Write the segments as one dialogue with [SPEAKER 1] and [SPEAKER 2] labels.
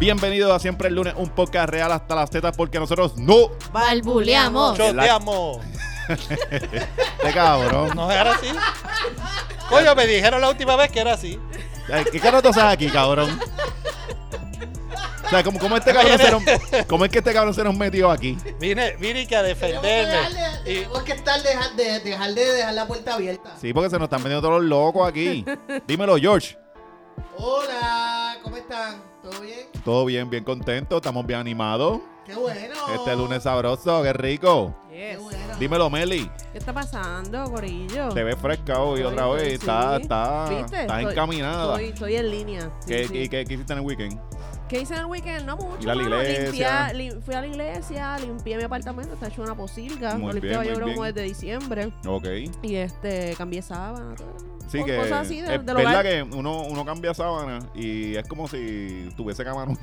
[SPEAKER 1] Bienvenidos a Siempre el Lunes, un podcast real hasta las tetas porque nosotros no.
[SPEAKER 2] Balbuleamos.
[SPEAKER 3] Choteamos.
[SPEAKER 1] Te cabrón.
[SPEAKER 3] No era así. Coño, me dijeron la última vez que era así.
[SPEAKER 1] Ay, ¿Qué carajo tú haces aquí, cabrón? O sea, ¿cómo, cómo este cabrón se nos- cómo es que este cabrón se nos metió aquí?
[SPEAKER 3] Vine, vine que a
[SPEAKER 4] Tenemos que,
[SPEAKER 3] defenderme.
[SPEAKER 4] dejarle-
[SPEAKER 3] Y
[SPEAKER 4] tenemos que estar dejar de, dejar de dejar la puerta abierta.
[SPEAKER 1] Sí, porque se nos están metiendo todos los locos aquí. Dímelo, George.
[SPEAKER 4] Hola, ¿cómo están? ¿Todo bien?
[SPEAKER 1] Todo bien, bien contento, estamos bien animados.
[SPEAKER 4] ¡Qué bueno!
[SPEAKER 1] Este lunes sabroso, qué rico.
[SPEAKER 4] ¡Qué
[SPEAKER 5] Yes.
[SPEAKER 4] bueno!
[SPEAKER 1] Dímelo, Meli.
[SPEAKER 5] ¿Qué está pasando, Corillo?
[SPEAKER 1] Te ves fresca hoy otra
[SPEAKER 5] Estoy-
[SPEAKER 1] vez.
[SPEAKER 5] sí.
[SPEAKER 1] Está, está,
[SPEAKER 5] ¿Viste?
[SPEAKER 1] estás
[SPEAKER 5] Estoy-
[SPEAKER 1] encaminada.
[SPEAKER 5] Estoy, estoy en línea. sí,
[SPEAKER 1] ¿Qué,
[SPEAKER 5] sí.
[SPEAKER 1] y qué- qué hiciste en el weekend?
[SPEAKER 5] ¿Qué hice en el weekend? No mucho.
[SPEAKER 1] Ir a la
[SPEAKER 5] mano.
[SPEAKER 1] iglesia.
[SPEAKER 5] Limpiar- lim- fui a la iglesia, limpié mi apartamento, está hecho una posilga.
[SPEAKER 1] Muy
[SPEAKER 5] lo limpiaba
[SPEAKER 1] bien,
[SPEAKER 5] yo
[SPEAKER 1] muy
[SPEAKER 5] creo como
[SPEAKER 1] bien.
[SPEAKER 5] desde diciembre.
[SPEAKER 1] Ok.
[SPEAKER 5] Y este, cambié sábana. todo.
[SPEAKER 1] Sí
[SPEAKER 5] Co-
[SPEAKER 1] que
[SPEAKER 5] Cosas así de,
[SPEAKER 1] es
[SPEAKER 5] del
[SPEAKER 1] verdad
[SPEAKER 5] hogar.
[SPEAKER 1] que uno, uno cambia sábana y es como si tuviese cama nueva.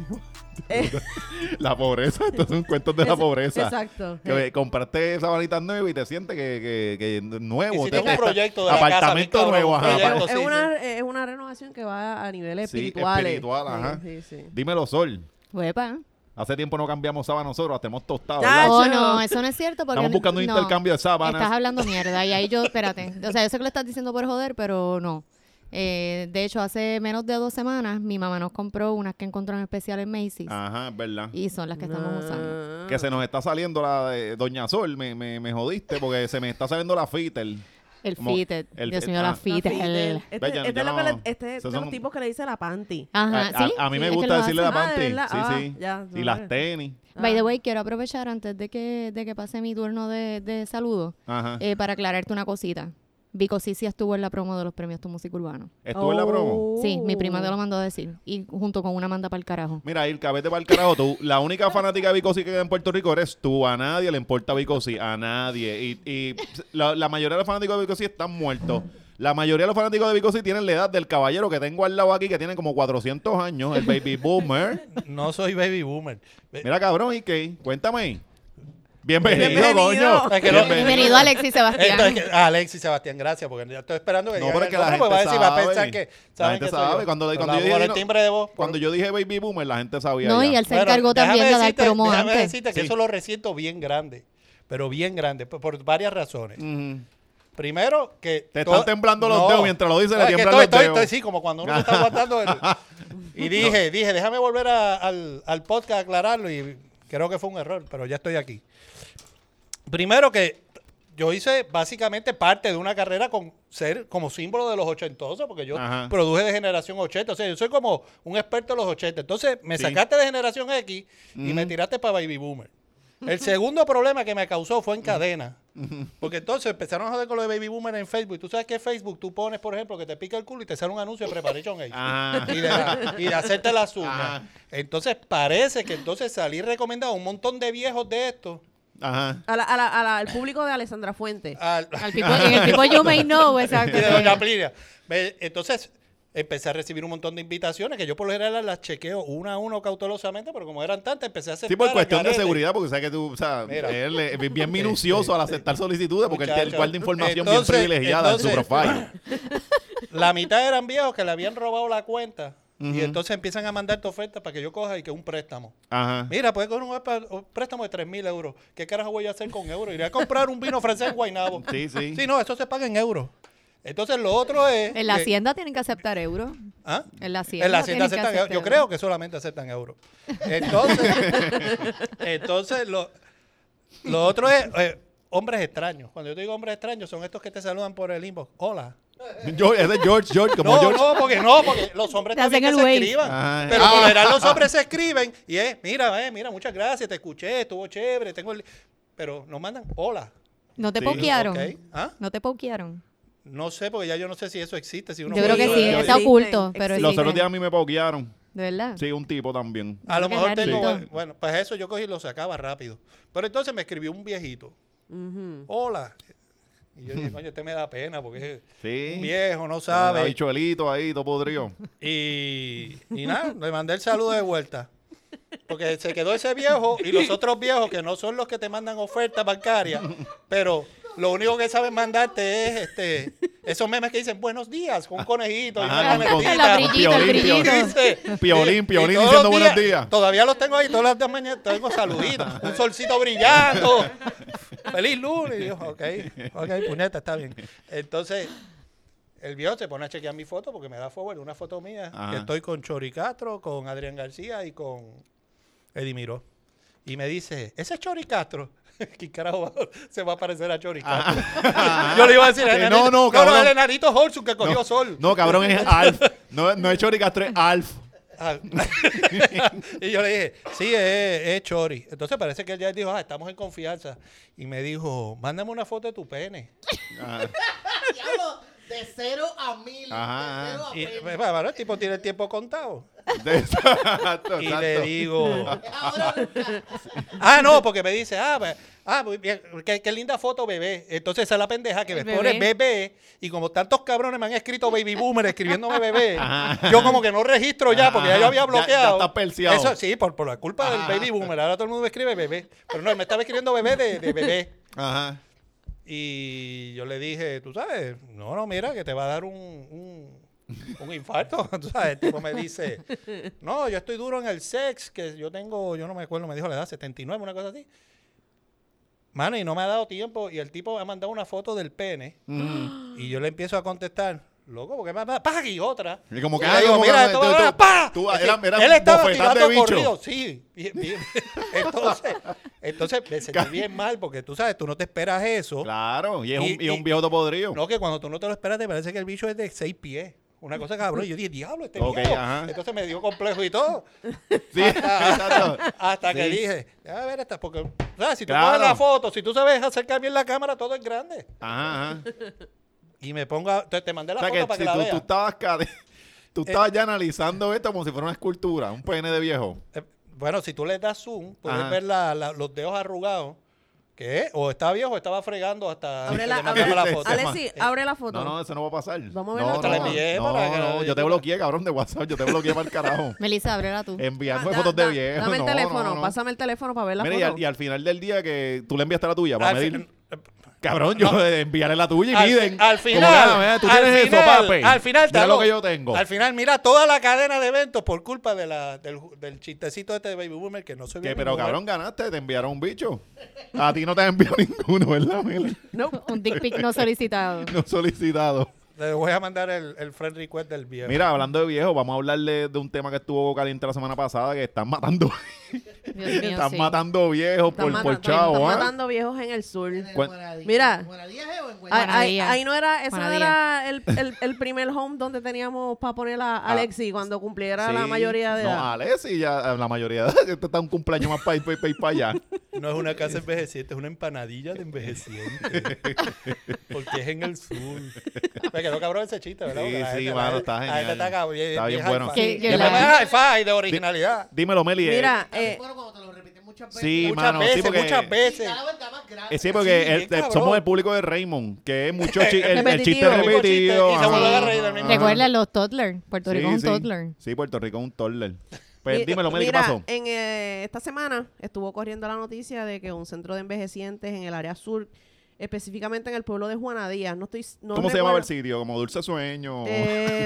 [SPEAKER 5] Eh,
[SPEAKER 1] La pobreza, estos son cuentos de la
[SPEAKER 5] ex-
[SPEAKER 1] pobreza.
[SPEAKER 5] Exacto.
[SPEAKER 1] Que eh, compraste sabanitas nuevas y te sientes que, que, que nuevo.
[SPEAKER 3] hiciste
[SPEAKER 1] te-
[SPEAKER 3] un proyecto de la casa.
[SPEAKER 1] apartamento
[SPEAKER 3] bien cabrón,
[SPEAKER 1] nuevo,
[SPEAKER 3] un
[SPEAKER 1] ajá, pues,
[SPEAKER 3] proyecto,
[SPEAKER 5] es,
[SPEAKER 3] sí, sí.
[SPEAKER 5] una, es una renovación que va a niveles
[SPEAKER 1] Sí,
[SPEAKER 5] espirituales.
[SPEAKER 1] espiritual, ajá.
[SPEAKER 5] Sí, sí.
[SPEAKER 1] Dímelo, Sol.
[SPEAKER 6] Huepa.
[SPEAKER 1] Hace tiempo no cambiamos sábana nosotros, las tenemos tostadas.
[SPEAKER 5] Ya,
[SPEAKER 1] ¿verdad?
[SPEAKER 6] Oh,
[SPEAKER 5] Nacho.
[SPEAKER 6] no, eso no es cierto. Porque
[SPEAKER 1] Estamos buscando un
[SPEAKER 6] no.
[SPEAKER 1] intercambio de
[SPEAKER 6] Estás
[SPEAKER 1] sábanas.
[SPEAKER 6] hablando mierda. Y ahí yo, espérate. O sea, yo sé que lo estás diciendo por joder, pero no. Eh, de hecho, hace menos de dos semanas, mi mamá nos compró unas que encontró en especial en Macy's.
[SPEAKER 1] Ajá, es verdad.
[SPEAKER 6] Y son las que estamos usando.
[SPEAKER 5] Ah.
[SPEAKER 1] Que se nos está saliendo la de Doña Sol, me, me, me jodiste porque se me está saliendo la fitter.
[SPEAKER 6] El
[SPEAKER 1] Como
[SPEAKER 6] fitted.
[SPEAKER 1] el-
[SPEAKER 6] Dios
[SPEAKER 1] el-
[SPEAKER 6] mío,
[SPEAKER 1] ah.
[SPEAKER 6] la fitted.
[SPEAKER 5] Este,
[SPEAKER 1] Ve, ya-
[SPEAKER 5] este
[SPEAKER 1] ya
[SPEAKER 5] es lo
[SPEAKER 1] no-
[SPEAKER 5] que le- este es
[SPEAKER 1] esos
[SPEAKER 5] de los
[SPEAKER 1] son-
[SPEAKER 5] tipos que le dice la panty.
[SPEAKER 6] Ajá,
[SPEAKER 1] a, a-
[SPEAKER 6] sí,
[SPEAKER 1] a mí
[SPEAKER 6] sí,
[SPEAKER 1] me
[SPEAKER 6] es que
[SPEAKER 1] gusta
[SPEAKER 6] lo
[SPEAKER 1] decirle Ah.
[SPEAKER 6] hacen.
[SPEAKER 1] la panty.
[SPEAKER 5] hacen. Ah, ¿de verdad?
[SPEAKER 1] sí,
[SPEAKER 5] Ah,
[SPEAKER 1] sí.
[SPEAKER 5] ya,
[SPEAKER 1] y
[SPEAKER 5] no,
[SPEAKER 1] las
[SPEAKER 5] no.
[SPEAKER 1] tenis.
[SPEAKER 6] By the way, quiero aprovechar antes de que, de que pase mi turno de, de saludo
[SPEAKER 1] Ajá.
[SPEAKER 6] eh, para aclararte una cosita. Vico Sisi estuvo en la promo de los premios Tu Música Urbana.
[SPEAKER 1] ¿Estuvo en la promo?
[SPEAKER 5] Oh.
[SPEAKER 6] Sí, mi prima
[SPEAKER 1] Uh.
[SPEAKER 6] te lo mandó a decir. Y junto con una manda para el carajo.
[SPEAKER 1] Mira, Irka, vete para el carajo tú. La única fanática de Vicosi que queda en Puerto Rico eres tú. A nadie le importa Vicosi. A nadie. Y, y la, la mayoría de los fanáticos de Vicosi están muertos. La mayoría de los fanáticos de Vicosi tienen la edad del caballero que tengo al lado aquí, que tiene como 400 años, el baby boomer.
[SPEAKER 3] No soy baby boomer. Ve-
[SPEAKER 1] Mira, cabrón, ¿y qué? Cuéntame. Bienvenido,
[SPEAKER 5] Bienvenido.
[SPEAKER 1] coño.
[SPEAKER 3] Es que lo-
[SPEAKER 1] Bienvenido.
[SPEAKER 6] Bienvenido Alexis
[SPEAKER 3] Esto es
[SPEAKER 6] Sebastián.
[SPEAKER 3] que- ah, Alexis Sebastián, gracias, porque yo estoy esperando que
[SPEAKER 1] No, pero
[SPEAKER 3] digan el
[SPEAKER 1] es que la gente
[SPEAKER 3] nombre, porque va a
[SPEAKER 1] sabe.
[SPEAKER 3] decir, va a pensar que
[SPEAKER 1] La gente
[SPEAKER 3] soy yo.
[SPEAKER 1] sabe. Cuando,
[SPEAKER 3] Por
[SPEAKER 1] cuando
[SPEAKER 3] la-
[SPEAKER 1] yo dije,
[SPEAKER 3] por el
[SPEAKER 1] no-
[SPEAKER 3] timbre de voz.
[SPEAKER 1] Cuando yo dije baby boomer, la gente sabía.
[SPEAKER 6] No, y
[SPEAKER 1] ya.
[SPEAKER 6] él se encargó también de dar promo
[SPEAKER 3] déjame
[SPEAKER 6] antes.
[SPEAKER 3] decirte que
[SPEAKER 1] Sí.
[SPEAKER 3] eso lo resiento bien grande, pero bien grande, por, por varias razones.
[SPEAKER 1] Ujú.
[SPEAKER 3] Primero, que.
[SPEAKER 1] Te
[SPEAKER 3] todo-
[SPEAKER 1] están temblando los dedos, mientras lo dice, le
[SPEAKER 3] es que
[SPEAKER 1] tiemblan
[SPEAKER 3] estoy-
[SPEAKER 1] los dedos.
[SPEAKER 3] Estoy, estoy, sí, como cuando uno se está aguantando. el- y dije, dije, déjame volver a- al, al podcast a aclararlo y creo que fue un error, pero ya estoy aquí. Primero que yo hice básicamente parte de una carrera con ser como símbolo de los ochentosos, porque yo
[SPEAKER 1] Ajá.
[SPEAKER 3] produje de generación 80, o sea, yo soy como un experto de los 80. Entonces, me
[SPEAKER 1] Sí.
[SPEAKER 3] sacaste de generación X y me tiraste para Baby Boomer. El segundo problema que me causó fue en cadena. Porque entonces empezaron a joder con lo de Baby Boomer en Facebook. Tú sabes que Facebook tú pones, por ejemplo, que te pica el culo y te sale un anuncio de Preparation H.
[SPEAKER 1] Ah.
[SPEAKER 3] Y, de la- y de hacerte las uñas.
[SPEAKER 1] Ajá.
[SPEAKER 3] Entonces parece que entonces salí recomendado a un montón de viejos de estos.
[SPEAKER 1] Ajá.
[SPEAKER 5] A la- a la- a la- al público de Alessandra Fuente.
[SPEAKER 1] Ah,
[SPEAKER 3] al-
[SPEAKER 6] Al people- en el People You May Know,
[SPEAKER 3] y
[SPEAKER 6] exacto.
[SPEAKER 3] de Doña Pliria. Ve, Entonces empecé a recibir un montón de invitaciones que yo por lo general las chequeo una a uno cautelosamente, pero como eran tantas, empecé a hacer
[SPEAKER 1] Sí, por cuestión de seguridad, porque sabes que tú, o sea,
[SPEAKER 3] Mira.
[SPEAKER 1] él es bien- bien minucioso al aceptar solicitudes, porque él tiene el
[SPEAKER 3] Muchacho.
[SPEAKER 1] cual de información
[SPEAKER 3] Entonces,
[SPEAKER 1] bien privilegiada en su
[SPEAKER 3] entonces-
[SPEAKER 1] profile.
[SPEAKER 3] La mitad eran viejos que le habían robado la cuenta. Y entonces empiezan a mandarte ofertas para que yo coja y que un préstamo.
[SPEAKER 1] Ajá.
[SPEAKER 3] Mira, puedes coger un pa- un préstamo de 3 mil euros. ¿Qué carajo voy a hacer con euros? Iré a comprar un vino francés en Guaynabo.
[SPEAKER 1] Sí, sí.
[SPEAKER 3] Sí, no, eso se paga en euros. Entonces lo otro es...
[SPEAKER 6] En la
[SPEAKER 3] que-
[SPEAKER 6] hacienda tienen que aceptar euros.
[SPEAKER 3] ¿Ah?
[SPEAKER 6] En la hacienda.
[SPEAKER 3] En la hacienda
[SPEAKER 6] tienen que
[SPEAKER 3] aceptan euros. Yo
[SPEAKER 6] aceptar
[SPEAKER 3] creo que solamente aceptan euros. Entonces, entonces lo, lo otro es eh, hombres extraños. Cuando yo te digo hombres extraños, son estos que te saludan por el inbox. Hola.
[SPEAKER 1] George, ese es George, George, como
[SPEAKER 3] no,
[SPEAKER 1] George.
[SPEAKER 3] no, porque no, porque los hombres
[SPEAKER 6] Te
[SPEAKER 3] también
[SPEAKER 6] hacen
[SPEAKER 3] que
[SPEAKER 6] el
[SPEAKER 3] se
[SPEAKER 6] wave.
[SPEAKER 3] escriban.
[SPEAKER 1] Ay.
[SPEAKER 3] Pero
[SPEAKER 1] Ah.
[SPEAKER 3] por lo general los hombres se escriben y es, mira, eh, mira, muchas gracias, te escuché, estuvo chévere, tengo el... Pero nos mandan, hola.
[SPEAKER 6] No te
[SPEAKER 1] Sí.
[SPEAKER 6] pokearon.
[SPEAKER 3] Ok, ¿ah?
[SPEAKER 6] No te pokearon.
[SPEAKER 3] No sé, porque ya yo no sé si eso existe. Si uno
[SPEAKER 6] Yo creo que
[SPEAKER 3] puede-
[SPEAKER 6] sí,
[SPEAKER 1] yo-
[SPEAKER 6] está
[SPEAKER 5] existen,
[SPEAKER 6] oculto. Pero
[SPEAKER 5] existen.
[SPEAKER 1] Los
[SPEAKER 6] existe.
[SPEAKER 1] otros días a mí me poguearon.
[SPEAKER 6] De verdad.
[SPEAKER 1] Sí, un tipo también.
[SPEAKER 3] A lo
[SPEAKER 6] Qué
[SPEAKER 3] mejor tengo...
[SPEAKER 6] rarito.
[SPEAKER 3] Bueno, pues eso yo cogí y lo sacaba rápido. Pero entonces me escribió un viejito.
[SPEAKER 5] Ujú.
[SPEAKER 3] Hola. Y yo dije, coño, este me da pena porque
[SPEAKER 1] Sí.
[SPEAKER 3] es un viejo, no
[SPEAKER 1] Ah,
[SPEAKER 3] sabe.
[SPEAKER 1] bichuelito ahí, todo podrido.
[SPEAKER 3] Y, y nada, le mandé el saludo de vuelta. Porque se quedó ese viejo y los otros viejos que no son los que te mandan ofertas bancarias, pero lo único que saben mandarte es este Esos memes que dicen buenos días con un conejito. y
[SPEAKER 1] Ajá,
[SPEAKER 3] una
[SPEAKER 1] con-
[SPEAKER 6] con-
[SPEAKER 3] conejita.
[SPEAKER 6] La brillita, el
[SPEAKER 1] Piolín,
[SPEAKER 6] brillito.
[SPEAKER 1] Piolín.
[SPEAKER 3] Dice-
[SPEAKER 1] Piolín,
[SPEAKER 3] y-
[SPEAKER 1] Piolín
[SPEAKER 3] y todos
[SPEAKER 1] diciendo
[SPEAKER 3] los
[SPEAKER 1] buenos días.
[SPEAKER 3] Todavía los tengo ahí, todas las días mañana tengo saluditos. Un solcito brillando. Feliz lunes. Y yo, ok, ok, puñeta, está bien. Entonces, el viejo se pone a chequear mi foto porque me da forward una foto mía.
[SPEAKER 1] Ajá.
[SPEAKER 3] Que estoy con Chori Castro, con Adrián García y con Eddie Miró. Y me dice, ese es Chori Castro. ¿Quién carajo va- se va a parecer a Chori Castro? Yo le iba a decir,
[SPEAKER 1] Que
[SPEAKER 3] el
[SPEAKER 1] Ah. Eh, no,
[SPEAKER 3] enanito-
[SPEAKER 1] no,
[SPEAKER 3] no,
[SPEAKER 1] cabrón.
[SPEAKER 3] el enanito Holson que cogió
[SPEAKER 1] No,
[SPEAKER 3] sol.
[SPEAKER 1] No, cabrón, es Alf. No, no es Choricastro, es Alf.
[SPEAKER 3] Ah. y yo le dije, sí, es, es Chori. Entonces parece que él ya dijo, ah, estamos en confianza. Y me dijo, mándame una foto de tu pene.
[SPEAKER 1] Ah,
[SPEAKER 4] Diablo, de cero a mil.
[SPEAKER 1] Ajá.
[SPEAKER 4] De cero a
[SPEAKER 3] Y
[SPEAKER 4] mil.
[SPEAKER 3] pues, bueno, el tipo tiene el tiempo contado.
[SPEAKER 1] de- exacto,
[SPEAKER 3] Y le
[SPEAKER 1] exacto.
[SPEAKER 3] digo,
[SPEAKER 4] Ahora nunca.
[SPEAKER 3] ah, no, porque me dice, ah, pues, ah muy bien, qué, qué linda foto, bebé. Entonces esa es la pendeja que me
[SPEAKER 6] El
[SPEAKER 3] pone
[SPEAKER 6] bebé.
[SPEAKER 3] bebé. Y como tantos cabrones me han escrito baby boomer escribiéndome bebé,
[SPEAKER 1] Ajá.
[SPEAKER 3] yo como que no registro ya, porque ya yo había
[SPEAKER 1] Ajá, ya- ya
[SPEAKER 3] bloqueado.
[SPEAKER 1] estás perseado.
[SPEAKER 3] Eso sí, por, por la culpa del
[SPEAKER 1] Ajá.
[SPEAKER 3] baby boomer. Ahora todo el mundo me escribe bebé. Pero no, él me estaba escribiendo bebé de- de bebé.
[SPEAKER 1] Ajá.
[SPEAKER 3] Y yo le dije, tú sabes, no, no, mira, que te va a dar un, un, un infarto. Tú sabes, el tipo me dice, no, yo estoy duro en el sex, que yo tengo, yo no me acuerdo, me dijo la edad, 79, una cosa así. Mano, y no me ha dado tiempo. Y el tipo ha mandado una foto del pene. Y yo le empiezo a contestar, loco, porque me ha ¡Pah! Y otra.
[SPEAKER 1] Y como que,
[SPEAKER 3] le
[SPEAKER 1] ah,
[SPEAKER 3] digo,
[SPEAKER 1] como que,
[SPEAKER 3] mira, esto
[SPEAKER 1] tú-
[SPEAKER 3] va a dar-
[SPEAKER 1] tú-
[SPEAKER 3] ¡pah!
[SPEAKER 1] tú-
[SPEAKER 3] Es que
[SPEAKER 1] eran- eran
[SPEAKER 3] él estaba
[SPEAKER 1] bofetadas de
[SPEAKER 3] tirando
[SPEAKER 1] bicho.
[SPEAKER 3] corrido, Sí, bien, bien. Entonces, entonces me sentí bien mal porque tú sabes, tú no te esperas eso.
[SPEAKER 1] Claro, y es
[SPEAKER 3] Y-
[SPEAKER 1] un, y es
[SPEAKER 3] y-
[SPEAKER 1] un viejo todo podrido.
[SPEAKER 3] No, que cuando tú no te lo esperas, te parece que el bicho es de seis pies. Una cosa cabrón. Y yo dije, diablo, este
[SPEAKER 1] Ok,
[SPEAKER 3] viejo.
[SPEAKER 1] ajá.
[SPEAKER 3] Entonces me dio complejo y todo.
[SPEAKER 1] Sí, exacto.
[SPEAKER 3] Hasta que
[SPEAKER 1] Sí.
[SPEAKER 3] dije, a ver, esta, porque, ¿sabes? Si tú
[SPEAKER 1] Claro.
[SPEAKER 3] coges la foto, si tú sabes acercar bien la cámara, todo es grande.
[SPEAKER 1] Ajá, ajá.
[SPEAKER 3] Y me ponga, entonces te mandé la
[SPEAKER 1] O sea
[SPEAKER 3] foto para
[SPEAKER 1] que
[SPEAKER 3] que
[SPEAKER 1] si tú,
[SPEAKER 3] la Eh.
[SPEAKER 1] tú
[SPEAKER 3] veas.
[SPEAKER 1] estabas cade- tú estabas ya analizando esto como si fuera una escultura, un pene de viejo.
[SPEAKER 3] Eh, Bueno, si tú le das zoom, puedes
[SPEAKER 1] Ajá.
[SPEAKER 3] ver la- la- los dedos arrugados. ¿Qué? O está viejo o estaba fregando hasta
[SPEAKER 5] Abre
[SPEAKER 3] que
[SPEAKER 5] la,
[SPEAKER 3] te mandamos
[SPEAKER 5] abre,
[SPEAKER 3] la foto.
[SPEAKER 5] Alexi, abre la foto.
[SPEAKER 1] No, no, eso no va a pasar.
[SPEAKER 5] Vamos a ver
[SPEAKER 1] no,
[SPEAKER 5] la
[SPEAKER 1] no,
[SPEAKER 5] Te la
[SPEAKER 3] envié
[SPEAKER 1] no,
[SPEAKER 3] para que la-
[SPEAKER 1] no, yo te bloqueé, cabrón, de WhatsApp. Yo te bloqueé para el carajo.
[SPEAKER 6] Melissa, ábrela tú.
[SPEAKER 1] Enviarme
[SPEAKER 5] Ah, da-
[SPEAKER 1] fotos de
[SPEAKER 5] da-
[SPEAKER 1] viejo.
[SPEAKER 5] Dame el
[SPEAKER 1] no,
[SPEAKER 5] teléfono,
[SPEAKER 1] no, no.
[SPEAKER 5] pásame el teléfono para ver la
[SPEAKER 1] Mira, y
[SPEAKER 5] foto.
[SPEAKER 1] al, y al final del día que tú le enviaste la tuya, para
[SPEAKER 3] Al
[SPEAKER 1] medir.
[SPEAKER 3] fin-
[SPEAKER 1] Cabrón, yo eh, enviaré la tuya y
[SPEAKER 3] al,
[SPEAKER 1] miden.
[SPEAKER 3] al
[SPEAKER 1] Como
[SPEAKER 3] final,
[SPEAKER 1] que, ah, mira, tú
[SPEAKER 3] al
[SPEAKER 1] tienes
[SPEAKER 3] final,
[SPEAKER 1] eso, papi.
[SPEAKER 3] Al final,
[SPEAKER 1] Mira
[SPEAKER 3] Talo,
[SPEAKER 1] lo que yo tengo.
[SPEAKER 3] Al final, mira toda la cadena de eventos por culpa de la, del, del chistecito este de Baby Boomer que no soy
[SPEAKER 1] Que,
[SPEAKER 3] Baby
[SPEAKER 1] pero
[SPEAKER 3] Boomer.
[SPEAKER 1] cabrón, ganaste, te enviaron un bicho. A ti no te han enviado ninguno, ¿verdad, Meli?
[SPEAKER 5] No.
[SPEAKER 6] Un dick pic no solicitado.
[SPEAKER 1] No solicitado.
[SPEAKER 3] Le voy a mandar el, el friend request del viejo.
[SPEAKER 1] Mira, hablando de viejo, vamos a hablarle de un tema que estuvo caliente la semana pasada, que están matando,
[SPEAKER 6] Dios mío,
[SPEAKER 1] están
[SPEAKER 6] sí.
[SPEAKER 1] matando viejos
[SPEAKER 5] Están
[SPEAKER 1] por,
[SPEAKER 5] mata-
[SPEAKER 1] por chavo,
[SPEAKER 5] están
[SPEAKER 1] ¿ah?
[SPEAKER 5] matando viejos en el sur.
[SPEAKER 4] En el
[SPEAKER 1] Cuan-
[SPEAKER 4] Guaradí.
[SPEAKER 5] Mira. Ah,
[SPEAKER 4] ¿En Guaradí es o en Guayanía?
[SPEAKER 5] Ay, ay,
[SPEAKER 6] Juanadía.
[SPEAKER 5] ahí no era, ese no
[SPEAKER 6] Juanadía.
[SPEAKER 5] era el, el, el primer home donde teníamos para poner a Alexi cuando cumpliera la
[SPEAKER 1] Ah. Sí.
[SPEAKER 5] mayoría de
[SPEAKER 1] No,
[SPEAKER 5] edad.
[SPEAKER 1] Alexi ya, eh, la mayoría de edad, este está un cumpleaños más para ir, para ir, para ir para allá.
[SPEAKER 3] No es una casa envejeciente, es una empanadilla de envejeciente. Porque es en el sur. Me quedó cabrón ese chiste, ¿verdad?
[SPEAKER 1] Sí,
[SPEAKER 3] Porque la
[SPEAKER 1] sí,
[SPEAKER 3] gente-
[SPEAKER 1] mano,
[SPEAKER 3] la-
[SPEAKER 1] está
[SPEAKER 3] la
[SPEAKER 1] genial.
[SPEAKER 3] gente Está, cabrón,
[SPEAKER 1] Está bien
[SPEAKER 3] high
[SPEAKER 1] bueno.
[SPEAKER 3] five.
[SPEAKER 6] Que- que
[SPEAKER 3] Y
[SPEAKER 6] la-
[SPEAKER 3] además es high five de originalidad.
[SPEAKER 1] Dímelo, Meli. eh,
[SPEAKER 5] Mira,
[SPEAKER 4] Es
[SPEAKER 5] eh,
[SPEAKER 4] bueno cuando te lo repiten muchas veces.
[SPEAKER 1] Sí,
[SPEAKER 4] Muchas
[SPEAKER 3] muchas
[SPEAKER 1] mano, sí,
[SPEAKER 3] veces,
[SPEAKER 1] porque-
[SPEAKER 3] muchas
[SPEAKER 4] veces. Y
[SPEAKER 3] veces.
[SPEAKER 4] cada vez está más grande.
[SPEAKER 1] eh, sí,
[SPEAKER 3] Sí,
[SPEAKER 1] porque
[SPEAKER 3] bien
[SPEAKER 1] el- el-
[SPEAKER 3] cabrón.
[SPEAKER 1] somos el público de Raymond, que es mucho chi- el, el chiste
[SPEAKER 5] Repetitivo.
[SPEAKER 1] repetido.
[SPEAKER 3] Y se vuelve a
[SPEAKER 1] ajá.
[SPEAKER 3] reír del mismo.
[SPEAKER 6] Recuerda los toddlers. Puerto Rico es un
[SPEAKER 1] sí.
[SPEAKER 6] toddler.
[SPEAKER 1] Sí, Puerto Rico es un toddler. Pues
[SPEAKER 5] mi-
[SPEAKER 1] dímelo, Meli, ¿qué
[SPEAKER 5] mira,
[SPEAKER 1] pasó?
[SPEAKER 5] En, eh, esta semana estuvo corriendo la noticia de que un centro de envejecientes en el área sur, específicamente en el pueblo de Juanadías, no estoy... No
[SPEAKER 1] ¿Cómo se llamaba el
[SPEAKER 5] recuerdo-
[SPEAKER 1] sitio? Como Dulce Sueño.
[SPEAKER 5] Eh,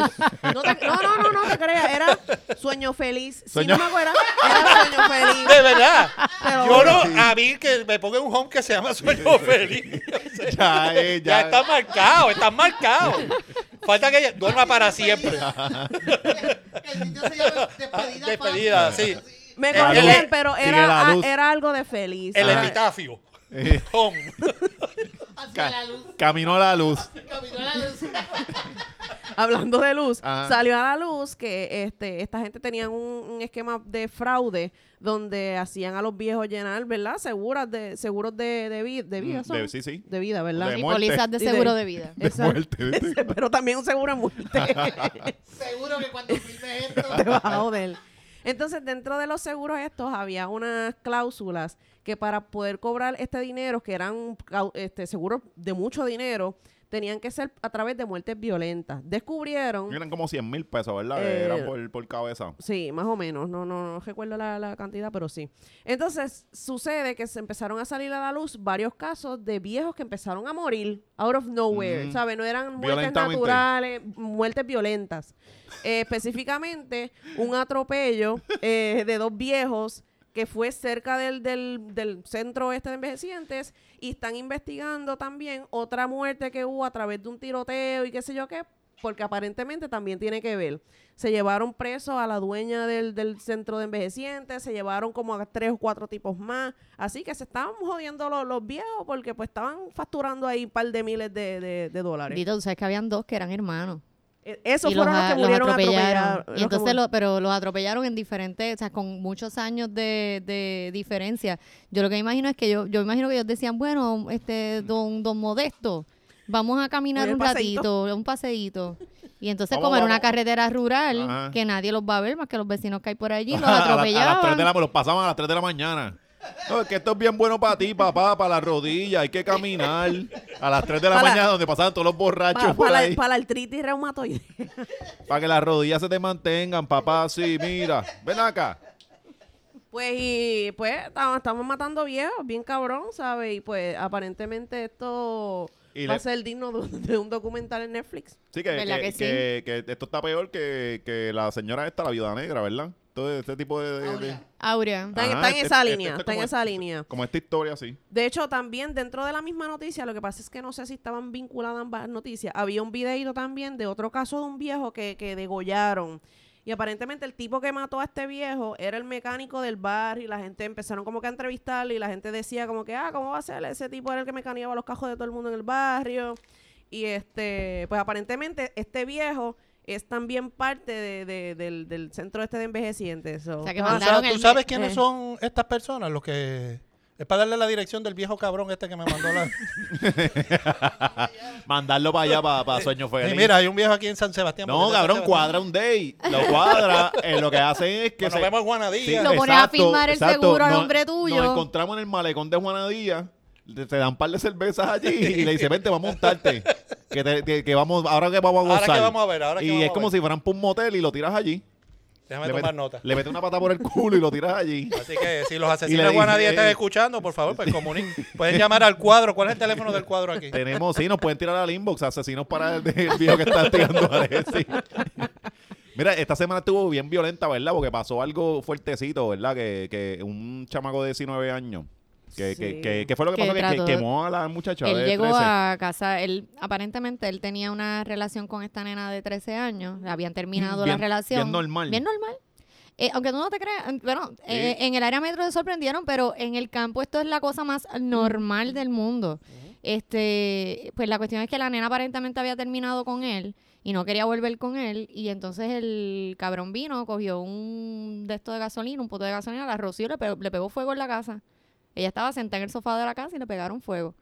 [SPEAKER 5] no, te- no, no, no, no te creas, era sueño feliz. Si
[SPEAKER 1] Sueño-
[SPEAKER 5] no me acuerdo, era sueño feliz.
[SPEAKER 3] De verdad.
[SPEAKER 5] Pero-
[SPEAKER 3] Yo no, a mí que me ponga un home que se llama Sueño Feliz.
[SPEAKER 1] ya, eh,
[SPEAKER 3] ya
[SPEAKER 1] ya.
[SPEAKER 3] está marcado, está marcado. Falta que ella duerma para siempre. Ah,
[SPEAKER 4] El sitio se llama Despedida.
[SPEAKER 3] Despedida,
[SPEAKER 4] Fácil.
[SPEAKER 3] sí.
[SPEAKER 5] Me
[SPEAKER 3] Eh,
[SPEAKER 5] corrigen,
[SPEAKER 3] eh,
[SPEAKER 5] pero
[SPEAKER 1] sigue
[SPEAKER 5] era,
[SPEAKER 1] la
[SPEAKER 5] a-
[SPEAKER 1] luz.
[SPEAKER 5] era algo de feliz.
[SPEAKER 3] El
[SPEAKER 5] Era-
[SPEAKER 3] epitafio.
[SPEAKER 1] Eh,
[SPEAKER 3] Home.
[SPEAKER 4] Hacia
[SPEAKER 1] ca-
[SPEAKER 4] la luz.
[SPEAKER 1] caminó a la luz.
[SPEAKER 4] Caminó la luz.
[SPEAKER 5] hablando de luz,
[SPEAKER 1] Ajá.
[SPEAKER 5] salió a la luz que este, esta gente tenía un, un esquema de fraude donde hacían a los viejos llenar, ¿verdad? Seguras de, seguros de, de, vi- de vida.
[SPEAKER 1] Mm,
[SPEAKER 5] ¿son?
[SPEAKER 1] de- sí, sí.
[SPEAKER 5] De vida, ¿verdad?
[SPEAKER 1] De
[SPEAKER 6] Y
[SPEAKER 1] muerte.
[SPEAKER 6] pólizas de
[SPEAKER 5] Y de-
[SPEAKER 6] seguro de vida.
[SPEAKER 1] De
[SPEAKER 5] Exacto.
[SPEAKER 1] muerte, ¿viste?
[SPEAKER 5] Ese, pero también un seguro de muerte.
[SPEAKER 4] Seguro que cuando filmes esto.
[SPEAKER 5] te vas a joder. Entonces, dentro de los seguros estos había unas cláusulas que para poder cobrar este dinero, que eran cau- este, seguros de mucho dinero, tenían que ser a través de muertes violentas. Descubrieron
[SPEAKER 1] Eran como 100 mil pesos, ¿verdad?
[SPEAKER 5] Eh,
[SPEAKER 1] Eran por, por cabeza.
[SPEAKER 5] Sí, más o menos. No, no, no recuerdo la, la cantidad, pero sí. Entonces, sucede que se empezaron a salir a la luz varios casos de viejos que empezaron a morir out of nowhere.
[SPEAKER 1] Ujú.
[SPEAKER 5] ¿Sabes? No eran muertes
[SPEAKER 1] Violentamente.
[SPEAKER 5] naturales, muertes violentas. Eh, específicamente, un atropello eh, de dos viejos que fue cerca del, del, del centro este de envejecientes y están investigando también otra muerte que hubo a través de un tiroteo y qué sé yo qué, porque aparentemente también tiene que ver. Se llevaron preso a la dueña del, del centro de envejecientes, se llevaron como a tres o cuatro tipos más. Así que se estaban jodiendo los, los viejos porque pues estaban facturando ahí un par de miles de, de- de dólares.
[SPEAKER 6] Dito, tú sabes que habían dos que eran hermanos.
[SPEAKER 5] Eh, Esos
[SPEAKER 6] y
[SPEAKER 5] fueron los,
[SPEAKER 6] a-
[SPEAKER 5] que murieron atropellados.
[SPEAKER 6] Y entonces, lo- pero los atropellaron en diferentes, o sea, con muchos años de, de diferencia. Yo lo que imagino es que yo, yo imagino que ellos decían, bueno, este, don, don Modesto, vamos a caminar
[SPEAKER 5] Voy
[SPEAKER 6] un
[SPEAKER 5] al paseíto.
[SPEAKER 6] ratito, un paseíto. Y entonces,
[SPEAKER 1] Vamos,
[SPEAKER 6] como era una
[SPEAKER 1] vamos.
[SPEAKER 6] carretera rural,
[SPEAKER 1] Ajá.
[SPEAKER 6] que nadie los va a ver más que los vecinos que hay por allí, los
[SPEAKER 1] a, la- a las 3
[SPEAKER 6] atropellaban.
[SPEAKER 1] de la los pasaban a las 3 de la mañana. No, es que esto es bien bueno para ti, papá, para la rodilla, hay que caminar. A las 3 de la
[SPEAKER 5] Para-
[SPEAKER 1] mañana donde pasaban todos los borrachos
[SPEAKER 5] para,
[SPEAKER 1] por
[SPEAKER 5] la,
[SPEAKER 1] ahí.
[SPEAKER 5] pa' la artritis reumatoide.
[SPEAKER 1] Para que las rodillas se te mantengan, papá, sí, mira. Ven acá.
[SPEAKER 5] Pues y pues estamos, estamos matando viejos, bien cabrón, ¿sabes? Y pues aparentemente esto
[SPEAKER 1] Y
[SPEAKER 5] va
[SPEAKER 1] le-
[SPEAKER 5] a ser digno de, un- de un documental en Netflix.
[SPEAKER 1] Sí, que,
[SPEAKER 6] ¿Verdad
[SPEAKER 1] que,
[SPEAKER 6] que sí?
[SPEAKER 1] que- que esto está peor que, que la señora esta, la viuda negra, ¿verdad? Todo este tipo de... de- de-
[SPEAKER 6] Áurea.
[SPEAKER 5] Está, en-
[SPEAKER 1] Ajá,
[SPEAKER 5] está en
[SPEAKER 1] este-
[SPEAKER 5] esa
[SPEAKER 1] este-
[SPEAKER 5] línea,
[SPEAKER 1] este
[SPEAKER 5] está en
[SPEAKER 1] como-
[SPEAKER 5] esa línea.
[SPEAKER 1] Como esta historia, sí.
[SPEAKER 5] De hecho, también dentro de la misma noticia, lo que pasa es que no sé si estaban vinculadas ambas noticias. Había un videito también de otro caso de un viejo que, que degollaron. Y aparentemente el tipo que mató a este viejo era el mecánico del bar y la gente empezaron como que a entrevistarle y la gente decía como que, ah, ¿cómo va a ser? Ese tipo era el que mecaneaba los cajos de todo el mundo en el barrio. Y este, pues aparentemente este viejo es también parte de- de- del, del centro este de envejecientes. so-
[SPEAKER 6] O sea, que
[SPEAKER 5] Ah,
[SPEAKER 3] ¿Tú
[SPEAKER 6] mandaron
[SPEAKER 3] sabes, tú
[SPEAKER 6] el-
[SPEAKER 3] sabes quiénes
[SPEAKER 5] eh.
[SPEAKER 3] son estas personas? Los que... Es para darle la dirección del viejo cabrón este que me mandó la...
[SPEAKER 1] Mandarlo para allá, para, Sueño Feliz.
[SPEAKER 3] Y mira, hay un viejo aquí en San Sebastián.
[SPEAKER 1] no,
[SPEAKER 3] porque San
[SPEAKER 1] cabrón,
[SPEAKER 3] Sebastián-
[SPEAKER 1] cuadra un day. Lo cuadra, eh, lo que hacen es que...
[SPEAKER 3] Bueno,
[SPEAKER 1] se-
[SPEAKER 3] vemos a Juanadilla.
[SPEAKER 1] Sí,
[SPEAKER 6] Lo pones a firmar el seguro al
[SPEAKER 1] Nos-
[SPEAKER 6] hombre tuyo.
[SPEAKER 1] Nos encontramos en el malecón de Juanadilla. Te dan un par de cervezas allí y le dice, vente, vamos a montarte. Que, te- que- que vamos, ahora que vamos a
[SPEAKER 3] Ahora
[SPEAKER 1] gozar.
[SPEAKER 3] que vamos a ver, ahora que
[SPEAKER 1] y
[SPEAKER 3] vamos
[SPEAKER 1] es
[SPEAKER 3] a
[SPEAKER 1] como
[SPEAKER 3] ver.
[SPEAKER 1] si fueran por un motel y lo tiras allí.
[SPEAKER 3] Déjame
[SPEAKER 1] le
[SPEAKER 3] tomar
[SPEAKER 1] metes-
[SPEAKER 3] nota.
[SPEAKER 1] Le metes una pata por el culo y lo tiras allí.
[SPEAKER 3] Así que si los
[SPEAKER 1] Y le
[SPEAKER 3] asesinos de
[SPEAKER 1] dije-
[SPEAKER 3] Guanadía están escuchando, por favor, pues comunín. Pueden llamar al cuadro. ¿Cuál es el teléfono del cuadro aquí?
[SPEAKER 1] Tenemos, sí, nos pueden tirar al inbox, asesinos para el, el viejo que está tirando a Alexis. Mira, esta semana estuvo bien violenta, ¿verdad? Porque pasó algo fuertecito, ¿verdad? Que, que un chamaco de 19 años. Que, que,
[SPEAKER 5] Sí.
[SPEAKER 1] que- que fue lo que
[SPEAKER 6] Que
[SPEAKER 1] pasó, que, que
[SPEAKER 6] trató-
[SPEAKER 1] quemó a la muchacha
[SPEAKER 6] él
[SPEAKER 1] de
[SPEAKER 6] llegó
[SPEAKER 1] 13.
[SPEAKER 6] a casa, él aparentemente él tenía una relación con esta nena de 13 años, habían terminado
[SPEAKER 1] Bien-
[SPEAKER 6] la relación.
[SPEAKER 1] bien normal.
[SPEAKER 6] Bien normal. Eh, aunque tú no te creas, en- bueno, eh, en el área metro se sorprendieron, pero en el campo esto es la cosa más normal del mundo. Este, pues la cuestión es que la nena aparentemente había terminado con él y no quería volver con él y entonces el cabrón vino, cogió un de esto de gasolina, un pote de gasolina, la roció, le, pe- le pegó fuego en la casa. Ella estaba sentada en el sofá de la casa y le pegaron fuego.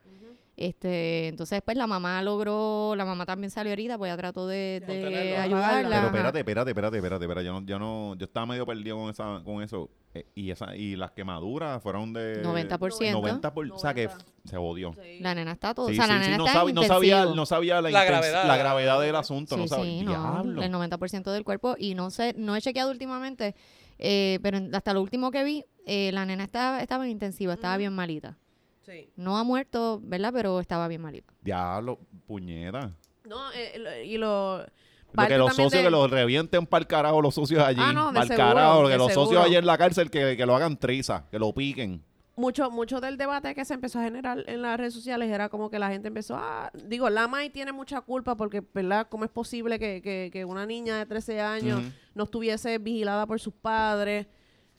[SPEAKER 6] Este, entonces después la mamá logró, la mamá también salió herida, pues ya trató de, de
[SPEAKER 3] Contenerlo, ajá.
[SPEAKER 6] ayudarla.
[SPEAKER 1] Pero
[SPEAKER 6] ajá.
[SPEAKER 1] espérate, espérate, espérate, espérate, espérate. Yo, no, yo, no, yo estaba medio perdido con, esa, con eso. Eh, y, esa, y las quemaduras fueron de...
[SPEAKER 6] 90%.
[SPEAKER 1] 90%. por- O sea, que
[SPEAKER 5] 90.
[SPEAKER 1] se jodió.
[SPEAKER 6] La nena está todo,
[SPEAKER 1] Sí,
[SPEAKER 6] o sea, la
[SPEAKER 1] sí,
[SPEAKER 6] nena
[SPEAKER 1] sí, no,
[SPEAKER 6] está
[SPEAKER 1] sabe-
[SPEAKER 6] en
[SPEAKER 1] no sabía,
[SPEAKER 6] intensivo.
[SPEAKER 1] no sabía la,
[SPEAKER 3] La
[SPEAKER 1] intens-
[SPEAKER 3] gravedad.
[SPEAKER 1] la gravedad del asunto, no
[SPEAKER 6] Sí,
[SPEAKER 1] sabía.
[SPEAKER 6] sí,
[SPEAKER 1] Diablo.
[SPEAKER 6] el 90% del cuerpo y no sé, no he chequeado últimamente, eh, pero en- hasta lo último que vi, eh, la nena estaba, estaba en intensiva, estaba bien malita.
[SPEAKER 5] Sí.
[SPEAKER 6] No ha muerto, ¿verdad? Pero estaba bien malita.
[SPEAKER 1] Diablo, puñeta.
[SPEAKER 5] No, eh, lo- y lo...
[SPEAKER 1] Porque
[SPEAKER 5] parte
[SPEAKER 1] los
[SPEAKER 5] también
[SPEAKER 1] socios
[SPEAKER 5] de-
[SPEAKER 1] que los revienten para el carajo, los socios allí.
[SPEAKER 5] Ah, no, de
[SPEAKER 1] pa'l
[SPEAKER 5] seguro,
[SPEAKER 1] carajo, que
[SPEAKER 5] de
[SPEAKER 1] los socios
[SPEAKER 5] seguro.
[SPEAKER 1] allí en la cárcel que, que lo hagan triza, que lo piquen.
[SPEAKER 5] mucho, mucho del debate que se empezó a generar en las redes sociales era como que la gente empezó a... Digo, la MAI tiene mucha culpa porque, ¿verdad? ¿Cómo es posible que, que- que una niña de 13 años
[SPEAKER 1] Ujú.
[SPEAKER 5] no estuviese vigilada por sus padres?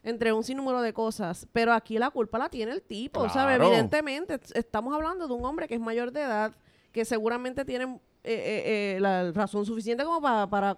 [SPEAKER 5] Entre un sinnúmero de cosas. Pero aquí la culpa la tiene el tipo, ¿sabes?
[SPEAKER 1] Claro.
[SPEAKER 5] Evidentemente, es- estamos hablando de un hombre que es mayor de edad, que seguramente tiene eh, eh, eh, la razón suficiente como pa- para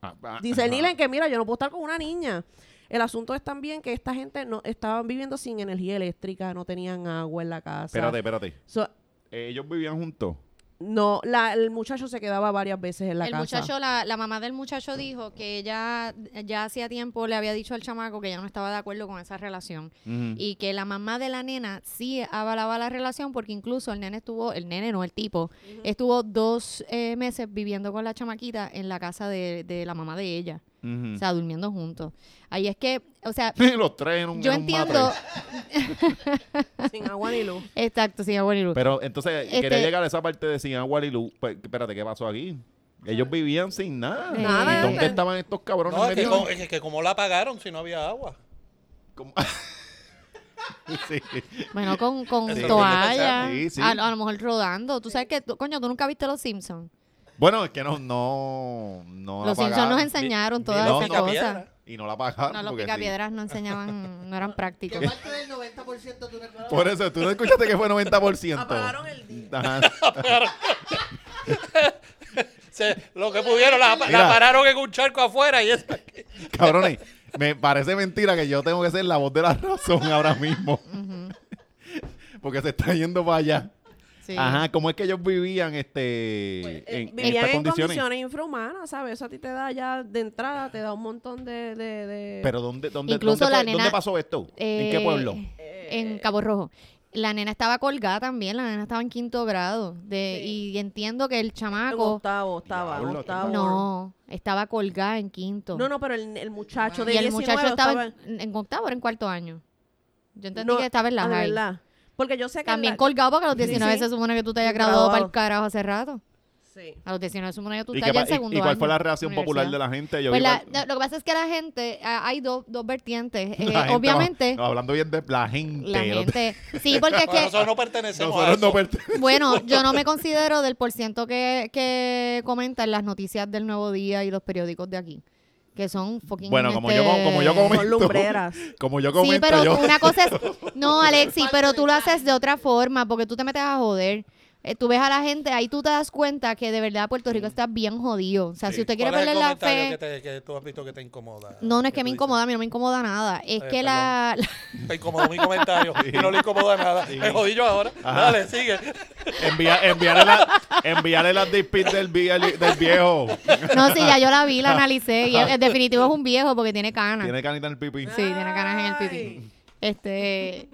[SPEAKER 1] Ah, ah,
[SPEAKER 5] discernir
[SPEAKER 1] ah.
[SPEAKER 5] en que, mira, yo no puedo estar con una niña. El asunto es también que esta gente no estaban viviendo sin energía eléctrica, no tenían agua en la casa.
[SPEAKER 1] Espérate, espérate.
[SPEAKER 5] So,
[SPEAKER 1] Eh, ellos vivían juntos.
[SPEAKER 5] No, la- el muchacho se quedaba varias veces en la
[SPEAKER 6] el
[SPEAKER 5] casa.
[SPEAKER 6] muchacho, la, la mamá del muchacho dijo que ella ya hacía tiempo le había dicho al chamaco que ya no estaba de acuerdo con esa relación
[SPEAKER 1] Ujú.
[SPEAKER 6] y que la mamá de la nena sí avalaba la relación porque incluso el nene estuvo, el nene no, el tipo, estuvo dos eh, meses viviendo con la chamaquita en la casa de, de la mamá de ella,
[SPEAKER 1] Ujú.
[SPEAKER 6] o sea, durmiendo juntos. Ahí es que, o sea,
[SPEAKER 1] Los tres en un,
[SPEAKER 6] yo
[SPEAKER 1] en un
[SPEAKER 6] entiendo,
[SPEAKER 1] matre.
[SPEAKER 5] Sin agua ni luz.
[SPEAKER 6] exacto, sí, abuelo. y Lu.
[SPEAKER 1] Pero entonces,
[SPEAKER 6] Este-
[SPEAKER 1] quería llegar a esa parte de sin agua y luz. Pues, espérate, ¿qué pasó aquí? Ellos vivían sin nada.
[SPEAKER 6] Nada.
[SPEAKER 1] ¿Y dónde estaban estos cabrones
[SPEAKER 3] No, es que,
[SPEAKER 1] metidos?
[SPEAKER 3] co- es que- que como la apagaron si no había agua.
[SPEAKER 1] Como- sí.
[SPEAKER 6] Bueno, con, con
[SPEAKER 3] Eso es lo que
[SPEAKER 6] toalla,
[SPEAKER 1] pensaba. Sí, sí.
[SPEAKER 6] A, a lo mejor rodando. Tú sabes que, tú- coño, tú nunca viste Los Simpsons.
[SPEAKER 1] Bueno, es que no, no, no
[SPEAKER 6] Los
[SPEAKER 1] la
[SPEAKER 6] Simpsons nos
[SPEAKER 1] pagaron.
[SPEAKER 6] enseñaron
[SPEAKER 3] Vi-
[SPEAKER 6] todas
[SPEAKER 1] vi los
[SPEAKER 6] esas
[SPEAKER 3] picapiedra.
[SPEAKER 6] cosas.
[SPEAKER 1] Y no la pagaron.
[SPEAKER 6] No, los
[SPEAKER 1] porque sí.
[SPEAKER 6] picapiedras no enseñaban, no eran
[SPEAKER 4] Que
[SPEAKER 6] prácticos.
[SPEAKER 4] parte del 90% tú no encuentras.
[SPEAKER 1] Por eso, tú no escuchaste que fue 90%.
[SPEAKER 5] Apagaron el día.
[SPEAKER 1] Ajá.
[SPEAKER 3] Se- lo que pudieron, la, la
[SPEAKER 1] Mira.
[SPEAKER 3] pararon en un charco afuera y es
[SPEAKER 1] Cabrones, me parece mentira que yo tengo que ser la voz de la razón ahora mismo. Porque se está yendo para allá.
[SPEAKER 6] Sí.
[SPEAKER 1] Ajá, ¿cómo es que ellos vivían este, en, en
[SPEAKER 5] Pues, eh, Vivían
[SPEAKER 1] estas
[SPEAKER 5] en
[SPEAKER 1] condiciones?
[SPEAKER 5] condiciones infrahumanas, ¿sabes? Eso a ti te da ya de entrada, te da un montón de... de, de-
[SPEAKER 1] Pero ¿dónde, dónde,
[SPEAKER 6] Incluso
[SPEAKER 1] dónde,
[SPEAKER 6] la
[SPEAKER 1] fue-
[SPEAKER 6] nena-
[SPEAKER 1] dónde pasó esto? ¿En qué
[SPEAKER 6] Eh,
[SPEAKER 1] pueblo?
[SPEAKER 6] En Cabo Rojo. La nena estaba colgada también, la nena estaba en quinto grado. De, Y entiendo que el
[SPEAKER 5] en
[SPEAKER 6] chamaco.
[SPEAKER 5] octavo, estaba,
[SPEAKER 1] Diablo,
[SPEAKER 5] octavo.
[SPEAKER 6] No, estaba colgada en quinto.
[SPEAKER 5] No, no, pero el, el muchacho de
[SPEAKER 6] y el
[SPEAKER 5] 19
[SPEAKER 6] muchacho estaba en, en octavo, era en cuarto año. Yo entendí
[SPEAKER 5] no,
[SPEAKER 6] que estaba en la
[SPEAKER 5] ah, de
[SPEAKER 6] high.
[SPEAKER 5] verdad. Porque yo sé que...
[SPEAKER 6] También
[SPEAKER 5] la-
[SPEAKER 6] colgado porque a los
[SPEAKER 5] Sí,
[SPEAKER 6] 19
[SPEAKER 5] sí.
[SPEAKER 6] se supone que tú te hayas graduado para el
[SPEAKER 5] Graduado.
[SPEAKER 6] carajo hace rato.
[SPEAKER 5] Sí.
[SPEAKER 6] A los 19 se supone que tú
[SPEAKER 1] ¿Y,
[SPEAKER 6] estás
[SPEAKER 1] qué
[SPEAKER 6] ya
[SPEAKER 1] pa-
[SPEAKER 6] en
[SPEAKER 1] y-
[SPEAKER 6] segundo
[SPEAKER 1] y cuál
[SPEAKER 6] año
[SPEAKER 1] fue la
[SPEAKER 6] de
[SPEAKER 1] reacción popular de la gente? Yo
[SPEAKER 6] Pues
[SPEAKER 1] vi
[SPEAKER 6] la-
[SPEAKER 1] cuál-
[SPEAKER 6] la- lo que pasa es que la gente, ah, hay dos, dos vertientes. Eh,
[SPEAKER 1] la gente-
[SPEAKER 6] obviamente,
[SPEAKER 1] no, hablando bien de la gente.
[SPEAKER 6] la
[SPEAKER 1] los-
[SPEAKER 6] gente. Sí, porque es
[SPEAKER 3] Bueno,
[SPEAKER 6] que.
[SPEAKER 3] nosotros no pertenecemos a
[SPEAKER 1] Nosotros
[SPEAKER 3] eso.
[SPEAKER 1] no pertenecemos.
[SPEAKER 6] Bueno, yo no me considero del por ciento que, que comentan las noticias del Nuevo Día y los periódicos de aquí. Que son fucking.
[SPEAKER 1] Bueno, como yo, como yo
[SPEAKER 6] como
[SPEAKER 1] comento.
[SPEAKER 5] Son lumbreras.
[SPEAKER 1] Como yo
[SPEAKER 6] Sí,
[SPEAKER 1] comento,
[SPEAKER 6] pero
[SPEAKER 1] yo.
[SPEAKER 6] una cosa es. No, Alexi, pero tú lo haces de otra forma porque tú te metes a joder. Eh, tú ves a la gente, ahí tú te das cuenta que de verdad Puerto Rico está bien jodido. O sea, si usted quiere
[SPEAKER 3] ¿Cuál es
[SPEAKER 6] perder
[SPEAKER 3] el
[SPEAKER 6] la
[SPEAKER 3] comentario
[SPEAKER 6] fe.
[SPEAKER 3] Que, te- que tú has visto que te incomoda?
[SPEAKER 6] No, no es que me
[SPEAKER 3] tú dices?
[SPEAKER 6] incomoda, a mí no me incomoda nada. Es
[SPEAKER 3] Eh,
[SPEAKER 6] que la,
[SPEAKER 3] Te incomodó mi comentario y no le incomoda nada. Me jodí yo ahora. Dale, sigue.
[SPEAKER 1] Envía- enviarle, la, enviarle las dick pics del, vie- del viejo.
[SPEAKER 6] la- No, sí, ya yo la vi, la analicé. Y en definitivo es un viejo porque tiene canas.
[SPEAKER 1] Tiene canita en el pipí.
[SPEAKER 6] Sí, tiene canas en el
[SPEAKER 5] Ay.
[SPEAKER 6] pipí. Este.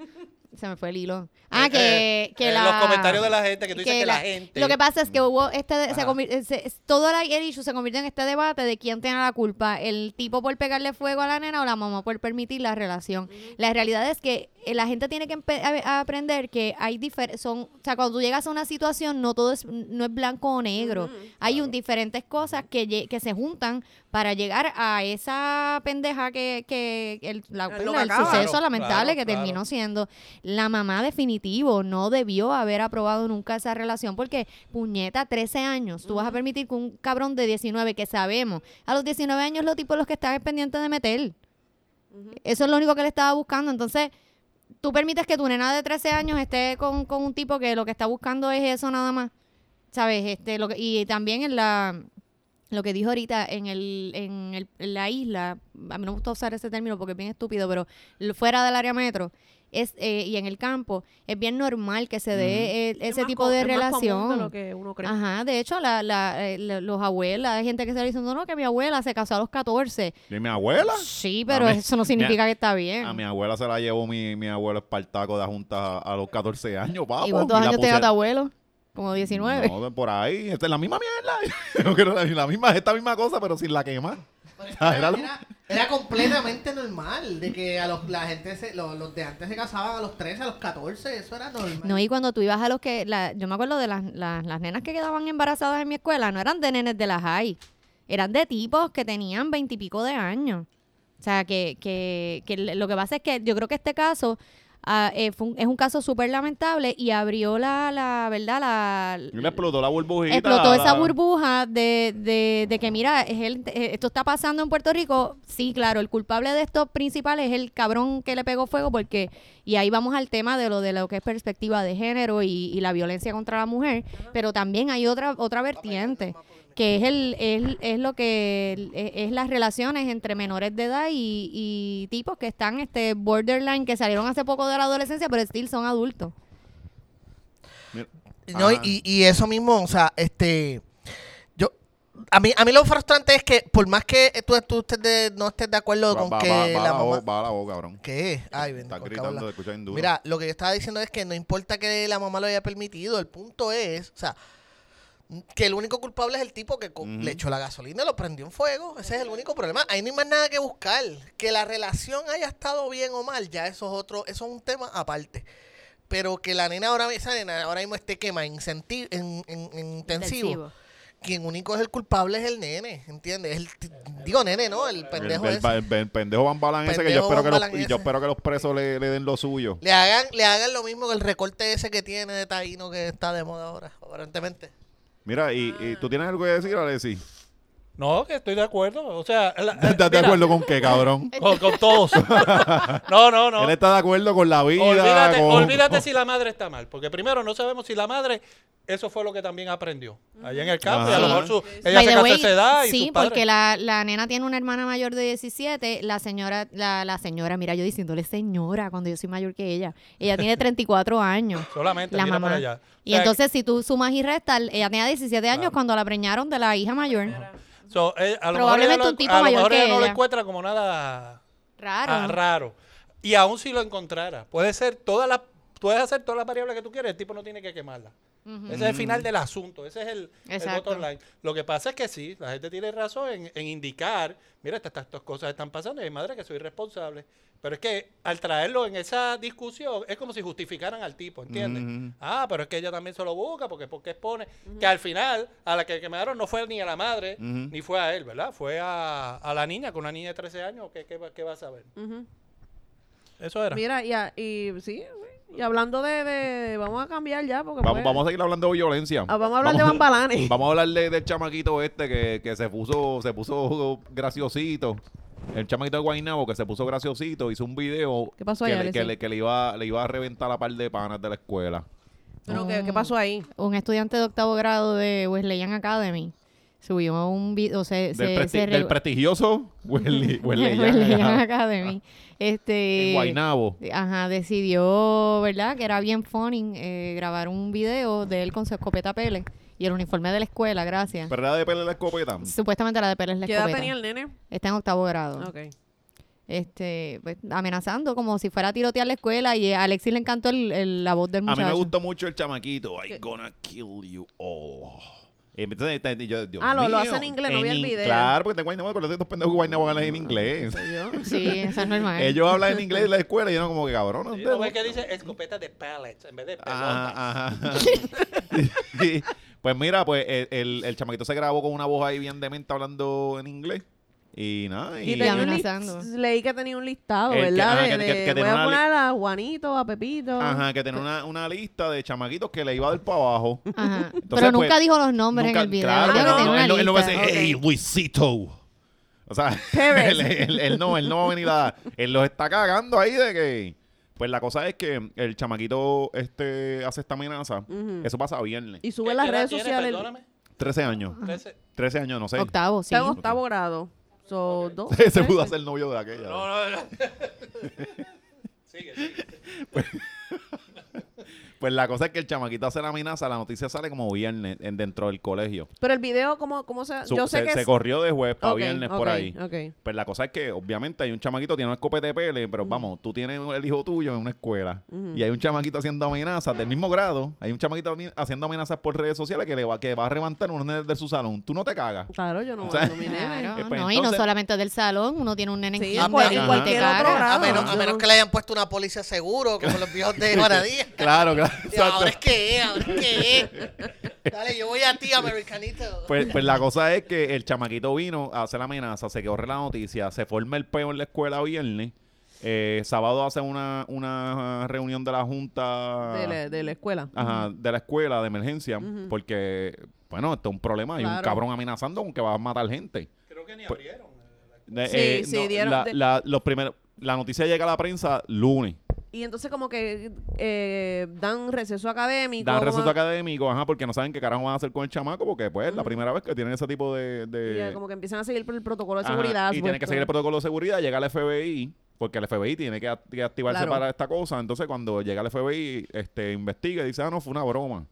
[SPEAKER 6] Se me fue el hilo. Ah,
[SPEAKER 3] Eh,
[SPEAKER 6] que,
[SPEAKER 3] eh,
[SPEAKER 6] que
[SPEAKER 3] eh,
[SPEAKER 6] la.
[SPEAKER 3] los comentarios de la gente, que tú dices que la gente-
[SPEAKER 6] Lo que pasa es que hubo. este de- se
[SPEAKER 3] Ajá.
[SPEAKER 6] convir- eh, se- Todo la- el issue se convierte en este debate de quién tiene la culpa: el tipo por pegarle fuego a la nena o la mamá por permitir la relación. La realidad es que eh, la gente tiene que empe- a- a aprender que hay difer- son O sea, cuando tú llegas a una situación, no todo es, no es blanco o negro. Hay un diferentes cosas que, lle- que se juntan para llegar a esa pendeja que, que el, la-
[SPEAKER 5] A lo
[SPEAKER 6] ¿verdad? el
[SPEAKER 5] que acaba.
[SPEAKER 6] suceso
[SPEAKER 3] Claro,
[SPEAKER 6] lamentable
[SPEAKER 3] claro,
[SPEAKER 6] que
[SPEAKER 3] claro.
[SPEAKER 6] terminó siendo la mamá definitivo no debió haber aprobado nunca esa relación porque puñeta 13 años tú vas a permitir que un cabrón de 19 que sabemos a los 19 años los tipos los que están pendientes de meter eso es lo único que le estaba buscando entonces tú permites que tu nena de 13 años esté con, con un tipo que lo que está buscando es eso nada más sabes este lo que- y también en la lo que dijo ahorita en, el, en, el- en la isla, a mí no me gusta usar ese término porque es bien estúpido, pero lo- fuera del área metro es eh, y en el campo, es bien normal que se dé eh,
[SPEAKER 5] Es
[SPEAKER 6] ese
[SPEAKER 5] más
[SPEAKER 6] tipo
[SPEAKER 5] co-
[SPEAKER 6] de
[SPEAKER 5] es más común
[SPEAKER 6] relación.
[SPEAKER 5] de lo que uno cree.
[SPEAKER 6] Ajá, de hecho, la, la, eh, la- los abuelas, hay gente que se le dice, no, no, que mi abuela se casó a los 14.
[SPEAKER 1] ¿Y mi abuela?
[SPEAKER 6] Sí, pero
[SPEAKER 1] mí-
[SPEAKER 6] eso no significa que está bien.
[SPEAKER 1] A mi abuela se la llevó mi, mi abuelo Espartaco de juntas a, a los 14 años, papo.
[SPEAKER 6] ¿Y cuántos
[SPEAKER 1] la
[SPEAKER 6] años tenía
[SPEAKER 1] pusieron-
[SPEAKER 6] tu abuelo? Como 19.
[SPEAKER 1] No, por ahí. Esta es la misma mierda. Yo creo que la misma, esta misma cosa, pero sin la quema.
[SPEAKER 4] Pues, Pero es que
[SPEAKER 1] Ah, era
[SPEAKER 4] Era,
[SPEAKER 1] algo.
[SPEAKER 4] era- era completamente normal de que a los, la gente se, lo- los, de antes se casaban a los 13, a los 14, eso era normal.
[SPEAKER 6] No, y cuando tú ibas a los que. la- yo me acuerdo de las, las, las nenas que quedaban embarazadas en mi escuela, no eran de nenes de la high, eran de tipos que tenían veintipico de años. O sea, que, que, que l- lo que pasa es que yo creo que este caso ah, eh, fue un- es un caso súper lamentable y abrió la, la ¿verdad? La,
[SPEAKER 1] Y le explotó la burbujita.
[SPEAKER 6] explotó esa
[SPEAKER 1] la-
[SPEAKER 6] burbuja de, de- de que, mira, es el- eh, esto está pasando en Puerto Rico. Sí, claro, el culpable de esto principal es el cabrón que le pegó fuego porque, y ahí vamos al tema de lo de lo que es perspectiva de género y, y la violencia contra la mujer, pero también hay otra, otra vertiente que es el es, es lo que el- es, es las relaciones entre menores de edad y, y tipos que están este borderline que salieron hace poco de la adolescencia pero still son adultos
[SPEAKER 1] Mira, Ajá.
[SPEAKER 2] No, y, y eso mismo, o sea, este. Yo. A mí, a mí lo frustrante es que, por más que tú, tú estés de- no estés de acuerdo
[SPEAKER 1] Va,
[SPEAKER 2] con
[SPEAKER 1] va,
[SPEAKER 2] que
[SPEAKER 1] va, va
[SPEAKER 2] la
[SPEAKER 1] la
[SPEAKER 2] mamá.
[SPEAKER 1] voz, va la voz, cabrón.
[SPEAKER 2] ¿Qué? Ay,
[SPEAKER 1] Estás
[SPEAKER 2] bendito.
[SPEAKER 1] gritando, te escuchas bien duro.
[SPEAKER 2] Mira, lo que yo estaba diciendo es que no importa que la mamá lo haya permitido, el punto es, o sea, que el único culpable es el tipo que co-
[SPEAKER 1] Ujú.
[SPEAKER 2] le echó la gasolina, lo prendió en fuego, ese es el único problema. Ahí no hay más nada que buscar. Que la relación haya estado bien o mal, ya eso es otro, eso es un tema aparte. Pero que la nena ahora, esa nena ahora mismo esté quema en, senti- en- en- en intensivo,
[SPEAKER 6] Intensivo.
[SPEAKER 2] quien único es el culpable es el nene, ¿entiendes? El t- digo nene, ¿no? El
[SPEAKER 1] El,
[SPEAKER 2] pendejo
[SPEAKER 1] el-
[SPEAKER 2] ese.
[SPEAKER 1] el- el pendejo Van Balan ese que yo
[SPEAKER 2] Pendejo
[SPEAKER 1] espero
[SPEAKER 2] Van
[SPEAKER 1] que, los,
[SPEAKER 2] Balan
[SPEAKER 1] y yo
[SPEAKER 2] ese.
[SPEAKER 1] espero que los presos le, le den lo suyo.
[SPEAKER 2] Le hagan, le hagan lo mismo que el recorte ese que tiene de Taíno que está de moda ahora, aparentemente.
[SPEAKER 1] Mira, y, y
[SPEAKER 2] Ah.
[SPEAKER 1] tú tienes algo que decir, Alexi.
[SPEAKER 3] No, que estoy de acuerdo. O sea, la-
[SPEAKER 1] ¿Estás de
[SPEAKER 3] mira,
[SPEAKER 1] acuerdo con qué, cabrón?
[SPEAKER 3] Con, con todos. no, no, no.
[SPEAKER 1] Él está de acuerdo con la vida.
[SPEAKER 3] Olvídate,
[SPEAKER 1] con-
[SPEAKER 3] olvídate si la madre está mal, porque primero no sabemos si la madre, eso fue lo que también aprendió allá en el campo, y a lo
[SPEAKER 1] Ajá.
[SPEAKER 3] mejor su- ella
[SPEAKER 6] By
[SPEAKER 3] se
[SPEAKER 6] the
[SPEAKER 3] casó a
[SPEAKER 6] way,
[SPEAKER 3] esa edad y
[SPEAKER 6] sí,
[SPEAKER 3] sus padres-
[SPEAKER 6] porque la, la nena tiene una hermana mayor de 17, la señora, la, la señora, mira yo diciéndole señora cuando yo soy mayor que ella, ella tiene 34 años.
[SPEAKER 3] solamente
[SPEAKER 6] la
[SPEAKER 3] mira
[SPEAKER 6] mamá.
[SPEAKER 3] para allá.
[SPEAKER 6] Y
[SPEAKER 3] O sea,
[SPEAKER 6] entonces si tú sumas y restas, ella tenía 17 años
[SPEAKER 3] Claro.
[SPEAKER 6] cuando la preñaron de la hija mayor.
[SPEAKER 3] so, eh, a lo mejor
[SPEAKER 6] probablemente
[SPEAKER 3] ella lo-
[SPEAKER 6] un tipo
[SPEAKER 3] a lo
[SPEAKER 6] mayor
[SPEAKER 3] mejor
[SPEAKER 6] que
[SPEAKER 3] ella no lo
[SPEAKER 6] ella.
[SPEAKER 3] encuentra como nada
[SPEAKER 6] Raro.
[SPEAKER 3] ah, raro. Y aún si lo encontrara, puede ser todas las puedes hacer todas las variables que tú quieres, el tipo no tiene que quemarla.
[SPEAKER 6] Ujú.
[SPEAKER 3] Ese es el
[SPEAKER 1] Mm.
[SPEAKER 3] final del asunto, ese es el, el
[SPEAKER 6] Exacto.
[SPEAKER 3] bottom line. Lo que pasa es que sí, la gente tiene razón en, en indicar, mira, estas, estas dos cosas están pasando y hay madre que soy responsable. Pero es que al traerlo en esa discusión es como si justificaran al tipo, ¿entiendes?
[SPEAKER 1] Ujú.
[SPEAKER 3] Ah, pero es que ella también se lo busca porque porque expone que al final a la que quemaron no fue ni a la madre
[SPEAKER 1] Ujú.
[SPEAKER 3] ni fue a él, ¿verdad? Fue a, a la niña, con una niña de 13 años, ¿qué, qué, va- qué va a saber?
[SPEAKER 5] Ujú.
[SPEAKER 3] Eso era.
[SPEAKER 5] Mira, y, a- y sí, sí. y hablando de, de- Vamos a cambiar ya, porque.
[SPEAKER 1] Vamos,
[SPEAKER 5] pues-
[SPEAKER 1] vamos a seguir hablando de violencia.
[SPEAKER 5] Ah, vamos a hablar de Van Balanes.
[SPEAKER 1] Vamos a hablar de- del chamaquito este que, que se puso se puso graciosito. El chamaquito de Guaynabo que se puso graciosito, hizo un video
[SPEAKER 5] ¿Qué pasó ahí,
[SPEAKER 1] que, le,
[SPEAKER 5] Alexis?
[SPEAKER 1] que le- que le iba, le iba a reventar a par de panas de la escuela.
[SPEAKER 5] Pero, ¿qué, qué pasó ahí?
[SPEAKER 6] un estudiante de octavo grado de Wesleyan Academy subió un video, se,
[SPEAKER 1] Del,
[SPEAKER 6] se,
[SPEAKER 1] presti-
[SPEAKER 6] se
[SPEAKER 1] del
[SPEAKER 6] re-
[SPEAKER 1] prestigioso Wesley, Wesley
[SPEAKER 6] Wesleyan
[SPEAKER 1] Yan, ajá,
[SPEAKER 6] Academy.
[SPEAKER 3] Ah.
[SPEAKER 6] Este,
[SPEAKER 5] Eh,
[SPEAKER 1] en Guaynabo.
[SPEAKER 6] Ajá, decidió, ¿verdad? Que era bien funny eh, grabar un video de él con su escopeta Pele y el uniforme de la escuela, gracias.
[SPEAKER 1] ¿Verdad de pele la escopeta?
[SPEAKER 6] Supuestamente la de Pele es la
[SPEAKER 5] ¿Qué edad
[SPEAKER 6] escopeta.
[SPEAKER 5] tenía el nene?
[SPEAKER 6] Está en octavo grado.
[SPEAKER 5] Ok.
[SPEAKER 6] Este, pues, amenazando como si fuera a tirotear la escuela y a Alexis le encantó el- el- la voz del
[SPEAKER 1] A mí
[SPEAKER 6] muchacho.
[SPEAKER 1] me gustó mucho el chamaquito. I'm gonna kill you all. Y entonces, está- y yo, Dios
[SPEAKER 5] Ah, lo- lo
[SPEAKER 1] mío.
[SPEAKER 5] hace en inglés, no vi el
[SPEAKER 1] in-
[SPEAKER 5] video.
[SPEAKER 1] Claro, porque te Guaynabo, con estos pendejos que Guaynabo hablan en inglés.
[SPEAKER 6] Sí, eso es normal.
[SPEAKER 1] Ellos hablan en inglés en la escuela y yo no como que cabrón. ¿no?
[SPEAKER 3] Sí, ¿no ves que dice escopeta de pallets en vez
[SPEAKER 1] Ah.
[SPEAKER 3] de
[SPEAKER 1] Ajá,
[SPEAKER 3] pelota?
[SPEAKER 1] ajá. Sí. Pues mira, pues el, el, el chamaquito se grabó con una voz ahí bien demente hablando en inglés. Y nada, y,
[SPEAKER 5] Y tenía un
[SPEAKER 6] amenazando.
[SPEAKER 5] list- leí que tenía un listado,
[SPEAKER 1] El que-
[SPEAKER 5] ¿verdad?
[SPEAKER 1] ajá,
[SPEAKER 5] de,
[SPEAKER 1] que- que-
[SPEAKER 5] de-
[SPEAKER 1] que tenía
[SPEAKER 5] voy a
[SPEAKER 1] una li-
[SPEAKER 5] poner a Juanito, a Pepito.
[SPEAKER 1] ajá, que tenía una, una lista de chamaquitos que le iba a dar para abajo.
[SPEAKER 6] Ajá.
[SPEAKER 1] Entonces,
[SPEAKER 6] Pero nunca
[SPEAKER 1] pues,
[SPEAKER 6] dijo los nombres
[SPEAKER 1] Nunca-
[SPEAKER 6] en el video.
[SPEAKER 1] Claro,
[SPEAKER 6] Yo
[SPEAKER 1] no,
[SPEAKER 6] que tenía
[SPEAKER 1] no,
[SPEAKER 6] una
[SPEAKER 1] él, no, él no va a
[SPEAKER 6] lista.
[SPEAKER 1] decir, hey, Luisito. O sea,
[SPEAKER 5] Pérez.
[SPEAKER 1] él, él- él no, él no va a venir a... Él los está cagando ahí de que... Pues la cosa es que el chamaquito este, hace esta amenaza.
[SPEAKER 5] Ujú.
[SPEAKER 1] Eso pasa viernes.
[SPEAKER 5] Y
[SPEAKER 3] ¿Qué-
[SPEAKER 5] sube
[SPEAKER 3] qué
[SPEAKER 5] las
[SPEAKER 3] edad
[SPEAKER 5] redes
[SPEAKER 3] tiene?
[SPEAKER 5] sociales.
[SPEAKER 3] Perdóname.
[SPEAKER 1] 13 años.
[SPEAKER 3] Trece-
[SPEAKER 1] 13 años, no sé.
[SPEAKER 6] Octavo, sí.
[SPEAKER 5] Está en octavo grado. So, dos,
[SPEAKER 1] se
[SPEAKER 5] tres,
[SPEAKER 1] pudo
[SPEAKER 5] pues.
[SPEAKER 1] hacer novio de aquella.
[SPEAKER 3] No, no, no. Sigue, sigue.
[SPEAKER 1] Pues la cosa es que el chamaquito hace la amenaza, la noticia sale como viernes en- dentro del colegio.
[SPEAKER 5] Pero el video, ¿cómo, cómo se.?
[SPEAKER 1] Su-
[SPEAKER 5] Ah, yo sé
[SPEAKER 1] se,
[SPEAKER 5] que.
[SPEAKER 1] se
[SPEAKER 5] es-
[SPEAKER 1] corrió de jueves para
[SPEAKER 5] Ok,
[SPEAKER 1] viernes por
[SPEAKER 5] ok,
[SPEAKER 1] ahí.
[SPEAKER 5] ok.
[SPEAKER 1] Pues la cosa es que, obviamente, hay un chamaquito tiene un escopete de pele, pero vamos, tú tienes el hijo tuyo en una escuela y hay un chamaquito haciendo amenazas del mismo grado. Hay un chamaquito ami- haciendo amenazas por redes sociales que le va, que va a reventar uno de, de su salón. Tú no te cagas.
[SPEAKER 5] Claro, yo no
[SPEAKER 1] O sea,
[SPEAKER 5] no, mi nene.
[SPEAKER 6] Claro,
[SPEAKER 1] Eh, pues,
[SPEAKER 6] no, y no
[SPEAKER 1] entonces-
[SPEAKER 6] solamente del salón, uno tiene un nene en
[SPEAKER 5] Sí, pues,
[SPEAKER 6] kinder,
[SPEAKER 5] en cual-
[SPEAKER 1] en
[SPEAKER 6] y
[SPEAKER 1] cualquier
[SPEAKER 6] te
[SPEAKER 5] otro
[SPEAKER 6] cagas.
[SPEAKER 5] grado.
[SPEAKER 2] A
[SPEAKER 5] Ah,
[SPEAKER 2] menos,
[SPEAKER 5] no.
[SPEAKER 2] a menos que le hayan puesto una póliza de seguro, como los viejos de Maradía.
[SPEAKER 1] Claro, claro.
[SPEAKER 2] Ahora es que es, ahora es que es. Dale, yo voy a ti, americanito.
[SPEAKER 1] Pues, pues la cosa es que el chamaquito vino a hacer la amenaza, se corre la noticia, se forma el peo en la escuela viernes. eh, sábado hace una, una reunión de la junta
[SPEAKER 5] De la, de la escuela.
[SPEAKER 1] ajá, de la escuela de emergencia,
[SPEAKER 5] Ujú.
[SPEAKER 1] porque, bueno, esto es un problema. Hay un
[SPEAKER 5] Claro.
[SPEAKER 1] cabrón amenazando con que va a matar gente.
[SPEAKER 3] Creo que ni
[SPEAKER 1] Pues-
[SPEAKER 3] abrieron.
[SPEAKER 1] De- eh,
[SPEAKER 5] Sí, sí, dieron-
[SPEAKER 1] la,
[SPEAKER 5] de-
[SPEAKER 1] la- los primeros, la noticia llega a la prensa lunes.
[SPEAKER 5] Y entonces, como que eh, dan receso académico.
[SPEAKER 1] Dan receso
[SPEAKER 5] ah,
[SPEAKER 1] académico, ajá, porque no saben qué carajo van a hacer con el chamaco, porque pues es la
[SPEAKER 5] Ujú.
[SPEAKER 1] primera vez que tienen ese tipo de... de-
[SPEAKER 5] y, eh, Como que empiezan a seguir por el protocolo de
[SPEAKER 1] Ajá,
[SPEAKER 5] seguridad.
[SPEAKER 1] Y tiene que
[SPEAKER 5] supuesto.
[SPEAKER 1] seguir el protocolo de seguridad, llega al FBI, porque el FBI tiene que, act- que activarse
[SPEAKER 5] Claro.
[SPEAKER 1] para esta cosa. Entonces, cuando llega el FBI, este, investiga y dice, ah, no, fue una broma.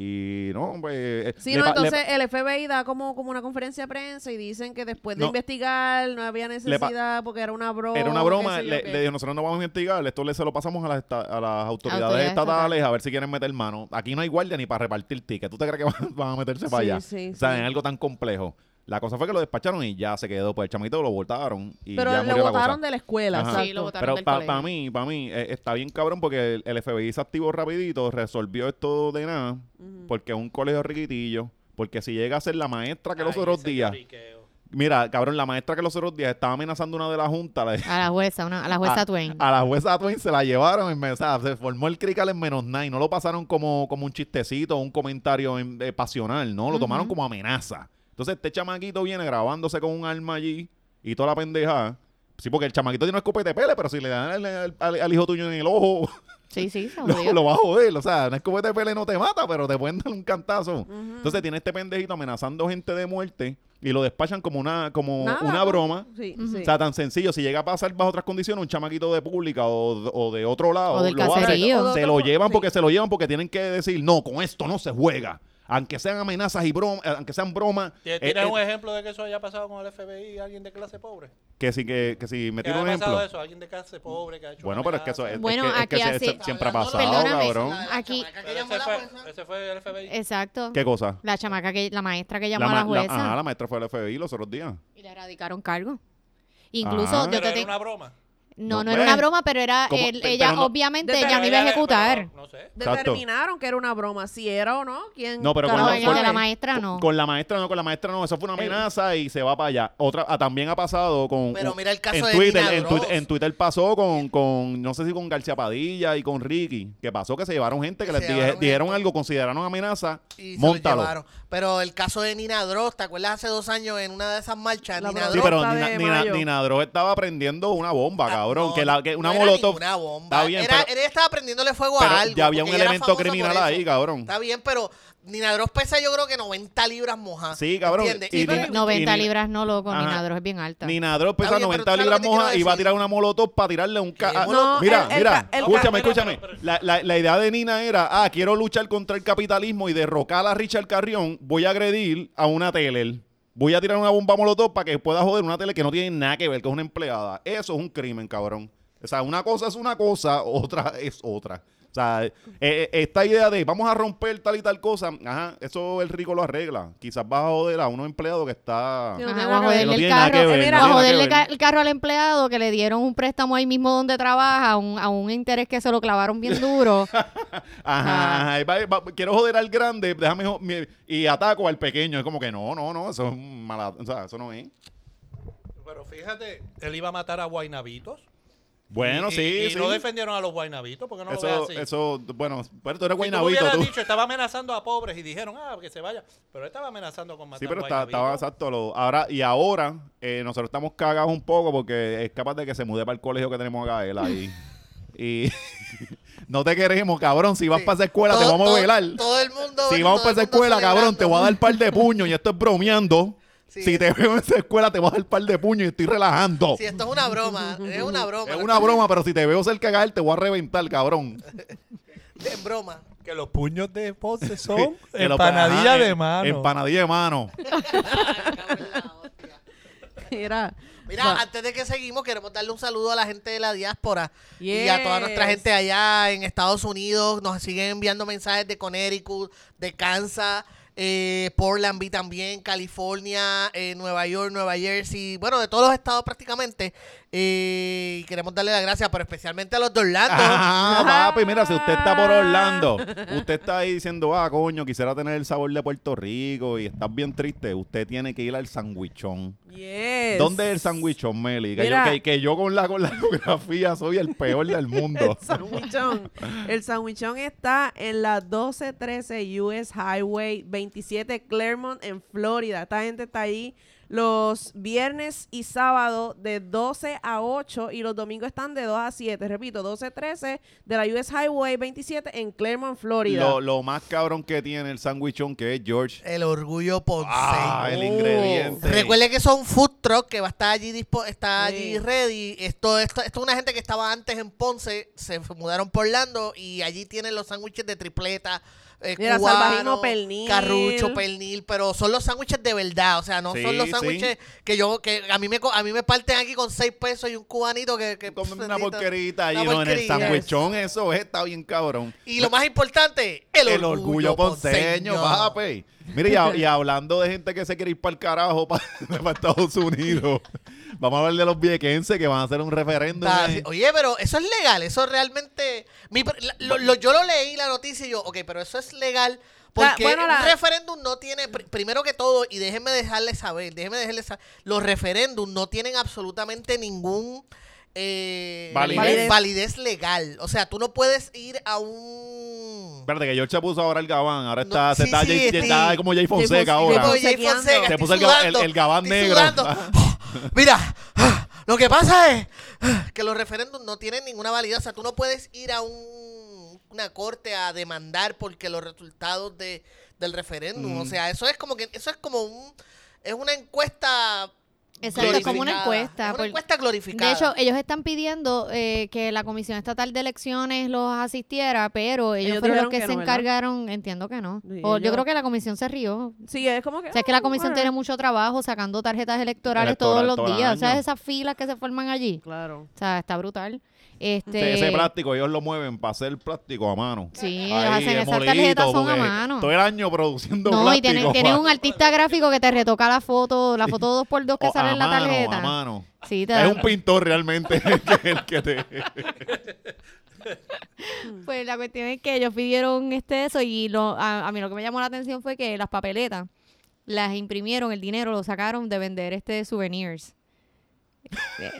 [SPEAKER 1] Y no, pues... eh,
[SPEAKER 5] Sí,
[SPEAKER 1] le
[SPEAKER 5] no,
[SPEAKER 1] pa- le-
[SPEAKER 5] entonces el FBI da como, como una conferencia de prensa y dicen que después de
[SPEAKER 1] No.
[SPEAKER 5] investigar no había necesidad porque era una broma.
[SPEAKER 1] Era una
[SPEAKER 5] Oh, qué
[SPEAKER 1] broma,
[SPEAKER 5] sé yo
[SPEAKER 1] le,
[SPEAKER 5] qué.
[SPEAKER 1] le dijo, nosotros no vamos a investigar, esto le se lo pasamos a las, esta- a las autoridades
[SPEAKER 6] Autoridades
[SPEAKER 1] estatales a ver si quieren meter mano. Aquí no hay guardia ni para repartir tickets, ¿tú te crees que van, van a meterse para
[SPEAKER 5] Sí,
[SPEAKER 1] allá?
[SPEAKER 5] sí,
[SPEAKER 1] o sea,
[SPEAKER 5] sí.
[SPEAKER 1] en algo tan complejo. La cosa fue que lo despacharon y ya se quedó, pues el chamito lo votaron y ya
[SPEAKER 5] Pero
[SPEAKER 1] murió
[SPEAKER 5] lo
[SPEAKER 1] la cosa.
[SPEAKER 5] botaron de la escuela.
[SPEAKER 1] Ajá.
[SPEAKER 5] exacto.
[SPEAKER 6] Sí, lo botaron
[SPEAKER 1] Pero
[SPEAKER 6] del
[SPEAKER 1] para
[SPEAKER 6] colegio.
[SPEAKER 1] mí, para mí, eh, está bien cabrón porque el, el FBI se activó rapidito, resolvió esto de nada,
[SPEAKER 5] Mm.
[SPEAKER 1] porque es un colegio riquitillo, porque si llega a ser la maestra que los otros días...
[SPEAKER 3] oh.
[SPEAKER 1] Mira, cabrón, la maestra que los otros días estaba amenazando una de la junta, la,
[SPEAKER 6] A la jueza, una- a la jueza
[SPEAKER 1] a,
[SPEAKER 6] Twain.
[SPEAKER 1] a la jueza Twain se la llevaron, en, o sea, se formó el crical en menos nada y no lo pasaron como, como un chistecito, un comentario en- eh, pasional, ¿no? Lo tomaron
[SPEAKER 6] Ujú.
[SPEAKER 1] como amenaza. Entonces este chamaquito viene grabándose con un arma allí y toda la pendeja. Sí, porque el chamaquito tiene una escopeta de pele, pero si le dan al, al- al- al hijo tuyo en el ojo,
[SPEAKER 6] Sí, sí,
[SPEAKER 5] Oh,
[SPEAKER 6] se
[SPEAKER 1] lo,
[SPEAKER 6] jodió.
[SPEAKER 1] lo va a joder. O sea, una escopeta de pele no te mata, pero te pueden dar un cantazo. Entonces tiene este pendejito amenazando gente de muerte y lo despachan como una, como
[SPEAKER 5] Nada,
[SPEAKER 1] una
[SPEAKER 5] ¿no?
[SPEAKER 1] broma.
[SPEAKER 5] Sí,
[SPEAKER 6] Ujú.
[SPEAKER 5] sí.
[SPEAKER 1] O sea, tan sencillo, si llega a pasar bajo otras condiciones, un chamaquito de pública o, o de otro lado,
[SPEAKER 6] O del
[SPEAKER 1] lo hace,
[SPEAKER 6] caserío.
[SPEAKER 1] se lo llevan porque se lo llevan porque tienen que decir, no, con esto no se juega. Aunque sean amenazas y bromas, aunque sean bromas, eh,
[SPEAKER 3] ¿Tienes
[SPEAKER 1] eh,
[SPEAKER 3] un ejemplo de que eso haya pasado con el FBI y alguien de clase pobre?
[SPEAKER 1] que si, que, que si me
[SPEAKER 3] ¿Qué
[SPEAKER 1] tiro
[SPEAKER 3] ha
[SPEAKER 1] un
[SPEAKER 3] pasado
[SPEAKER 1] ejemplo.
[SPEAKER 3] eso? ¿Alguien de clase pobre que ha hecho
[SPEAKER 1] Bueno, pero es que eso es, es
[SPEAKER 6] Bueno,
[SPEAKER 1] que, es
[SPEAKER 6] aquí
[SPEAKER 1] que se-
[SPEAKER 6] hace-
[SPEAKER 1] se- siempre ha
[SPEAKER 2] Hablando
[SPEAKER 1] pasado,
[SPEAKER 2] de-
[SPEAKER 6] Perdóname,
[SPEAKER 1] cabrón.
[SPEAKER 2] La de la
[SPEAKER 6] Aquí-
[SPEAKER 2] chamaca que
[SPEAKER 3] Pero
[SPEAKER 2] llamó a
[SPEAKER 3] ese
[SPEAKER 2] la
[SPEAKER 3] fue,
[SPEAKER 2] jueza.
[SPEAKER 3] ese fue el
[SPEAKER 6] Eh,
[SPEAKER 3] FBI.
[SPEAKER 6] Exacto.
[SPEAKER 1] ¿Qué cosa?
[SPEAKER 6] La chamaca que, la maestra que llamó
[SPEAKER 1] La,
[SPEAKER 6] a
[SPEAKER 1] ma-
[SPEAKER 6] la
[SPEAKER 1] la-
[SPEAKER 6] jueza
[SPEAKER 1] ajá, la maestra fue al FBI los otros días.
[SPEAKER 6] y le erradicaron cargo. Incluso,
[SPEAKER 1] Ah.
[SPEAKER 6] yo
[SPEAKER 3] Pero
[SPEAKER 6] te
[SPEAKER 3] era
[SPEAKER 6] te-
[SPEAKER 3] una broma.
[SPEAKER 6] no, no,
[SPEAKER 1] No,
[SPEAKER 6] era una
[SPEAKER 1] bueno.
[SPEAKER 6] broma, pero era
[SPEAKER 1] ¿Cómo?
[SPEAKER 6] el-
[SPEAKER 1] Pe-
[SPEAKER 6] ella,
[SPEAKER 1] pero no-
[SPEAKER 6] obviamente,
[SPEAKER 5] Pero
[SPEAKER 6] ella no iba a
[SPEAKER 3] Pero
[SPEAKER 6] ejecutar.
[SPEAKER 3] No, sé.
[SPEAKER 1] Exacto.
[SPEAKER 5] Determinaron que era una broma, si era o no, quién
[SPEAKER 1] No, pero con
[SPEAKER 5] carajo
[SPEAKER 1] la-
[SPEAKER 6] No, en el
[SPEAKER 1] con-
[SPEAKER 6] de la
[SPEAKER 5] sabe?
[SPEAKER 6] maestra no.
[SPEAKER 1] Con, con la maestra no, con la maestra no, eso fue una amenaza y se va para allá. Otra ah, también ha pasado con
[SPEAKER 2] Pero
[SPEAKER 1] un-
[SPEAKER 2] mira el caso
[SPEAKER 1] en
[SPEAKER 2] de
[SPEAKER 1] Twitter,
[SPEAKER 2] Nina
[SPEAKER 1] en,
[SPEAKER 2] Gross.
[SPEAKER 1] Twitter en Twitter pasó con, con no sé si con García Padilla y con Ricky, que pasó que se llevaron gente que
[SPEAKER 2] Se
[SPEAKER 1] les dije-
[SPEAKER 2] llevaron
[SPEAKER 1] dijeron
[SPEAKER 2] gente.
[SPEAKER 1] algo, consideraron amenaza,
[SPEAKER 2] Y se lo
[SPEAKER 1] montalo.
[SPEAKER 2] llevaron. Pero el caso de Nina Dross, ¿te acuerdas hace dos años en una de esas marchas?
[SPEAKER 5] La
[SPEAKER 2] Nina
[SPEAKER 5] broma.
[SPEAKER 1] Sí,
[SPEAKER 2] Dross-
[SPEAKER 1] pero
[SPEAKER 5] Brota
[SPEAKER 1] Nina,
[SPEAKER 5] de
[SPEAKER 1] Nina,
[SPEAKER 5] mayo.
[SPEAKER 1] Nina Droz estaba prendiendo una bomba,
[SPEAKER 2] Ah,
[SPEAKER 1] cabrón,
[SPEAKER 2] no,
[SPEAKER 1] que, la, que una
[SPEAKER 2] no era
[SPEAKER 1] molotov.
[SPEAKER 2] ninguna bomba.
[SPEAKER 1] Está bien,
[SPEAKER 2] Era-
[SPEAKER 1] pero-
[SPEAKER 2] ella estaba prendiéndole fuego
[SPEAKER 1] pero
[SPEAKER 2] a algo.
[SPEAKER 1] ya había un
[SPEAKER 2] porque ella era
[SPEAKER 1] elemento
[SPEAKER 2] famosa por
[SPEAKER 1] criminal
[SPEAKER 2] eso.
[SPEAKER 1] ahí, cabrón.
[SPEAKER 2] Está bien, pero Nina Dross pesa yo creo que 90 libras mojadas.
[SPEAKER 1] Sí, cabrón.
[SPEAKER 2] ¿entiendes?
[SPEAKER 1] Y
[SPEAKER 2] Y-
[SPEAKER 1] Nina- y
[SPEAKER 6] 90
[SPEAKER 1] Nina-
[SPEAKER 6] libras no, loco.
[SPEAKER 1] Ajá.
[SPEAKER 6] Ni nadros es bien alta.
[SPEAKER 1] Nina Droz
[SPEAKER 2] Está
[SPEAKER 1] pesa
[SPEAKER 2] bien, pero
[SPEAKER 1] 90
[SPEAKER 2] ¿sabes lo
[SPEAKER 1] libras
[SPEAKER 2] que te quiero
[SPEAKER 1] moja y va a
[SPEAKER 2] decir?
[SPEAKER 1] tirar una molotov para tirarle un ca-
[SPEAKER 2] ¿Qué
[SPEAKER 1] ah,
[SPEAKER 2] molotov?
[SPEAKER 5] No,
[SPEAKER 1] Mira,
[SPEAKER 5] el- el
[SPEAKER 1] mira,
[SPEAKER 5] ca- el ca-
[SPEAKER 1] escúchame,
[SPEAKER 3] Pero,
[SPEAKER 1] escúchame.
[SPEAKER 3] pero, pero-
[SPEAKER 1] La, la- la idea de Nina era, ah, quiero luchar contra el capitalismo y derrocar a Richard Carrión, voy a agredir a una tele. Voy a tirar una bomba molotov para que pueda joder una tele que no tiene nada que ver, que es una empleada. Eso es un crimen, cabrón. O sea, una cosa es una cosa, otra es otra. O sea, eh, eh, esta idea de vamos a romper tal y tal cosa, ajá, eso el rico lo arregla. Quizás va a joder a unos empleados que está...
[SPEAKER 5] Sí, no
[SPEAKER 6] Ajá,
[SPEAKER 5] tiene
[SPEAKER 6] o a
[SPEAKER 5] nada que ver.
[SPEAKER 6] joderle
[SPEAKER 1] No
[SPEAKER 6] el
[SPEAKER 1] tiene nada que ver,
[SPEAKER 6] carro,
[SPEAKER 5] no
[SPEAKER 6] o a
[SPEAKER 5] tiene
[SPEAKER 1] nada que
[SPEAKER 6] joderle
[SPEAKER 1] ver.
[SPEAKER 6] ca- el carro al empleado que le dieron un préstamo ahí mismo donde trabaja, a un, a un interés que se lo clavaron bien duro.
[SPEAKER 1] Ajá,
[SPEAKER 6] Ah.
[SPEAKER 1] ajá, y va- va- quiero joder al grande, déjame jo- mi- y ataco al pequeño. Es como que no, no, no, eso es un mala, o sea, eso no es.
[SPEAKER 3] Pero fíjate, él iba a matar a Guainabitos.
[SPEAKER 1] Bueno,
[SPEAKER 3] Y-
[SPEAKER 1] sí,
[SPEAKER 3] y, y
[SPEAKER 1] sí.
[SPEAKER 3] no defendieron a los Guainabitos porque no lo
[SPEAKER 1] eso,
[SPEAKER 3] ves así.
[SPEAKER 1] eso, bueno, pero tú eres
[SPEAKER 3] Si tú
[SPEAKER 1] guaynabito
[SPEAKER 3] hubieras
[SPEAKER 1] tú.
[SPEAKER 3] dicho, estaba amenazando a pobres y dijeron, ah, que se vaya. Pero él estaba amenazando con matar
[SPEAKER 1] Sí, pero está,
[SPEAKER 3] guaynabitos.
[SPEAKER 1] estaba exacto. Lo, ahora, y ahora, eh, nosotros estamos cagados un poco porque es capaz de que se mude para el colegio que tenemos acá él ahí. y no te queremos, cabrón. Si vas
[SPEAKER 2] Sí.
[SPEAKER 1] para esa escuela, te
[SPEAKER 2] Todo-
[SPEAKER 1] vamos a
[SPEAKER 2] todo-
[SPEAKER 1] velar.
[SPEAKER 2] Todo el mundo.
[SPEAKER 1] Si vamos
[SPEAKER 2] todo
[SPEAKER 1] para esa
[SPEAKER 2] el mundo
[SPEAKER 1] escuela, cabrón, te
[SPEAKER 2] celebrando.
[SPEAKER 1] voy a dar par de puños y esto es bromeando.
[SPEAKER 2] Sí.
[SPEAKER 1] Si te veo en esa escuela, te voy a dar par de puños y estoy relajando.
[SPEAKER 2] Si esto es una broma, es una broma.
[SPEAKER 1] Es una broma, pero si te veo cerca de él, te voy a reventar, cabrón.
[SPEAKER 2] Es broma.
[SPEAKER 3] Que los puños de Ponce son
[SPEAKER 1] Que lo-
[SPEAKER 3] empanadilla
[SPEAKER 1] ajá,
[SPEAKER 3] de
[SPEAKER 1] em-
[SPEAKER 3] mano.
[SPEAKER 1] Empanadilla de mano.
[SPEAKER 5] Era-
[SPEAKER 2] Mira,
[SPEAKER 5] Va.
[SPEAKER 2] antes de que seguimos, queremos darle un saludo a la gente de la diáspora y
[SPEAKER 5] Yes.
[SPEAKER 2] a toda nuestra gente allá en Estados Unidos. Nos siguen enviando mensajes de Connecticut, de Kansas, eh, Portland B también, California, eh, Nueva York, Nueva Jersey, bueno, de todos los estados prácticamente. Eh, y queremos darle las gracias, pero especialmente a los de Orlando.
[SPEAKER 1] Ah, papi, mira, si usted está por Orlando, usted está ahí diciendo, ah, coño, quisiera tener el sabor de Puerto Rico y estás bien triste, usted tiene que ir al sandwichón.
[SPEAKER 5] Yes.
[SPEAKER 1] ¿Dónde es el sandwichón, Meli? Que yo,
[SPEAKER 5] Mira.
[SPEAKER 1] que, que yo con la con la geografía soy el peor del mundo.
[SPEAKER 5] El sandwichón. El sandwichón está en la 1213 US Highway 27 Claremont en Florida. Esta gente está ahí los viernes y sábado de 12 a 8 y los domingos están de 2 a 7. Repito, 12 a 13 de la US Highway 27 en Claremont, Florida.
[SPEAKER 1] Lo, lo más cabrón que tiene el sándwichón que es George.
[SPEAKER 2] El orgullo ponceño.
[SPEAKER 1] Ah, el
[SPEAKER 5] Oh.
[SPEAKER 1] ingrediente.
[SPEAKER 2] Recuerde que son food truck que va a estar allí dispo- está
[SPEAKER 5] Sí.
[SPEAKER 2] allí ready. Esto, esto, esto es una gente que estaba antes en Ponce, se mudaron por Orlando y allí tienen los sándwiches de tripleta, eh,
[SPEAKER 5] Mira,
[SPEAKER 2] cubano,
[SPEAKER 5] salvajismo, pernil.
[SPEAKER 2] carrucho, pernil, pero son los sándwiches de verdad, o sea, no
[SPEAKER 1] Sí,
[SPEAKER 2] son los
[SPEAKER 1] sí.
[SPEAKER 2] sándwiches que yo que a mí me co- a mí me parten aquí con seis pesos y un cubanito que, que
[SPEAKER 1] Come
[SPEAKER 2] pff,
[SPEAKER 1] una
[SPEAKER 2] bendito.
[SPEAKER 1] porquerita allí,
[SPEAKER 2] Una
[SPEAKER 1] ¿no? En el
[SPEAKER 2] porquería.
[SPEAKER 1] sándwichón eso es, está bien cabrón.
[SPEAKER 2] Y lo más importante, el,
[SPEAKER 1] El orgullo ponceño, papi. Mire, y, ha- y hablando de gente que se quiere ir para el carajo para Estados Unidos, vamos a hablar de los viequenses que van a hacer un referéndum.
[SPEAKER 2] Ta-
[SPEAKER 1] eh.
[SPEAKER 2] Oye, pero eso es legal, eso realmente... mi pre- la- lo- lo- yo lo leí la noticia y yo, ok, pero eso es legal porque
[SPEAKER 5] bueno, la-
[SPEAKER 2] un referéndum no tiene, pr- primero que todo, y déjenme dejarles saber, déjenme dejarles saber, los referéndums no tienen absolutamente ningún... eh,
[SPEAKER 1] Validez.
[SPEAKER 2] validez. legal. O sea, tú no puedes ir a un...
[SPEAKER 1] Espérate, que George se puso ahora el gabán. Ahora
[SPEAKER 2] No,
[SPEAKER 1] está, se
[SPEAKER 2] sí,
[SPEAKER 1] está,
[SPEAKER 2] sí,
[SPEAKER 1] Jay-
[SPEAKER 2] estoy-
[SPEAKER 1] está como Jay Fonseca
[SPEAKER 5] Fonseca.
[SPEAKER 1] ahora.
[SPEAKER 2] Tipo
[SPEAKER 5] Estoy
[SPEAKER 2] Jay
[SPEAKER 5] chequeando.
[SPEAKER 2] Fonseca,
[SPEAKER 1] Se
[SPEAKER 2] estoy
[SPEAKER 1] puso el gabán-
[SPEAKER 2] sudando,
[SPEAKER 1] el- el gabán
[SPEAKER 2] estoy
[SPEAKER 1] negro. Ah.
[SPEAKER 2] sudando. Mira, ah, lo que pasa es ah, que los referéndums no tienen ninguna validez. O sea, tú no puedes ir a un- una corte a demandar porque los resultados de, del referéndum.
[SPEAKER 1] Mm.
[SPEAKER 2] O sea, eso es como que eso es como un es una encuesta
[SPEAKER 6] Exacto, es como una
[SPEAKER 2] glorificada.
[SPEAKER 6] encuesta.
[SPEAKER 2] Es una
[SPEAKER 6] por-
[SPEAKER 2] encuesta glorificada.
[SPEAKER 6] De hecho, ellos están pidiendo eh, que la Comisión Estatal de Elecciones los asistiera, pero ellos,
[SPEAKER 5] Ellos
[SPEAKER 6] fueron
[SPEAKER 5] dijeron
[SPEAKER 6] los que,
[SPEAKER 5] que
[SPEAKER 6] se
[SPEAKER 5] no, ¿verdad?
[SPEAKER 6] encargaron, entiendo que no.
[SPEAKER 5] Sí,
[SPEAKER 6] O yo
[SPEAKER 5] ellos-
[SPEAKER 6] creo que la Comisión se rió.
[SPEAKER 5] Sí, es como que...
[SPEAKER 6] O sea, es que la comisión
[SPEAKER 5] ah,
[SPEAKER 6] tiene mucho trabajo sacando tarjetas electorales
[SPEAKER 1] Electoral
[SPEAKER 6] todos los
[SPEAKER 1] todo el
[SPEAKER 6] días. O sea,
[SPEAKER 1] año.
[SPEAKER 6] esas filas que se forman allí.
[SPEAKER 5] Claro.
[SPEAKER 6] O sea, está brutal.
[SPEAKER 1] Ese-
[SPEAKER 6] Este,
[SPEAKER 1] Ese plástico, ellos lo mueven para hacer plástico a mano.
[SPEAKER 6] Sí, ellos
[SPEAKER 1] Ahí,
[SPEAKER 6] hacen esas
[SPEAKER 1] molito,
[SPEAKER 6] tarjetas son a
[SPEAKER 1] porque
[SPEAKER 6] mano.
[SPEAKER 1] Todo el año produciendo
[SPEAKER 6] No, y
[SPEAKER 1] plástico.
[SPEAKER 6] tienen,
[SPEAKER 1] pa-
[SPEAKER 6] tienen un artista gráfico que te retoca la foto, la foto 2x2 que
[SPEAKER 1] o- a
[SPEAKER 6] sale en la
[SPEAKER 1] mano,
[SPEAKER 6] tarjeta.
[SPEAKER 1] A mano.
[SPEAKER 6] Sí, te
[SPEAKER 1] Es
[SPEAKER 6] dan-
[SPEAKER 1] un pintor realmente que, el que te...
[SPEAKER 6] Pues la cuestión es que ellos pidieron este eso y lo, a, a mí lo que me llamó la atención fue que las papeletas las imprimieron, el dinero lo sacaron de vender este souvenirs.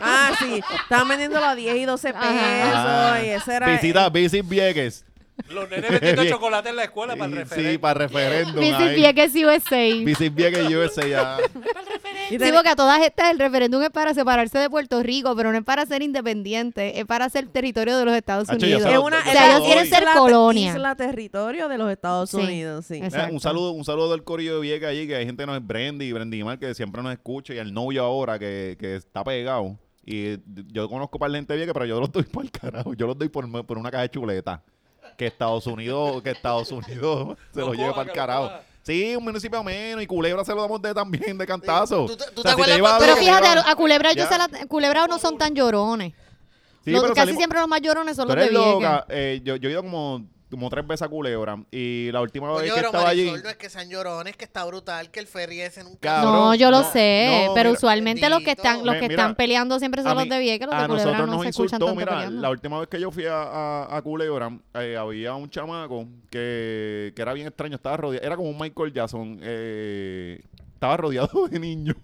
[SPEAKER 5] Ah, sí. Estaban vendiéndolo a 10 y 12 pesos.
[SPEAKER 6] Eh. Ajá.
[SPEAKER 5] Y ese era...
[SPEAKER 1] Visita, visit Vieques.
[SPEAKER 3] Los nenes vendiendo
[SPEAKER 1] Bien.
[SPEAKER 3] chocolate en la escuela para el referéndum.
[SPEAKER 1] Sí, para referéndum.
[SPEAKER 6] Mrs.
[SPEAKER 1] ahí.
[SPEAKER 6] Vieques USA.
[SPEAKER 1] Visit Vieques USA. ya.
[SPEAKER 5] y
[SPEAKER 6] Sí,
[SPEAKER 5] ten-
[SPEAKER 6] porque a todas estas el referéndum es para separarse de Puerto Rico, pero no es para ser independiente, es para ser territorio de los Estados
[SPEAKER 1] Hacho, yo
[SPEAKER 6] Unidos.
[SPEAKER 1] se
[SPEAKER 5] es
[SPEAKER 1] lo-
[SPEAKER 5] una...
[SPEAKER 1] yo
[SPEAKER 6] o sea,
[SPEAKER 1] se
[SPEAKER 6] ellos
[SPEAKER 1] lo
[SPEAKER 6] quieren
[SPEAKER 1] doy.
[SPEAKER 6] ser
[SPEAKER 5] isla-
[SPEAKER 6] colonia.
[SPEAKER 5] Isla territorio de los Estados
[SPEAKER 6] Sí.
[SPEAKER 5] Unidos, sí.
[SPEAKER 6] Es-
[SPEAKER 1] Mira,
[SPEAKER 6] Exacto.
[SPEAKER 1] un saludo, un saludo del corillo de Vieques allí, que hay gente que nos es Brandy, Brandy Mar, que siempre nos escucha, y al novio ahora que, que está pegado. Y d- yo conozco para gente de Vieques, pero yo los doy por el carajo, yo los doy por, me- por una caja de chuleta. Que Estados Unidos, que Estados Unidos se los
[SPEAKER 3] Lo
[SPEAKER 1] lleve
[SPEAKER 3] coja,
[SPEAKER 1] para el
[SPEAKER 3] que lo
[SPEAKER 1] carajo.
[SPEAKER 3] coja.
[SPEAKER 1] Sí, un municipio menos, y Culebra se lo damos de también, de cantazo.
[SPEAKER 2] ¿Tú te- tú te
[SPEAKER 1] O sea, si
[SPEAKER 2] acuerdas
[SPEAKER 1] llevas algo
[SPEAKER 2] cuando-
[SPEAKER 6] Pero
[SPEAKER 1] que
[SPEAKER 6] fíjate,
[SPEAKER 1] te
[SPEAKER 6] a,
[SPEAKER 1] llevan-
[SPEAKER 6] a Culebra, ellos
[SPEAKER 1] Ya.
[SPEAKER 6] se la- Culebra no son tan llorones.
[SPEAKER 1] Sí,
[SPEAKER 6] Los-
[SPEAKER 1] pero
[SPEAKER 6] casi
[SPEAKER 1] salimos-
[SPEAKER 6] siempre los más llorones son
[SPEAKER 1] Tú
[SPEAKER 6] los de
[SPEAKER 1] eres
[SPEAKER 6] Vieques.
[SPEAKER 1] loca. Eh, yo, yo he ido como, como tres veces a Culebra, y la última
[SPEAKER 2] No
[SPEAKER 1] vez Oh, que
[SPEAKER 2] lloro,
[SPEAKER 1] estaba
[SPEAKER 2] Marisol,
[SPEAKER 1] allí...
[SPEAKER 2] no es que sean llorones, que está brutal, que el ferry ese nunca...
[SPEAKER 1] Cabrón,
[SPEAKER 6] no, yo lo
[SPEAKER 1] no,
[SPEAKER 6] sé,
[SPEAKER 1] no,
[SPEAKER 6] pero
[SPEAKER 1] mira,
[SPEAKER 6] usualmente los que
[SPEAKER 2] bendito.
[SPEAKER 6] están los
[SPEAKER 1] Me-
[SPEAKER 6] que
[SPEAKER 1] mira,
[SPEAKER 6] están peleando siempre
[SPEAKER 1] A
[SPEAKER 6] son los
[SPEAKER 1] mí-
[SPEAKER 6] de Vieques, los
[SPEAKER 1] a
[SPEAKER 6] de Culebra
[SPEAKER 1] nosotros
[SPEAKER 6] no
[SPEAKER 1] nos
[SPEAKER 6] se escuchan
[SPEAKER 1] insultó,
[SPEAKER 6] tanto
[SPEAKER 1] mira,
[SPEAKER 6] peleando.
[SPEAKER 1] la última vez que yo fui a, a, a Culebra, eh, había un chamaco que, que era bien extraño, estaba rodeado, era como un Michael Jackson, eh, estaba rodeado de niños.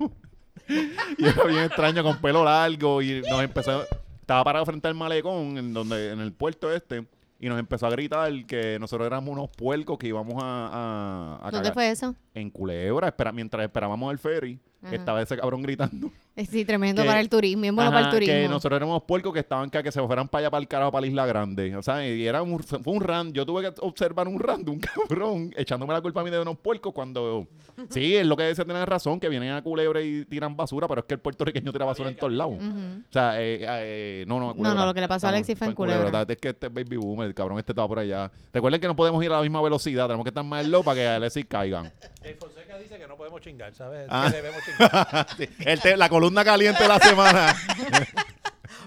[SPEAKER 1] y era bien extraño, con pelo largo, y nos empezó, estaba parado frente al malecón, en donde, en el puerto este, y nos empezó a gritar que nosotros éramos unos puercos que íbamos a, a, a
[SPEAKER 6] ¿Dónde
[SPEAKER 1] cagar.
[SPEAKER 6] fue eso?
[SPEAKER 1] en Culebra, espera, mientras esperábamos el ferry,
[SPEAKER 6] Ajá.
[SPEAKER 1] estaba ese cabrón gritando.
[SPEAKER 6] Eh, Sí, tremendo
[SPEAKER 1] Que-
[SPEAKER 6] para el turismo, bien bueno
[SPEAKER 1] Ajá,
[SPEAKER 6] para el turismo.
[SPEAKER 1] Que nosotros éramos puercos que estaban que, que se fueran para allá para el carajo, para la Isla Grande. O sea, y era un, fue un ran. Yo tuve que observar un ran de un cabrón echándome la culpa a mí de unos puercos cuando. Sí, es lo que dice tener razón, que vienen a Culebra y tiran basura, pero es que el puertorriqueño tira basura en todos lados.
[SPEAKER 6] Ujú.
[SPEAKER 1] O sea, eh, eh, no, no,
[SPEAKER 6] No, no, lo que le pasó a Alexis fue en Culebra.
[SPEAKER 1] verdad Es que este es Baby Boomer, el cabrón este estaba por allá. Recuerden que no podemos ir a la misma velocidad, tenemos que estar más low para que a Alexis caigan.
[SPEAKER 3] Jay Fonseca dice que no podemos chingar, ¿sabes?
[SPEAKER 1] Ah.
[SPEAKER 3] Que debemos chingar.
[SPEAKER 1] Sí, el te- la columna caliente de la semana.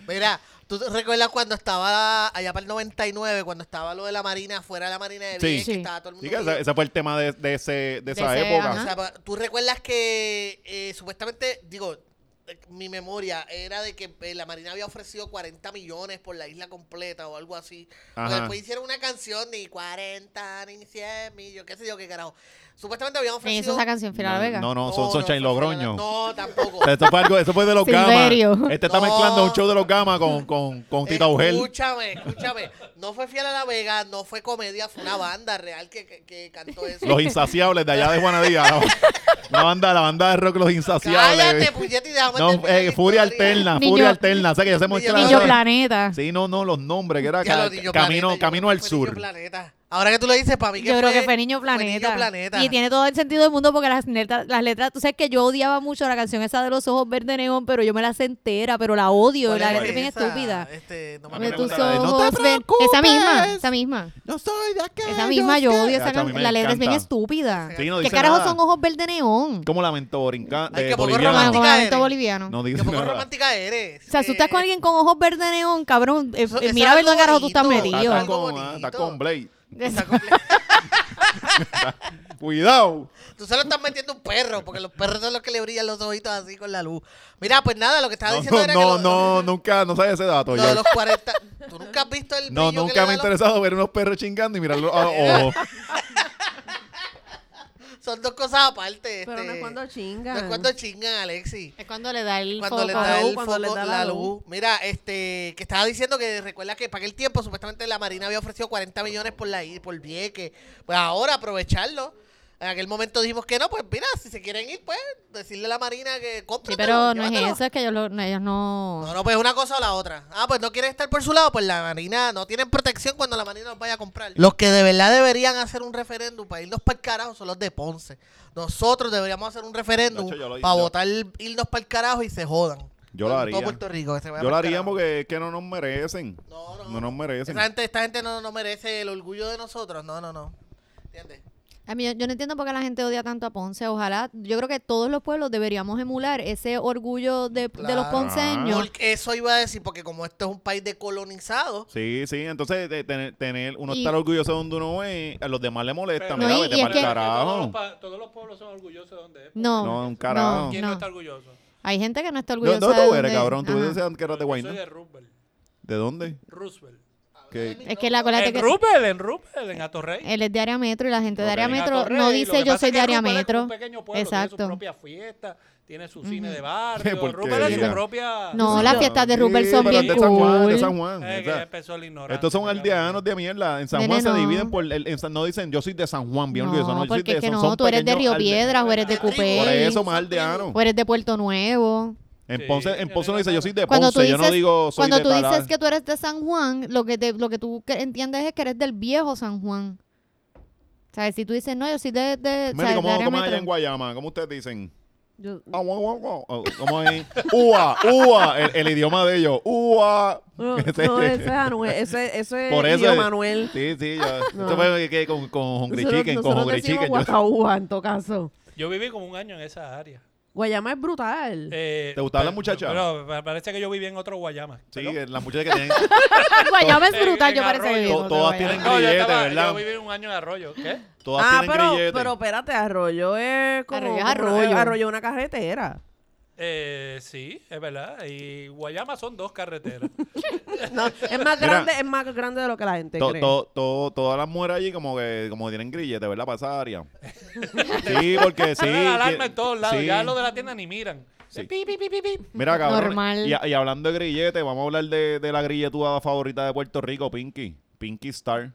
[SPEAKER 2] Mira, ¿tú te recuerdas cuando estaba allá para el 99, cuando estaba lo de la Marina, fuera de la Marina de
[SPEAKER 1] Sí.
[SPEAKER 2] Vieques, que
[SPEAKER 6] Sí.
[SPEAKER 2] estaba todo el
[SPEAKER 1] Sí,
[SPEAKER 2] mundo...
[SPEAKER 1] que ese, ese fue el tema de, de ese, de esa
[SPEAKER 6] ese,
[SPEAKER 1] época.
[SPEAKER 6] ajá.
[SPEAKER 2] O sea, pa- tú recuerdas que eh, supuestamente, digo, eh, mi memoria era de que eh, la Marina había ofrecido 40 millones por la isla completa o algo así. Pero
[SPEAKER 1] Ajá.
[SPEAKER 2] después hicieron una canción ni 40, ni 100 millones, qué sé yo, qué carajo. Supuestamente habían
[SPEAKER 6] Me
[SPEAKER 2] ofrecido...
[SPEAKER 6] hizo esa canción, Filara Vega.
[SPEAKER 1] No, no, son Sunshine
[SPEAKER 2] no,
[SPEAKER 1] Logroño.
[SPEAKER 2] No, tampoco.
[SPEAKER 1] O sea, Esto fue, algo, esto fue de los gamas.
[SPEAKER 6] Silverio.
[SPEAKER 1] Este está
[SPEAKER 2] No.
[SPEAKER 1] mezclando un show de los gamas con, con, con Tita Ugel.
[SPEAKER 2] Escúchame, escúchame. No fue Fiel a la Vega, no fue comedia, fue una banda real que, que- que cantó eso.
[SPEAKER 1] Los insaciables de allá de Juanadía. La banda, la banda de rock Los Insaciables.
[SPEAKER 2] Cállate, puñeta, y déjame
[SPEAKER 1] no,
[SPEAKER 2] terminar
[SPEAKER 1] eh,
[SPEAKER 2] la
[SPEAKER 1] Furia
[SPEAKER 2] historia.
[SPEAKER 1] Alterna,
[SPEAKER 6] Niño-
[SPEAKER 1] Furia Alterna. O sea que ya se muestra.
[SPEAKER 6] Niño Planeta.
[SPEAKER 1] Sí, no, no, los nombres, que era
[SPEAKER 2] Ya
[SPEAKER 1] ca-
[SPEAKER 2] lo digo,
[SPEAKER 1] Camino,
[SPEAKER 2] planeta, yo
[SPEAKER 1] camino
[SPEAKER 2] creo
[SPEAKER 1] al
[SPEAKER 2] que fue Niño
[SPEAKER 1] Sur.
[SPEAKER 2] Planeta. Ahora que tú lo dices, para mí que
[SPEAKER 6] Yo creo
[SPEAKER 2] fue-
[SPEAKER 6] que fue Niño
[SPEAKER 2] fue Niño
[SPEAKER 6] Planeta.
[SPEAKER 2] Planeta.
[SPEAKER 6] Y tiene todo el sentido del mundo porque las letras, las letras, tú sabes que yo odiaba mucho la canción esa de los ojos verde neón, pero yo me la sé entera, pero la odio,
[SPEAKER 2] ¿Cuál
[SPEAKER 6] la
[SPEAKER 2] es
[SPEAKER 6] letra es bien
[SPEAKER 2] esa?
[SPEAKER 6] estúpida.
[SPEAKER 2] Este, no me
[SPEAKER 1] A mí me
[SPEAKER 6] De
[SPEAKER 2] acuerdo.
[SPEAKER 1] gusta
[SPEAKER 6] tus
[SPEAKER 1] la de No te
[SPEAKER 6] ojos ver- Esa misma,
[SPEAKER 1] preocupes.
[SPEAKER 6] esa misma.
[SPEAKER 1] No soy de acá.
[SPEAKER 6] Esa misma, yo odio esa
[SPEAKER 1] Chacho, a mí
[SPEAKER 6] canción.
[SPEAKER 1] me
[SPEAKER 6] La letra es bien
[SPEAKER 1] encanta.
[SPEAKER 6] estúpida.
[SPEAKER 1] Sí, no
[SPEAKER 6] ¿Qué
[SPEAKER 1] dice
[SPEAKER 6] carajo
[SPEAKER 1] nada.
[SPEAKER 6] son ojos verde neón?
[SPEAKER 1] ¿Cómo lamento Borinca?
[SPEAKER 2] Ay,
[SPEAKER 1] eh,
[SPEAKER 2] que poco
[SPEAKER 1] boliviano.
[SPEAKER 2] romántico. romántica
[SPEAKER 6] Momento
[SPEAKER 2] eres?
[SPEAKER 6] boliviano.
[SPEAKER 1] No
[SPEAKER 2] Qué
[SPEAKER 1] dice
[SPEAKER 2] poco
[SPEAKER 1] nada.
[SPEAKER 2] romántica eres.
[SPEAKER 6] Se asustas
[SPEAKER 2] Eh,
[SPEAKER 6] con alguien con ojos verde neón, cabrón. Eh,
[SPEAKER 2] Eso-
[SPEAKER 6] eh,
[SPEAKER 2] eso
[SPEAKER 6] mira
[SPEAKER 2] es
[SPEAKER 6] a ver dónde
[SPEAKER 2] algo
[SPEAKER 6] carajo tú estás
[SPEAKER 2] bonito.
[SPEAKER 1] Está,
[SPEAKER 6] metido.
[SPEAKER 2] Algo
[SPEAKER 1] con, ah,
[SPEAKER 2] bonito.
[SPEAKER 1] está con Blade.
[SPEAKER 2] está comple-
[SPEAKER 1] Cuidado.
[SPEAKER 2] Tú solo estás metiendo un perro, porque los perros son los que le brillan los ojitos así con la luz. Mira, pues nada, lo que estaba
[SPEAKER 1] No,
[SPEAKER 2] diciendo
[SPEAKER 1] no,
[SPEAKER 2] era
[SPEAKER 1] no,
[SPEAKER 2] que
[SPEAKER 1] no, nunca, no sabes ese dato.
[SPEAKER 2] lo
[SPEAKER 1] yo.
[SPEAKER 2] de los 40. ¿Tú nunca has visto el
[SPEAKER 1] No,
[SPEAKER 2] brillo que
[SPEAKER 1] nunca me
[SPEAKER 2] le
[SPEAKER 1] ha
[SPEAKER 2] da a los-
[SPEAKER 1] interesado ver unos perros chingando y Ah, mirarlos a los ojos.
[SPEAKER 2] Son dos cosas aparte.
[SPEAKER 5] Pero no
[SPEAKER 2] este,
[SPEAKER 5] es cuando chinga.
[SPEAKER 2] No es cuando chingan, Alexi.
[SPEAKER 6] Es cuando le da el
[SPEAKER 2] Cuando le
[SPEAKER 6] foco.
[SPEAKER 2] da
[SPEAKER 5] luz,
[SPEAKER 2] el
[SPEAKER 5] cuando
[SPEAKER 2] foco,
[SPEAKER 5] les da
[SPEAKER 2] la
[SPEAKER 5] la
[SPEAKER 2] luz.
[SPEAKER 5] luz.
[SPEAKER 2] Mira, este, que estaba diciendo que recuerda que para aquel tiempo supuestamente la Marina había ofrecido 40 millones por la i- por Vieque. Pues ahora aprovecharlo. En aquel momento dijimos que no, pues mira, si se quieren ir, pues decirle a la Marina que compre.
[SPEAKER 6] Sí, pero no es eso, es que ellos, lo- no, ellos no...
[SPEAKER 2] No, no, pues una cosa o la otra. Ah, pues no quieren estar por su lado, pues la Marina no tienen protección cuando la Marina los vaya a comprar. Los que de verdad deberían hacer un referéndum para irnos para el carajo son los de Ponce. Nosotros deberíamos hacer un referéndum
[SPEAKER 1] De hecho, yo lo-
[SPEAKER 2] para
[SPEAKER 1] yo-
[SPEAKER 2] votar irnos para el carajo y se jodan.
[SPEAKER 1] Yo lo haría.
[SPEAKER 2] Todo Puerto Rico, que se vaya
[SPEAKER 1] Yo lo
[SPEAKER 2] pa'l
[SPEAKER 1] haría
[SPEAKER 2] carajo.
[SPEAKER 1] porque es que no nos merecen.
[SPEAKER 2] No, no.
[SPEAKER 1] No nos merecen.
[SPEAKER 2] Esta gente, esta gente no, no merece el orgullo de nosotros. No, no, no. ¿Entiendes?
[SPEAKER 6] A mí, yo, yo no entiendo por qué la gente odia tanto a Ponce. Ojalá, yo creo que todos los pueblos deberíamos emular ese orgullo de, de los
[SPEAKER 2] Claro.
[SPEAKER 6] ponceños.
[SPEAKER 2] Porque eso iba a decir, porque como esto es un país de colonizados,
[SPEAKER 1] Sí, sí, entonces de tener, tener- uno
[SPEAKER 6] Y-
[SPEAKER 1] estar orgulloso de donde uno es, a los demás le molesta.
[SPEAKER 3] Pero-
[SPEAKER 1] Mira,
[SPEAKER 6] No, y-
[SPEAKER 1] vete
[SPEAKER 6] y es
[SPEAKER 1] para
[SPEAKER 6] que-
[SPEAKER 3] Todos
[SPEAKER 1] carajo.
[SPEAKER 3] los, pa- todos los pueblos son orgullosos de donde es.
[SPEAKER 6] No,
[SPEAKER 1] No, un carajo.
[SPEAKER 3] ¿Quién
[SPEAKER 6] no.
[SPEAKER 3] no está orgulloso?
[SPEAKER 6] Hay gente que no está
[SPEAKER 1] ¿De
[SPEAKER 6] orgullosa.
[SPEAKER 1] dónde
[SPEAKER 6] de
[SPEAKER 1] tú eres,
[SPEAKER 6] donde-
[SPEAKER 1] cabrón? Tú
[SPEAKER 6] Ajá.
[SPEAKER 1] dices que eras de
[SPEAKER 3] Yo soy
[SPEAKER 1] Guayna.
[SPEAKER 3] de Roosevelt.
[SPEAKER 1] ¿De dónde?
[SPEAKER 3] Roosevelt.
[SPEAKER 1] ¿Qué-
[SPEAKER 6] Es que la acuérdate
[SPEAKER 3] En
[SPEAKER 6] que
[SPEAKER 3] Roosevelt, en Roosevelt, en Atorrey.
[SPEAKER 6] él es de área metro y la gente de
[SPEAKER 1] Ok.
[SPEAKER 6] área
[SPEAKER 1] En
[SPEAKER 6] metro
[SPEAKER 3] Atorrey,
[SPEAKER 6] no
[SPEAKER 3] lo que
[SPEAKER 6] dice yo
[SPEAKER 3] pasa
[SPEAKER 6] soy
[SPEAKER 3] es
[SPEAKER 6] de
[SPEAKER 3] que
[SPEAKER 6] área
[SPEAKER 3] Roosevelt es como
[SPEAKER 6] metro.
[SPEAKER 3] Un pequeño pueblo, Tiene su
[SPEAKER 6] Exacto.
[SPEAKER 3] propia fiesta, tiene su cine de
[SPEAKER 1] Qué
[SPEAKER 3] barrio. Roosevelt es
[SPEAKER 1] porquería.
[SPEAKER 3] su propia.
[SPEAKER 6] No, las fiestas de Rupert
[SPEAKER 1] Sí,
[SPEAKER 6] son
[SPEAKER 1] pero
[SPEAKER 6] bien
[SPEAKER 1] de San Juan, de
[SPEAKER 6] cool.
[SPEAKER 1] San Juan.
[SPEAKER 3] Eh,
[SPEAKER 1] o
[SPEAKER 3] que ya
[SPEAKER 1] sea,
[SPEAKER 3] empezó el ignorante.
[SPEAKER 1] estos son
[SPEAKER 3] cabrón.
[SPEAKER 1] aldeanos de mierda. En San
[SPEAKER 6] Nene,
[SPEAKER 1] Juan se
[SPEAKER 6] no.
[SPEAKER 1] dividen por. el- en San- no dicen yo soy de San Juan, bien orgulloso.
[SPEAKER 6] No,
[SPEAKER 1] yo soy
[SPEAKER 6] porque
[SPEAKER 1] de
[SPEAKER 6] es que
[SPEAKER 1] son-
[SPEAKER 6] no,
[SPEAKER 1] son
[SPEAKER 6] tú eres de
[SPEAKER 1] pequeños
[SPEAKER 6] Río pues.
[SPEAKER 1] alde-
[SPEAKER 6] Piedras o eres de
[SPEAKER 2] Por
[SPEAKER 1] Por
[SPEAKER 6] Cupey
[SPEAKER 1] eso, más aldeano.
[SPEAKER 6] o eres de Puerto Nuevo.
[SPEAKER 1] En
[SPEAKER 3] Sí,
[SPEAKER 1] Ponce, en
[SPEAKER 3] tiene
[SPEAKER 1] Ponce no dice yo soy de
[SPEAKER 6] Cuando tú
[SPEAKER 1] Ponce. Yo no
[SPEAKER 6] dices-
[SPEAKER 1] digo soy
[SPEAKER 6] Cuando
[SPEAKER 1] de
[SPEAKER 6] tú
[SPEAKER 1] tal-
[SPEAKER 6] dices que tú eres de San Juan, lo que, te- lo que tú que- entiendes es que eres del viejo San Juan. ¿Sabes? Si tú dices, no, yo soy de... de
[SPEAKER 1] Meli,
[SPEAKER 6] ¿sabes? de
[SPEAKER 1] ¿cómo,
[SPEAKER 6] área
[SPEAKER 1] cómo es allá
[SPEAKER 6] metro.
[SPEAKER 1] en Guayama? ¿Cómo ustedes dicen?
[SPEAKER 5] Yo-
[SPEAKER 1] Ah, guau, guau, guau. Oh, ¿Cómo es? Ua, ua, el, el idioma de ellos. Ua.
[SPEAKER 5] no, no, ese es Anuel, ese, ese
[SPEAKER 1] Este, Por eso.
[SPEAKER 5] tío Manuel.
[SPEAKER 1] Sí, sí, yo.
[SPEAKER 5] No.
[SPEAKER 1] Esto fue que- que con, con Hungry
[SPEAKER 5] Nosotros-
[SPEAKER 1] Chicken, con
[SPEAKER 5] nosotros
[SPEAKER 1] Hungry
[SPEAKER 5] decimos
[SPEAKER 1] Chicken. yo-
[SPEAKER 5] guacaúa, en todo caso.
[SPEAKER 3] Yo viví como un año en esa área.
[SPEAKER 5] Guayama es brutal.
[SPEAKER 3] Eh,
[SPEAKER 1] ¿Te gustaban
[SPEAKER 3] pero-
[SPEAKER 1] las muchachas?
[SPEAKER 3] Pero pa- parece que yo viví en otro Guayama.
[SPEAKER 1] Sí,
[SPEAKER 3] Perdón.
[SPEAKER 1] las muchachas que tienen.
[SPEAKER 6] Guayama es
[SPEAKER 3] En-
[SPEAKER 6] brutal,
[SPEAKER 3] en
[SPEAKER 6] yo parece que
[SPEAKER 3] Arroyo.
[SPEAKER 6] vivo,
[SPEAKER 1] To-
[SPEAKER 6] que
[SPEAKER 1] todas
[SPEAKER 6] Guayama.
[SPEAKER 1] tienen-
[SPEAKER 3] No, yo,
[SPEAKER 1] grillete,
[SPEAKER 3] estaba,
[SPEAKER 1] ¿verdad?
[SPEAKER 3] yo viví un año en Arroyo. ¿Qué?
[SPEAKER 1] Todas
[SPEAKER 5] ah,
[SPEAKER 1] tienen
[SPEAKER 5] pero,
[SPEAKER 1] grillete.
[SPEAKER 5] pero espérate, Arroyo es como...
[SPEAKER 6] Arroyo es
[SPEAKER 5] como-
[SPEAKER 6] arroyo.
[SPEAKER 5] Arroyo es una carretera.
[SPEAKER 3] Eh, sí, es verdad. Y Guayama son dos carreteras.
[SPEAKER 5] No, es
[SPEAKER 1] Mira.
[SPEAKER 5] más grande, es más grande de lo que la gente
[SPEAKER 1] To-
[SPEAKER 5] cree.
[SPEAKER 1] to- to- todas las mujeres allí como que como tienen grillete, ¿verdad? Para esa área. Sí, porque sí.
[SPEAKER 3] Suena la alarma
[SPEAKER 1] que-
[SPEAKER 3] en todos lados.
[SPEAKER 1] sí.
[SPEAKER 3] Ya lo de la tienda ni miran.
[SPEAKER 1] Sí.
[SPEAKER 3] Pi, pi, pi, pi, pi.
[SPEAKER 1] Mira, cabrón.
[SPEAKER 6] Normal.
[SPEAKER 1] Y, y hablando de grillete, vamos a hablar de, de la grilletuda favorita de Puerto Rico, Pinky. Pinky Star.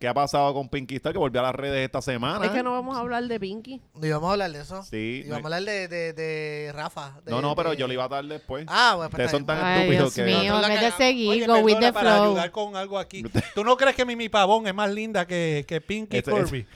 [SPEAKER 1] ¿Qué ha pasado con Pinky Star? Que volvió a las redes esta semana.
[SPEAKER 5] Es que no vamos a hablar de Pinky.
[SPEAKER 2] no íbamos a hablar de eso.
[SPEAKER 1] Sí,
[SPEAKER 2] Íbamos
[SPEAKER 1] no-
[SPEAKER 2] a hablar de, de, de Rafa. de-
[SPEAKER 1] No, no, pero
[SPEAKER 2] de-
[SPEAKER 1] yo le iba a dar después.
[SPEAKER 2] Ah, bueno,
[SPEAKER 1] Ustedes
[SPEAKER 2] pues
[SPEAKER 1] son tan
[SPEAKER 6] Ay,
[SPEAKER 1] estúpidos
[SPEAKER 6] Dios
[SPEAKER 1] que...
[SPEAKER 6] mío,
[SPEAKER 2] Nosotros la
[SPEAKER 6] que es de
[SPEAKER 2] cagamos.
[SPEAKER 6] seguir,
[SPEAKER 3] Oye,
[SPEAKER 6] go with
[SPEAKER 3] perdona,
[SPEAKER 6] the
[SPEAKER 3] para
[SPEAKER 6] flow.
[SPEAKER 3] ayudar con algo aquí. ¿Tú no crees que Mimi Pavón es más linda que, que Pinky
[SPEAKER 1] Ese-
[SPEAKER 3] Kirby?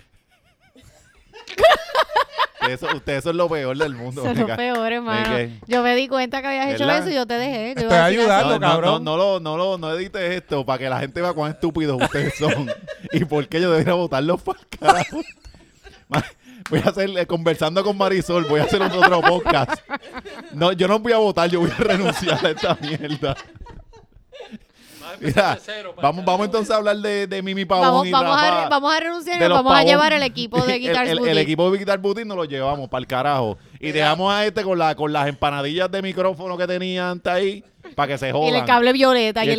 [SPEAKER 1] Eso, ustedes son lo peor del mundo.
[SPEAKER 6] Son
[SPEAKER 1] venga.
[SPEAKER 6] los peores, hermano.
[SPEAKER 1] Venga.
[SPEAKER 6] Yo me di cuenta que habías hecho
[SPEAKER 1] ¿Verdad?
[SPEAKER 6] eso y yo te dejé. Yo
[SPEAKER 3] Estoy
[SPEAKER 6] iba a decir "Ah,
[SPEAKER 3] ayudando.
[SPEAKER 1] No, no, no,
[SPEAKER 3] cabrón.
[SPEAKER 1] no, lo, no, lo, no edites esto para que la gente vea cuán estúpidos ustedes son y por qué yo debería votarlos para el carajo. Ma- Voy a hacer, eh, conversando con Marisol, voy a hacer otro, otro podcast. No, yo no voy a votar, yo voy a renunciar a esta mierda.
[SPEAKER 3] Ay,
[SPEAKER 1] Mira,
[SPEAKER 3] cero para
[SPEAKER 1] vamos, vamos entonces a hablar de, de Mimi Pavón
[SPEAKER 6] Vamos,
[SPEAKER 1] y
[SPEAKER 6] vamos, a,
[SPEAKER 1] Rafa.
[SPEAKER 6] re- vamos a renunciar y
[SPEAKER 1] de
[SPEAKER 6] nos
[SPEAKER 1] los
[SPEAKER 6] vamos a
[SPEAKER 1] Pavón.
[SPEAKER 6] llevar el equipo de
[SPEAKER 1] El-
[SPEAKER 6] Guitar
[SPEAKER 1] el, el,
[SPEAKER 6] Boutique.
[SPEAKER 1] equipo de Guitar Boutique nos lo llevamos para el carajo. Y
[SPEAKER 2] Mira.
[SPEAKER 1] dejamos a este con, la, con las empanadillas de micrófono que tenía antes ahí para que se
[SPEAKER 6] Y
[SPEAKER 1] jodan.
[SPEAKER 6] el cable violeta y, el,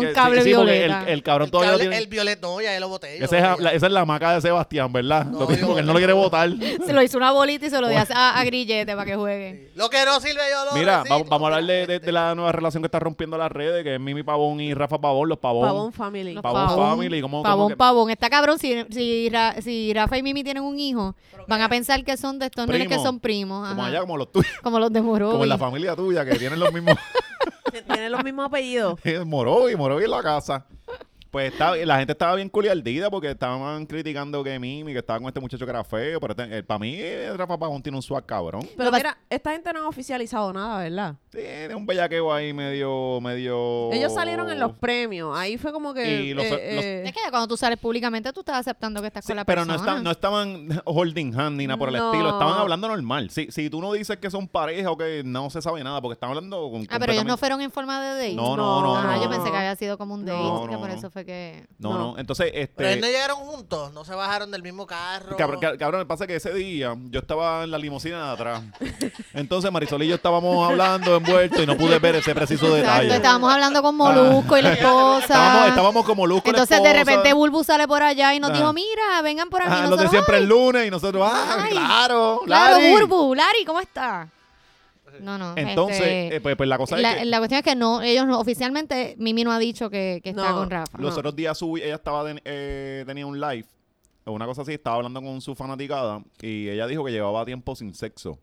[SPEAKER 1] el que- sí,
[SPEAKER 6] cable
[SPEAKER 1] sí, porque
[SPEAKER 6] violeta.
[SPEAKER 1] El, el cabrón
[SPEAKER 2] El,
[SPEAKER 1] todavía
[SPEAKER 2] cable-
[SPEAKER 1] lo tiene.
[SPEAKER 2] el violet, no, ya lo boté. yo
[SPEAKER 1] Esa
[SPEAKER 2] lo
[SPEAKER 1] es,
[SPEAKER 2] boté
[SPEAKER 1] la,
[SPEAKER 2] ya.
[SPEAKER 1] esa es la maca de Sebastián, ¿verdad?
[SPEAKER 2] No,
[SPEAKER 1] lo tiene
[SPEAKER 2] yo-
[SPEAKER 1] porque él no lo quiere votar.
[SPEAKER 6] Se lo hizo una bolita y se lo dio a, a- a Grillete para que juegue.
[SPEAKER 2] Lo que no sirve yo lo
[SPEAKER 1] Mira,
[SPEAKER 2] reciclo.
[SPEAKER 1] vamos, vamos a hablar de, de- de la nueva relación que está rompiendo las redes, que es Mimi Pavón y Rafa Pavón, los Pavón.
[SPEAKER 5] Pavón Family.
[SPEAKER 6] Los
[SPEAKER 1] Oh. Pavón Family, ¿cómo- cómo
[SPEAKER 6] Pavón,
[SPEAKER 1] que-
[SPEAKER 6] Pavón. Está cabrón, si, si, Ra- si Rafa y Mimi tienen un hijo, van a pensar que son de estos nenes que
[SPEAKER 1] Primo.
[SPEAKER 6] son primos.
[SPEAKER 1] Como
[SPEAKER 6] ajá.
[SPEAKER 1] allá, como los tuyos,
[SPEAKER 6] Como los de Morovi.
[SPEAKER 1] como en la familia tuya, que tienen los mismos...
[SPEAKER 5] Tienen los mismos apellidos.
[SPEAKER 1] Morovi, Morovi en la casa. Pues estaba- la gente estaba bien culiardida porque estaban criticando que Mimi, que estaba con este muchacho que era feo. Pero para mí, eh, Rafa Pavón tiene un swag cabrón.
[SPEAKER 5] Pero
[SPEAKER 6] Lo que-
[SPEAKER 5] mira, esta gente no ha oficializado nada, ¿verdad?
[SPEAKER 1] Tiene un bellaqueo ahí medio... medio...
[SPEAKER 5] Ellos salieron en los premios. Ahí fue como que.
[SPEAKER 1] Y los-
[SPEAKER 5] eh,
[SPEAKER 1] los-
[SPEAKER 5] eh,
[SPEAKER 6] Es que ya cuando tú sales públicamente, tú estás aceptando que estás
[SPEAKER 1] Sí,
[SPEAKER 6] con la
[SPEAKER 1] pero no,
[SPEAKER 6] persona.
[SPEAKER 1] está- no estaban holding hand ni nada por el
[SPEAKER 5] No.
[SPEAKER 1] estilo, estaban hablando normal. Si, si tú no dices que son pareja o que no se sabe nada, porque están hablando con
[SPEAKER 6] Ah, pero ellos no
[SPEAKER 1] completamente-
[SPEAKER 6] fueron en forma de date.
[SPEAKER 1] No, no, no,
[SPEAKER 6] Ah,
[SPEAKER 1] no,
[SPEAKER 6] yo
[SPEAKER 1] no.
[SPEAKER 6] pensé que había sido como un date,
[SPEAKER 5] No,
[SPEAKER 6] que
[SPEAKER 1] no,
[SPEAKER 6] por
[SPEAKER 1] no.
[SPEAKER 6] eso fue que...
[SPEAKER 1] no, no, Entonces,
[SPEAKER 2] Pero ellos no
[SPEAKER 1] este...
[SPEAKER 2] llegaron juntos, no se bajaron del mismo carro.
[SPEAKER 1] Cabrón, ca- cabrón, pasa que ese día yo estaba en la limusina de atrás. Entonces Marisol y yo estábamos hablando envueltos y no pude ver ese preciso
[SPEAKER 6] Exacto,
[SPEAKER 1] detalle.
[SPEAKER 6] estábamos hablando con Molusco y la esposa.
[SPEAKER 1] Ah. Estábamos, estábamos como luz
[SPEAKER 6] Entonces de repente Bulbu sale por allá y nos
[SPEAKER 1] Ah.
[SPEAKER 6] dijo, mira, vengan por aquí.
[SPEAKER 1] Ah, lo
[SPEAKER 6] Nosotros,
[SPEAKER 1] de siempre
[SPEAKER 6] "Ay,
[SPEAKER 1] el lunes y nosotros, ah,
[SPEAKER 6] Ay.
[SPEAKER 1] claro,
[SPEAKER 6] Claro,
[SPEAKER 1] Lari".
[SPEAKER 6] Bulbu, Lari, ¿cómo está? No, no.
[SPEAKER 1] Entonces,
[SPEAKER 6] este,
[SPEAKER 1] eh, pues, pues la cosa
[SPEAKER 6] la,
[SPEAKER 1] es que
[SPEAKER 6] la cuestión es que no, ellos no, oficialmente Mimi no ha dicho que, que está
[SPEAKER 5] No.
[SPEAKER 6] con Rafa.
[SPEAKER 1] Los
[SPEAKER 5] No.
[SPEAKER 1] otros días subí, ella estaba de- eh, tenía un live o una cosa así, estaba hablando con su fanaticada y ella dijo que llevaba tiempo sin sexo.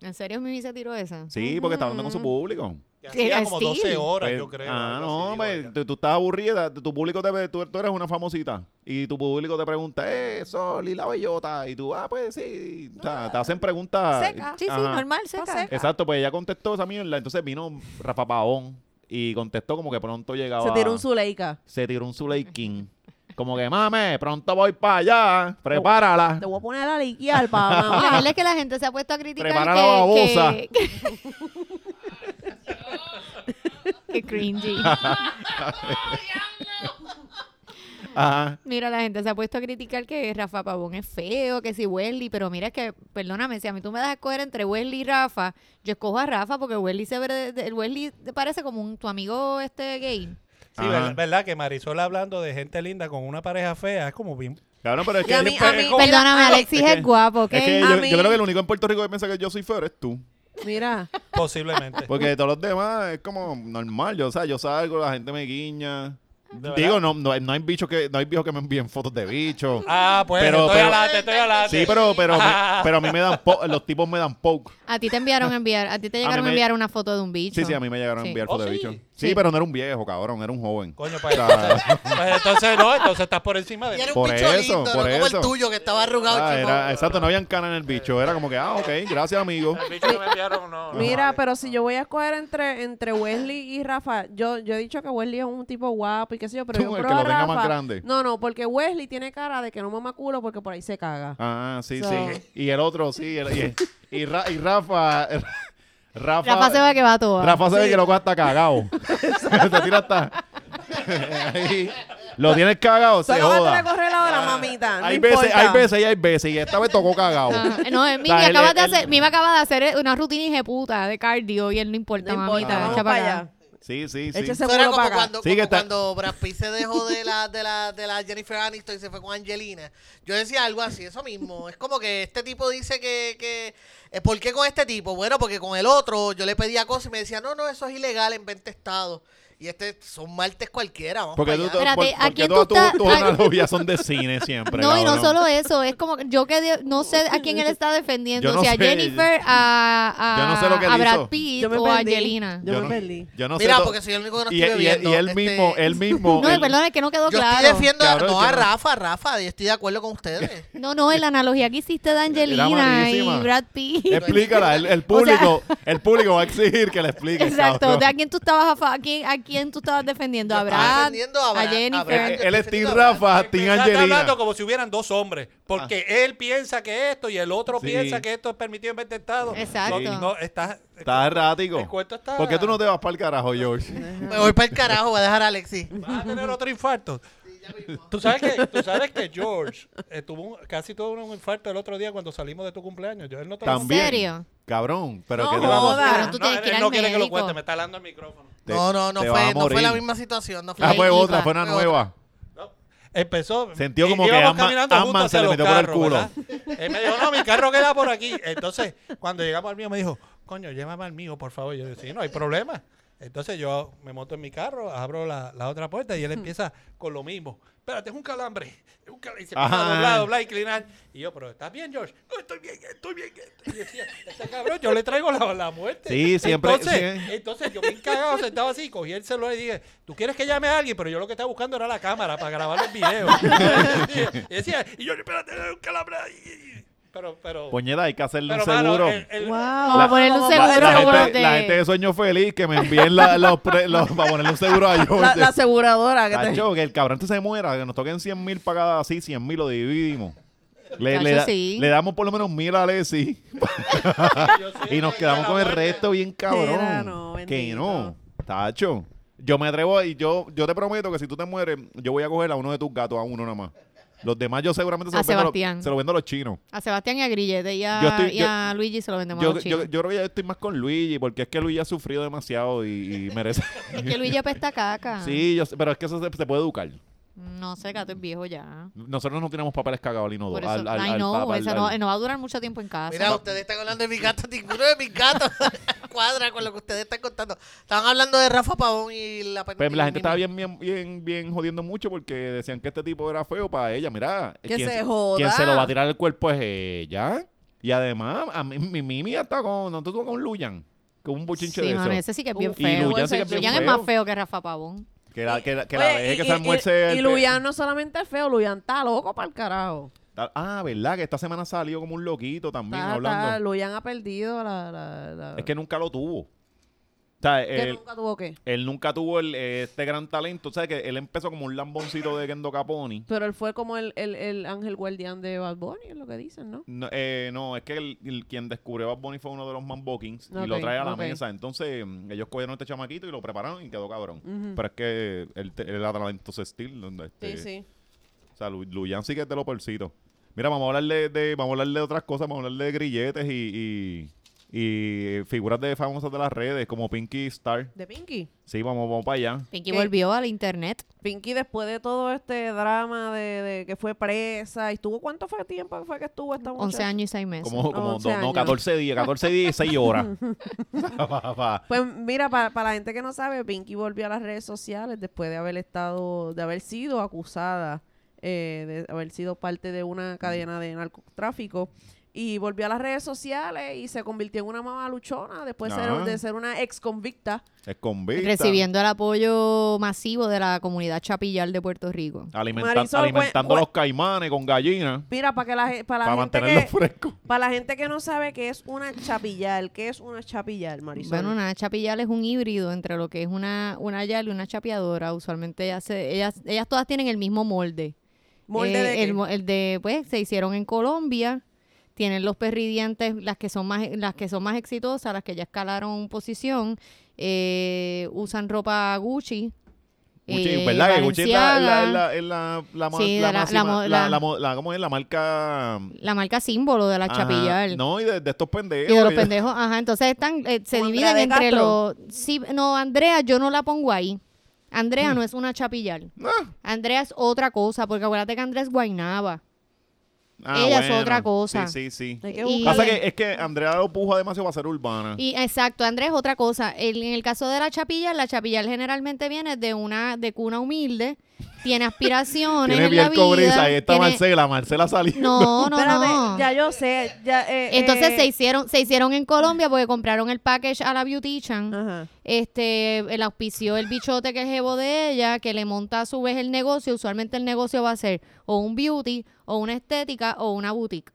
[SPEAKER 6] ¿En serio Mimi se tiró esa?
[SPEAKER 1] Sí, porque estaba hablando con su público.
[SPEAKER 3] Que hacía
[SPEAKER 6] Sí,
[SPEAKER 3] como
[SPEAKER 6] Steel.
[SPEAKER 3] 12 horas,
[SPEAKER 1] Pues,
[SPEAKER 3] yo creo.
[SPEAKER 1] ah,
[SPEAKER 3] algo así,
[SPEAKER 1] no,
[SPEAKER 3] digo,
[SPEAKER 1] pues,
[SPEAKER 3] acá.
[SPEAKER 1] tú, tú estás aburrida, tu público te ve- tú, tú eres una famosita y tu público te pregunta, eh, Sol y la bellota, y tú, ah, pues sí, o sea, te hacen preguntas.
[SPEAKER 5] Seca.
[SPEAKER 6] Sí, sí,
[SPEAKER 1] ah, Ajá.
[SPEAKER 6] normal, seca.
[SPEAKER 5] seca.
[SPEAKER 1] Exacto, pues ella contestó esa mierda, entonces vino Rafa Pavón y contestó como que pronto llegaba.
[SPEAKER 5] se tiró un Zuleika.
[SPEAKER 1] se tiró un Zuleikin. Como que, mame, pronto voy para allá, prepárala.
[SPEAKER 5] Te voy a poner a liquear para
[SPEAKER 6] Lo
[SPEAKER 5] mamá.
[SPEAKER 6] mejor es que la gente se ha puesto a criticar
[SPEAKER 1] Prepara
[SPEAKER 6] que,
[SPEAKER 1] la babosa.
[SPEAKER 6] que- que- Qué cringy.
[SPEAKER 1] Ajá.
[SPEAKER 6] Mira, la gente se ha puesto a criticar que Rafa Pavón es feo, que si Welly, pero mira que, perdóname, si a mí tú me das a escoger entre Welly y Rafa, yo escojo a Rafa porque Welly se ve, de- de- Welly te parece como un, tu amigo este gay.
[SPEAKER 3] Sí,
[SPEAKER 1] Ajá.
[SPEAKER 3] verdad, verdad que Marisol hablando de gente linda con una pareja fea es como bien.
[SPEAKER 1] Cabrón, Pues, pero es que.
[SPEAKER 5] Y a mí- a mí-
[SPEAKER 1] es
[SPEAKER 6] Perdóname,
[SPEAKER 5] mira,
[SPEAKER 6] Alexis
[SPEAKER 1] Ah, es
[SPEAKER 6] es,
[SPEAKER 1] que-
[SPEAKER 6] guapo, ¿ok?
[SPEAKER 1] que yo,
[SPEAKER 5] A
[SPEAKER 1] yo
[SPEAKER 5] mí-
[SPEAKER 1] creo que el único en Puerto Rico que piensa que yo soy feo eres tú.
[SPEAKER 5] Mira,
[SPEAKER 3] Posiblemente.
[SPEAKER 1] Porque todos los demás es como normal. Yo, o sea, yo salgo, la gente me guiña. Digo, no, no, no hay bichos que, no hay viejos que me envíen fotos de bichos.
[SPEAKER 3] ah, pues
[SPEAKER 1] Pero-
[SPEAKER 3] estoy
[SPEAKER 1] pero-
[SPEAKER 3] adelante, estoy adelante.
[SPEAKER 1] Sí, pero, pero,
[SPEAKER 3] Ah.
[SPEAKER 1] me- pero a mí me dan po- los tipos me dan poke.
[SPEAKER 6] A ti te enviaron a enviar, a ti te llegaron a,
[SPEAKER 1] me-
[SPEAKER 6] enviar una foto de un bicho.
[SPEAKER 1] Sí, sí, a mí me llegaron
[SPEAKER 6] Sí.
[SPEAKER 1] a enviar
[SPEAKER 3] Oh,
[SPEAKER 1] fotos de
[SPEAKER 3] sí.
[SPEAKER 1] bichos. Sí,
[SPEAKER 6] Sí.
[SPEAKER 1] pero no era un viejo, cabrón, era un joven.
[SPEAKER 3] Coño, pues,
[SPEAKER 1] O
[SPEAKER 3] entonces,
[SPEAKER 1] sea,
[SPEAKER 3] pues, entonces no, entonces estás por encima
[SPEAKER 2] Y
[SPEAKER 3] de
[SPEAKER 2] era un
[SPEAKER 1] Por
[SPEAKER 2] bicho
[SPEAKER 1] eso,
[SPEAKER 2] lindo,
[SPEAKER 1] por
[SPEAKER 2] no como
[SPEAKER 1] eso.
[SPEAKER 2] el tuyo que estaba arrugado
[SPEAKER 1] ah,
[SPEAKER 2] y
[SPEAKER 1] era-
[SPEAKER 2] chupado.
[SPEAKER 1] exacto, no habían cana en el bicho. Era como que, ah, ok, gracias, amigo.
[SPEAKER 3] El bicho que me enviaron, no. no
[SPEAKER 5] mira, pues,
[SPEAKER 3] vale.
[SPEAKER 5] pero si yo voy a escoger entre, entre Wesley y Rafa, yo, yo he dicho que Wesley es un tipo guapo y qué sé yo, pero
[SPEAKER 1] Tú,
[SPEAKER 5] yo
[SPEAKER 1] el
[SPEAKER 5] creo
[SPEAKER 1] que lo
[SPEAKER 5] a
[SPEAKER 1] tenga
[SPEAKER 5] Rafa.
[SPEAKER 1] más grande.
[SPEAKER 5] No, no, porque Wesley tiene cara de que no mama culo porque por ahí se caga.
[SPEAKER 1] Ah, sí,
[SPEAKER 5] So-
[SPEAKER 1] sí. Y el otro, sí. el- y, y Ra- y Rafa. Rafa,
[SPEAKER 6] Rafa se ve que va a toa.
[SPEAKER 1] Rafa se ve que loco hasta cagado. Se tira hasta. Ahí. Lo tienes cagado, se
[SPEAKER 5] Solo va a
[SPEAKER 1] joda. Ah,
[SPEAKER 5] correr ahora, mamita. no
[SPEAKER 1] hay veces,
[SPEAKER 5] importa.
[SPEAKER 1] hay veces y hay veces. Y esta vez tocó cagado.
[SPEAKER 6] Ah, no, eh, Mimi,
[SPEAKER 1] O sea, él-
[SPEAKER 6] acabas de
[SPEAKER 1] él-
[SPEAKER 6] hacer, Mimi acaba de hacer una rutina hijeputa de cardio y él no importa,
[SPEAKER 5] No importa,
[SPEAKER 6] mamita,
[SPEAKER 5] vamos
[SPEAKER 6] echa
[SPEAKER 5] para
[SPEAKER 6] para acá.
[SPEAKER 5] allá.
[SPEAKER 1] Sí, sí, sí.
[SPEAKER 5] Échese
[SPEAKER 2] Eso
[SPEAKER 5] culo
[SPEAKER 2] era como
[SPEAKER 5] para acá.
[SPEAKER 2] cuando,
[SPEAKER 1] Sí, que
[SPEAKER 2] como
[SPEAKER 1] está-
[SPEAKER 2] cuando Brad Pitt se dejó de la, de, la, de la Jennifer Aniston y se fue con Angelina. Yo decía algo así, eso mismo. Es como que este tipo dice que, que... eh, ¿Por qué con este tipo? Bueno, porque con el otro yo le pedía cosas y me decía, no, no, eso es ilegal en 20 estados. Y este son martes cualquiera, vamos
[SPEAKER 1] Porque
[SPEAKER 2] para
[SPEAKER 1] tú,
[SPEAKER 2] allá.
[SPEAKER 1] tú- por-
[SPEAKER 6] Espérate, ¿a
[SPEAKER 1] porque
[SPEAKER 6] quién tú
[SPEAKER 1] todas tus-
[SPEAKER 6] estás-
[SPEAKER 1] tus
[SPEAKER 6] a-
[SPEAKER 1] analogías son de cine siempre.
[SPEAKER 6] No, y no
[SPEAKER 1] cabrón.
[SPEAKER 6] solo eso, es como que yo que de- no sé a quién él está defendiendo,
[SPEAKER 1] Yo no
[SPEAKER 6] si a
[SPEAKER 1] sé,
[SPEAKER 6] Jennifer, a, a,
[SPEAKER 1] yo no sé lo que él
[SPEAKER 6] a Brad
[SPEAKER 1] hizo.
[SPEAKER 6] Pitt
[SPEAKER 5] Yo me
[SPEAKER 6] o a
[SPEAKER 5] perdí.
[SPEAKER 6] Angelina.
[SPEAKER 5] Yo,
[SPEAKER 1] Yo
[SPEAKER 5] me
[SPEAKER 1] no-
[SPEAKER 5] perdí.
[SPEAKER 1] Yo no sé
[SPEAKER 2] Mira,
[SPEAKER 1] to-
[SPEAKER 2] porque soy el único que no
[SPEAKER 1] y, e-
[SPEAKER 2] estoy
[SPEAKER 1] y- y
[SPEAKER 2] bebiendo.
[SPEAKER 1] él
[SPEAKER 2] este,
[SPEAKER 1] mismo, él mismo.
[SPEAKER 6] No,
[SPEAKER 1] él-
[SPEAKER 6] perdón, es que no quedó
[SPEAKER 2] Yo
[SPEAKER 6] claro.
[SPEAKER 2] estoy defiendo a-
[SPEAKER 1] Cabrón,
[SPEAKER 2] no,
[SPEAKER 1] yo
[SPEAKER 2] a
[SPEAKER 1] no-
[SPEAKER 2] Rafa, a Rafa, yo estoy de acuerdo con ustedes.
[SPEAKER 6] No, no, en la analogía que hiciste de Angelina y
[SPEAKER 1] malísima.
[SPEAKER 6] Brad Pitt.
[SPEAKER 1] Explícala, el, el público, el público va a exigir que le explique.
[SPEAKER 6] Exacto,
[SPEAKER 1] cabrón.
[SPEAKER 6] de a quién tú estabas a, fa- a quién, a quién tú estabas defendiendo?
[SPEAKER 2] Yo
[SPEAKER 6] A
[SPEAKER 2] estaba
[SPEAKER 6] Brad,
[SPEAKER 2] defendiendo a Brad-
[SPEAKER 6] a
[SPEAKER 2] a
[SPEAKER 6] Jennifer.
[SPEAKER 2] Brad.
[SPEAKER 1] Eh, Él él es Team
[SPEAKER 2] Definitivamente.
[SPEAKER 1] Rafa, Team
[SPEAKER 3] Está hablando
[SPEAKER 1] Angelina. Ah.
[SPEAKER 3] como si hubieran dos hombres, porque él piensa que esto y el otro
[SPEAKER 1] Sí.
[SPEAKER 3] piensa que esto es permitido en vez de Estado.
[SPEAKER 6] Exacto.
[SPEAKER 3] No, no, está,
[SPEAKER 1] Está
[SPEAKER 3] el
[SPEAKER 1] errático.
[SPEAKER 3] cuento está...
[SPEAKER 1] ¿Por qué tú no te vas para el carajo, George?
[SPEAKER 2] Me voy para el carajo, voy a dejar a Alexis.
[SPEAKER 3] Vas a tener otro infarto. ¿Tú sabes, que, tú sabes que George eh, tuvo un- casi tuvo un infarto el otro día cuando salimos de tu cumpleaños. Yo, él no te lo-
[SPEAKER 1] También.
[SPEAKER 6] serio?
[SPEAKER 1] Cabrón, pero
[SPEAKER 5] No
[SPEAKER 1] ¿qué te
[SPEAKER 3] No,
[SPEAKER 1] vamos a
[SPEAKER 5] jodas.
[SPEAKER 1] hacer?
[SPEAKER 6] Cabrón, tú
[SPEAKER 3] no,
[SPEAKER 6] tienes que ir
[SPEAKER 3] él
[SPEAKER 6] al
[SPEAKER 3] no quiere que lo
[SPEAKER 6] médico.
[SPEAKER 3] cuente, me está hablando el micrófono.
[SPEAKER 1] Te-
[SPEAKER 2] No, no, no
[SPEAKER 1] te vas
[SPEAKER 2] fue,
[SPEAKER 1] a
[SPEAKER 2] no fue la
[SPEAKER 1] morir.
[SPEAKER 2] misma situación. No fue
[SPEAKER 1] Ah,
[SPEAKER 6] Ay,
[SPEAKER 1] fue
[SPEAKER 6] Diva.
[SPEAKER 1] otra, fue una
[SPEAKER 2] Fue otra.
[SPEAKER 1] nueva.
[SPEAKER 3] Empezó.
[SPEAKER 1] Sentió
[SPEAKER 3] y-
[SPEAKER 1] como que
[SPEAKER 3] íbamos
[SPEAKER 1] Ant-Man-
[SPEAKER 3] caminando juntos
[SPEAKER 1] Ant-Man se
[SPEAKER 3] hacia
[SPEAKER 1] le
[SPEAKER 3] los
[SPEAKER 1] metió por el
[SPEAKER 3] carros, ¿verdad? Él me dijo, no, mi carro queda por aquí. Entonces, cuando llegamos al mío, me dijo, coño, llévame al mío, por favor. Yo decía, no hay problema. Entonces yo me monto en mi carro, abro la, la otra puerta y él empieza con lo mismo. Espérate, es un calambre. Es un calambre. Y se empieza
[SPEAKER 1] Ajá.
[SPEAKER 3] a doblar, doblar y clinar. Y yo, pero ¿estás bien, George? No, estoy bien, estoy bien. estoy bien". Y yo decía, este cabrón, yo le traigo la, la muerte.
[SPEAKER 1] Sí, siempre-
[SPEAKER 3] Entonces,
[SPEAKER 1] sí.
[SPEAKER 3] entonces yo bien cagado sentado así, cogí el celular y dije, ¿tú quieres que llame a alguien? Pero yo lo que estaba buscando era la cámara para grabar el video. y decía, y yo, espérate, un calambre. ahí". Pero, pero...
[SPEAKER 1] Puñeta, hay que hacerle un
[SPEAKER 3] pero, mano, eh,
[SPEAKER 1] seguro.
[SPEAKER 3] el- el-
[SPEAKER 5] Wow.
[SPEAKER 6] Vamos a ponerle un
[SPEAKER 1] La,
[SPEAKER 6] seguro
[SPEAKER 1] la
[SPEAKER 6] como los
[SPEAKER 1] gente, la gente
[SPEAKER 6] de...
[SPEAKER 1] de Sueño Feliz que me envíen la, los pre- los- para ponerle un seguro a George.
[SPEAKER 5] La, la aseguradora que te...
[SPEAKER 1] Tacho, que el cabrón este se muera, que nos toquen 100 mil para cada así, 100 mil lo dividimos. Le, le
[SPEAKER 6] Tacho,
[SPEAKER 1] da-
[SPEAKER 6] sí.
[SPEAKER 1] le damos por lo menos mil a Alessi
[SPEAKER 3] yo soy
[SPEAKER 1] y nos
[SPEAKER 3] de
[SPEAKER 1] quedamos
[SPEAKER 3] la
[SPEAKER 1] con el
[SPEAKER 3] muerte.
[SPEAKER 1] resto bien cabrón.
[SPEAKER 5] Mira, no,
[SPEAKER 1] que
[SPEAKER 5] bendito.
[SPEAKER 1] no, Tacho. Yo me atrevo y yo, yo te prometo que si tú te mueres, yo voy a coger a uno de tus gatos, a uno nada más. Los demás yo seguramente se
[SPEAKER 6] A
[SPEAKER 1] los, vendo a los-
[SPEAKER 6] Sebastián.
[SPEAKER 1] se los vendo a los chinos.
[SPEAKER 6] A Sebastián y a Grillete y
[SPEAKER 1] Yo
[SPEAKER 6] a,
[SPEAKER 1] estoy-
[SPEAKER 6] y
[SPEAKER 1] yo-
[SPEAKER 6] a Luigi se lo vendemos a
[SPEAKER 1] Yo,
[SPEAKER 6] los
[SPEAKER 1] yo,
[SPEAKER 6] chinos.
[SPEAKER 1] yo creo que yo estoy más con Luigi porque es que Luigi ha sufrido demasiado y, y merece.
[SPEAKER 6] Es que Luigi apesta caca.
[SPEAKER 1] Sí, yo sé, pero es que eso se, se puede educar.
[SPEAKER 6] No sé, gato es viejo ya.
[SPEAKER 1] Nosotros no tenemos papeles cagados al inodoro.
[SPEAKER 6] Por eso,
[SPEAKER 1] al- al-
[SPEAKER 6] I
[SPEAKER 1] al
[SPEAKER 6] know,
[SPEAKER 1] papa, al-
[SPEAKER 6] esa
[SPEAKER 1] al-
[SPEAKER 6] no, no va a durar mucho tiempo en casa.
[SPEAKER 2] Mira, ustedes están hablando de mis gatos, ninguno de mis gatos cuadra con lo que ustedes están contando. Estaban hablando de Rafa Pavón y la
[SPEAKER 1] Pues la gente estaba bien, bien, bien, bien jodiendo mucho porque decían que este tipo era feo para ella. Mira,
[SPEAKER 5] Que
[SPEAKER 1] quien
[SPEAKER 5] se joda.
[SPEAKER 1] quien se lo va a tirar el cuerpo es ella. Y además, a mí, mi Mimi está con, no estuvo con Luyan, con un bochinche
[SPEAKER 6] sí,
[SPEAKER 1] de eso.
[SPEAKER 6] mano, ese sí que es
[SPEAKER 5] Uh,
[SPEAKER 6] bien
[SPEAKER 1] Y
[SPEAKER 6] feo.
[SPEAKER 1] Luyan
[SPEAKER 6] ese-
[SPEAKER 1] sí que es bien
[SPEAKER 6] Luyan
[SPEAKER 1] feo.
[SPEAKER 6] más feo que Rafa Pavón.
[SPEAKER 1] Que la, que, la- que la
[SPEAKER 5] Eh, Oye,
[SPEAKER 1] deje
[SPEAKER 5] y-
[SPEAKER 1] que
[SPEAKER 5] y-
[SPEAKER 1] se almuerce.
[SPEAKER 5] Y,
[SPEAKER 1] el-
[SPEAKER 5] y Luyan no solamente es feo, Luyan está loco para el carajo.
[SPEAKER 1] Ah, verdad, que esta semana salió como un loquito también
[SPEAKER 5] Está,
[SPEAKER 1] hablando.
[SPEAKER 5] está, Luyan ha perdido la... la- la-
[SPEAKER 1] Es que nunca lo tuvo. O sea,
[SPEAKER 5] que
[SPEAKER 1] él,
[SPEAKER 5] nunca tuvo que...
[SPEAKER 1] él nunca tuvo el, eh, este gran talento. O sea, que él empezó como un lamboncito de Kendo Caponi.
[SPEAKER 5] Pero él fue como el, el, el ángel guardián de Bad Bunny, es lo que dicen, ¿no?
[SPEAKER 1] No, eh, no, es que el, el- quien descubrió a Bad Bunny fue uno de los Mambokings y lo
[SPEAKER 5] Ok,
[SPEAKER 1] trae a la
[SPEAKER 5] ok.
[SPEAKER 1] mesa. Entonces, mm, ellos cogieron a este chamaquito y lo prepararon y quedó cabrón.
[SPEAKER 5] Ujú.
[SPEAKER 1] Pero es que él, te- él era talentoso Steel. Donde este,
[SPEAKER 5] Sí, sí.
[SPEAKER 1] O sea, Lu- Luyan sí que te lo porcito. Mira, vamos a hablar de, de- vamos a hablar de otras cosas, vamos a hablar de grilletes y, y- y figuras de famosas de las redes, como Pinky Star.
[SPEAKER 5] De Pinky.
[SPEAKER 1] Sí, vamos, vamos para allá.
[SPEAKER 6] Pinky
[SPEAKER 5] ¿Qué?
[SPEAKER 6] volvió al internet.
[SPEAKER 5] Pinky después de todo este drama de, de que fue presa y estuvo cuánto fue tiempo que fue que estuvo esta muchacha
[SPEAKER 6] 11 años y 6 meses.
[SPEAKER 1] Como, como
[SPEAKER 5] 11
[SPEAKER 1] do- no,
[SPEAKER 5] años.
[SPEAKER 1] 14 días, 14 días y 6 horas. Pa- pa-
[SPEAKER 5] Pues mira, para la gente que no sabe, Pinky volvió a las redes sociales después de haber estado, de haber sido acusada, eh, de haber sido parte de una cadena de narcotráfico. Y volvió a las redes sociales y se convirtió en una mamá luchona después de ser-
[SPEAKER 1] Ajá.
[SPEAKER 5] de ser una ex convicta.
[SPEAKER 1] es convicta.
[SPEAKER 6] Recibiendo el apoyo masivo de la comunidad chapillar de Puerto Rico.
[SPEAKER 1] Alimenta-
[SPEAKER 5] Marisol,
[SPEAKER 6] pues,
[SPEAKER 1] alimentando
[SPEAKER 5] cue- cue-
[SPEAKER 1] los caimanes con gallinas
[SPEAKER 5] Mira, para que la, ge- para la
[SPEAKER 1] para
[SPEAKER 5] gente
[SPEAKER 1] mantenerlos
[SPEAKER 5] que,
[SPEAKER 1] frescos.
[SPEAKER 5] para la gente que no sabe qué es una chapillar, qué es una chapillar, Marisol.
[SPEAKER 6] Bueno, una chapillar es un híbrido entre lo que es una, una yal y una chapeadora. Usualmente ellas, se- ellas, ellas todas tienen el mismo molde.
[SPEAKER 5] Molde
[SPEAKER 6] Eh,
[SPEAKER 5] de
[SPEAKER 6] el,
[SPEAKER 5] qué?
[SPEAKER 6] mo- el de, pues, se hicieron en Colombia. Tienen los perridientes, las que son más, las que son más exitosas, las que ya escalaron posición, eh, usan ropa Gucci.
[SPEAKER 1] Gucci,
[SPEAKER 6] eh,
[SPEAKER 1] ¿verdad? Que Gucci es la, la,
[SPEAKER 6] Balenciaga.
[SPEAKER 1] la- es la, la, ma-
[SPEAKER 6] Sí,
[SPEAKER 1] la
[SPEAKER 6] de la-
[SPEAKER 1] máxima-
[SPEAKER 6] la mo-
[SPEAKER 1] la-
[SPEAKER 6] la-
[SPEAKER 1] la mo- la- ¿cómo es? La marca...
[SPEAKER 6] La marca símbolo de la
[SPEAKER 1] Ajá.
[SPEAKER 6] chapillar.
[SPEAKER 1] No, y de, de estos pendejos.
[SPEAKER 6] Y de los
[SPEAKER 1] y-
[SPEAKER 6] pendejos, ajá, entonces están, eh, se
[SPEAKER 5] Como
[SPEAKER 6] dividen
[SPEAKER 5] Andrea de
[SPEAKER 6] entre
[SPEAKER 5] Castro.
[SPEAKER 6] los... Sí, no, Andrea yo no la pongo ahí. Andrea no es una chapillar.
[SPEAKER 1] Mm. Ah,
[SPEAKER 6] Andrea es otra cosa, porque acuérdate que Andrea es guainaba.
[SPEAKER 1] ah,
[SPEAKER 6] Ella es
[SPEAKER 1] bueno.
[SPEAKER 6] otra cosa.
[SPEAKER 1] Sí, sí, sí.
[SPEAKER 5] Hay que
[SPEAKER 6] y-
[SPEAKER 5] buscarle-
[SPEAKER 1] Pasa que es que Andrea lo puja demasiado para ser urbana.
[SPEAKER 6] Y exacto, Andrea es otra cosa. El- en el caso de la chapilla, la chapilla generalmente viene de una de cuna humilde, tiene aspiraciones
[SPEAKER 1] tiene
[SPEAKER 6] en la
[SPEAKER 1] bien
[SPEAKER 6] vida.
[SPEAKER 1] cobriza. Ahí está
[SPEAKER 6] tiene-
[SPEAKER 1] Marcela. Marcela salió.
[SPEAKER 6] No, no,
[SPEAKER 5] Espérate,
[SPEAKER 6] no.
[SPEAKER 5] ya eh, yo sé, ya, eh,
[SPEAKER 6] Entonces
[SPEAKER 5] eh,
[SPEAKER 6] se hicieron se hicieron en Colombia porque compraron el package a la Beauty Chan.
[SPEAKER 5] Ajá.
[SPEAKER 6] este, el auspició el bichote que es jevo de ella, que le monta a su vez el negocio, usualmente el negocio va a ser o un beauty, o una estética, o una boutique.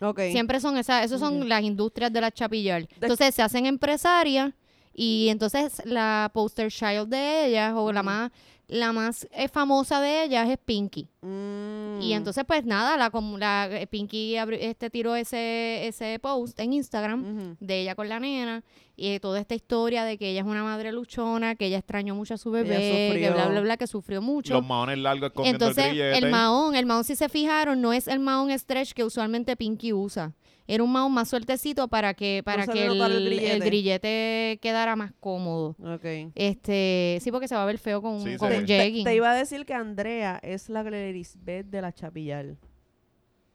[SPEAKER 5] Ok.
[SPEAKER 6] Siempre son esas, esas son las industrias de la chapillar.
[SPEAKER 5] De-
[SPEAKER 6] Entonces se hacen empresarias Y entonces la poster child de ellas, o la más, la más eh, famosa de ellas es Pinky.
[SPEAKER 5] Mm.
[SPEAKER 6] Y entonces, pues nada, la, comu- la eh, Pinky abri- este, tiró ese, ese post en Instagram de ella con la nena y de toda esta historia de que ella es una madre luchona, que ella extrañó mucho a su bebé, que
[SPEAKER 5] sufrió.
[SPEAKER 6] bla, bla, bla, que sufrió mucho.
[SPEAKER 1] Los maones largos comiendo
[SPEAKER 6] Entonces,
[SPEAKER 1] el grillete.
[SPEAKER 6] el maón, el maón, si se fijaron, no es el maón stretch que usualmente Pinky usa. Era un maón más sueltecito para que, para
[SPEAKER 5] se
[SPEAKER 6] que
[SPEAKER 5] le
[SPEAKER 6] el,
[SPEAKER 5] notara el
[SPEAKER 6] el grillete.
[SPEAKER 5] grillete.
[SPEAKER 6] quedara más cómodo.
[SPEAKER 5] Ok.
[SPEAKER 6] Este, sí, porque se va a ver feo con, un-
[SPEAKER 1] Sí,
[SPEAKER 6] con
[SPEAKER 1] se
[SPEAKER 6] un
[SPEAKER 1] ve.
[SPEAKER 5] Te,
[SPEAKER 6] jegging.
[SPEAKER 5] te iba a decir que Andrea es la Glerisbet de la Chapillal.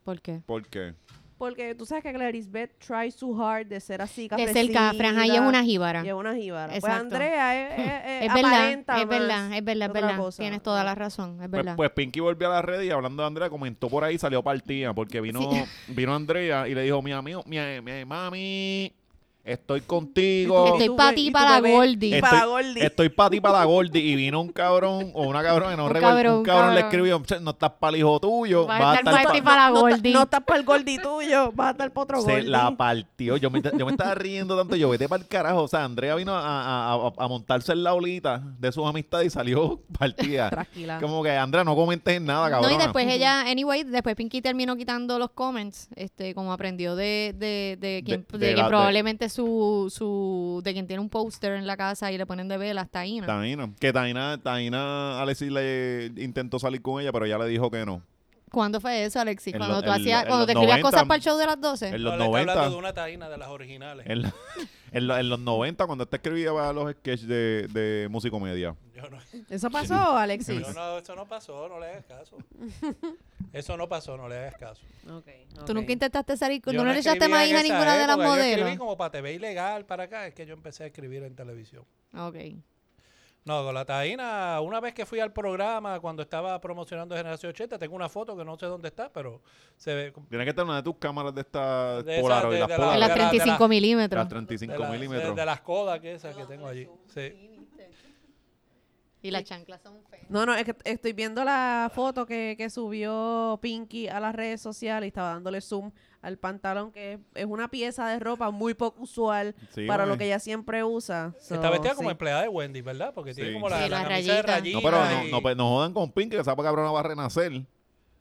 [SPEAKER 6] ¿Por qué?
[SPEAKER 1] ¿Por qué?
[SPEAKER 5] Porque tú sabes que Glerisbet tries too hard de ser así,
[SPEAKER 6] De cerca, franja, y es una jíbara.
[SPEAKER 5] Y es una jíbara. Pues
[SPEAKER 6] Exacto. Hmm.
[SPEAKER 5] Andrea es, es- es-
[SPEAKER 6] Es verdad, es
[SPEAKER 5] aparenta
[SPEAKER 6] verdad, es
[SPEAKER 5] más
[SPEAKER 6] verdad, es verdad,
[SPEAKER 5] otra cosa.
[SPEAKER 6] Tienes toda la razón, es
[SPEAKER 1] Pues,
[SPEAKER 6] verdad.
[SPEAKER 1] pues Pinky volvió a la red y hablando de Andrea comentó por ahí, salió partida porque vino, vino Andrea y le dijo, mi amigo, mi, mi mami, estoy contigo.
[SPEAKER 6] Estoy
[SPEAKER 5] tu
[SPEAKER 6] pa'
[SPEAKER 5] be-
[SPEAKER 6] ti,
[SPEAKER 5] y tu
[SPEAKER 6] para
[SPEAKER 5] bebé.
[SPEAKER 6] Goldie.
[SPEAKER 5] Y
[SPEAKER 1] Estoy-
[SPEAKER 5] para Goldie.
[SPEAKER 1] Estoy para ti, para la Gordy. Y vino un cabrón o una cabrona, no
[SPEAKER 6] Un
[SPEAKER 1] recuerdo.
[SPEAKER 6] cabrón,
[SPEAKER 1] un
[SPEAKER 6] un
[SPEAKER 1] cabrón le
[SPEAKER 6] cabrón.
[SPEAKER 1] escribió, "Che, no estás para el hijo tuyo.
[SPEAKER 6] Vas a
[SPEAKER 1] vas a
[SPEAKER 6] estar
[SPEAKER 1] estar
[SPEAKER 6] pa'
[SPEAKER 1] pa-
[SPEAKER 6] ti, para
[SPEAKER 5] no, ta-
[SPEAKER 6] Goldie.
[SPEAKER 5] No estás para el Goldie tuyo, vas a estar para otro
[SPEAKER 1] Se
[SPEAKER 5] Goldie.
[SPEAKER 1] la partió. Yo me, yo me estaba riendo tanto. Yo vete para el carajo. O sea, Andrea vino a, a- a- a montarse en la olita de sus amistades y salió partida.
[SPEAKER 5] Tranquila.
[SPEAKER 1] Como que, Andrea, no comentes en nada,
[SPEAKER 6] No,
[SPEAKER 1] cabrón.
[SPEAKER 6] y después ella, anyway, después Pinky terminó quitando los comments, este, como aprendió de, de, de quien,
[SPEAKER 1] De-
[SPEAKER 6] de
[SPEAKER 1] de
[SPEAKER 6] quien
[SPEAKER 1] la- de-
[SPEAKER 6] probablemente su, su, de quien tiene un póster en la casa y le ponen de velas, Taína.
[SPEAKER 1] Taina. Que Taina, Taina, Alexis le intentó salir con ella, pero ella le dijo que no.
[SPEAKER 6] ¿Cuándo fue eso, Alexis?
[SPEAKER 1] En
[SPEAKER 6] Cuando
[SPEAKER 1] lo-
[SPEAKER 6] tú
[SPEAKER 1] en
[SPEAKER 6] hacías,
[SPEAKER 1] lo- en
[SPEAKER 6] cuando
[SPEAKER 1] los
[SPEAKER 6] te escribías
[SPEAKER 1] 90.
[SPEAKER 6] cosas para el show de las 12.
[SPEAKER 1] En los Eh.
[SPEAKER 3] No, le está hablando
[SPEAKER 1] 90.
[SPEAKER 3] de una taína de las originales.
[SPEAKER 1] En, la- en lo- en los 90, cuando este escribía los sketches de, de musicomedia.
[SPEAKER 3] Yo no,
[SPEAKER 5] Eso pasó, Alexis.
[SPEAKER 3] yo no, eso no pasó, no le hagas caso. Eso no pasó, no le hagas caso.
[SPEAKER 5] Ok,
[SPEAKER 6] Tú
[SPEAKER 5] ok.
[SPEAKER 6] nunca intentaste salir, con-
[SPEAKER 3] Yo
[SPEAKER 6] no, le echaste
[SPEAKER 3] escribía en
[SPEAKER 6] maíz a
[SPEAKER 3] esa
[SPEAKER 6] ninguna de las
[SPEAKER 3] época, Yo escribí
[SPEAKER 6] modelos.
[SPEAKER 3] como para TV ilegal, para acá. Es que yo empecé a escribir en televisión.
[SPEAKER 6] Ok.
[SPEAKER 3] No, con la taína, una vez que fui al programa, cuando estaba promocionando Generación 80, tengo una foto que no sé dónde está, pero se ve
[SPEAKER 1] Tiene que estar una de tus cámaras de estas
[SPEAKER 3] De esas,
[SPEAKER 1] Polaroid,
[SPEAKER 3] de-
[SPEAKER 1] las
[SPEAKER 3] de la-
[SPEAKER 6] En
[SPEAKER 1] Polaroid.
[SPEAKER 6] las
[SPEAKER 3] de la-
[SPEAKER 6] 35 milímetros.
[SPEAKER 1] Las 35
[SPEAKER 3] de, la-
[SPEAKER 1] milímetros.
[SPEAKER 3] de- de las codas que esas que tengo allí. Sí.
[SPEAKER 6] Y las chanclas son feas.
[SPEAKER 5] No, no, es que estoy viendo la foto que, que subió Pinky a las redes sociales y estaba dándole zoom al pantalón, que es, es una pieza de ropa muy poco usual
[SPEAKER 1] Sí,
[SPEAKER 5] para
[SPEAKER 1] mami.
[SPEAKER 5] lo que ella siempre usa. So,
[SPEAKER 3] Está vestida como
[SPEAKER 5] sí.
[SPEAKER 3] empleada de Wendy, ¿verdad? Porque tiene
[SPEAKER 1] Sí.
[SPEAKER 3] como la,
[SPEAKER 6] Sí,
[SPEAKER 3] la
[SPEAKER 6] las
[SPEAKER 3] camisa de
[SPEAKER 6] rayitas.
[SPEAKER 1] No,
[SPEAKER 3] rayitas.
[SPEAKER 1] pero
[SPEAKER 3] y-
[SPEAKER 1] no, no, pues, no jodan con Pink, que esa cabrona va a renacer.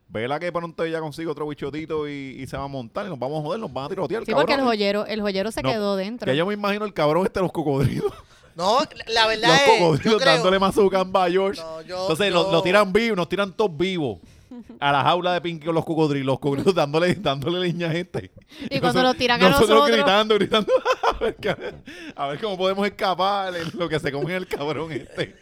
[SPEAKER 1] Vela que pronto ella consigue otro bichotito y, y se va a montar y nos vamos a joder, nos van a tirotear.
[SPEAKER 6] Sí,
[SPEAKER 1] cabrón.
[SPEAKER 6] porque el joyero, el joyero se
[SPEAKER 1] No,
[SPEAKER 6] quedó dentro.
[SPEAKER 1] Ya yo me imagino el cabrón este de los cocodrilos.
[SPEAKER 2] No, la verdad
[SPEAKER 1] los
[SPEAKER 2] es. Yo
[SPEAKER 1] cocodrilos
[SPEAKER 2] creo-
[SPEAKER 1] dándole más su a George.
[SPEAKER 2] No, yo-
[SPEAKER 1] Entonces
[SPEAKER 2] yo-
[SPEAKER 1] Lo, lo tiran vivo, nos tiran todos vivos. A la jaula de Pinky con los cocodrilos, los cocodrilos dándole, dándole leña a gente.
[SPEAKER 6] Y cuando
[SPEAKER 1] Nosotros-
[SPEAKER 6] los tiran a nosotros.
[SPEAKER 1] gritando, gritando. A ver, qué- a ver cómo podemos escapar en lo que se come el cabrón este.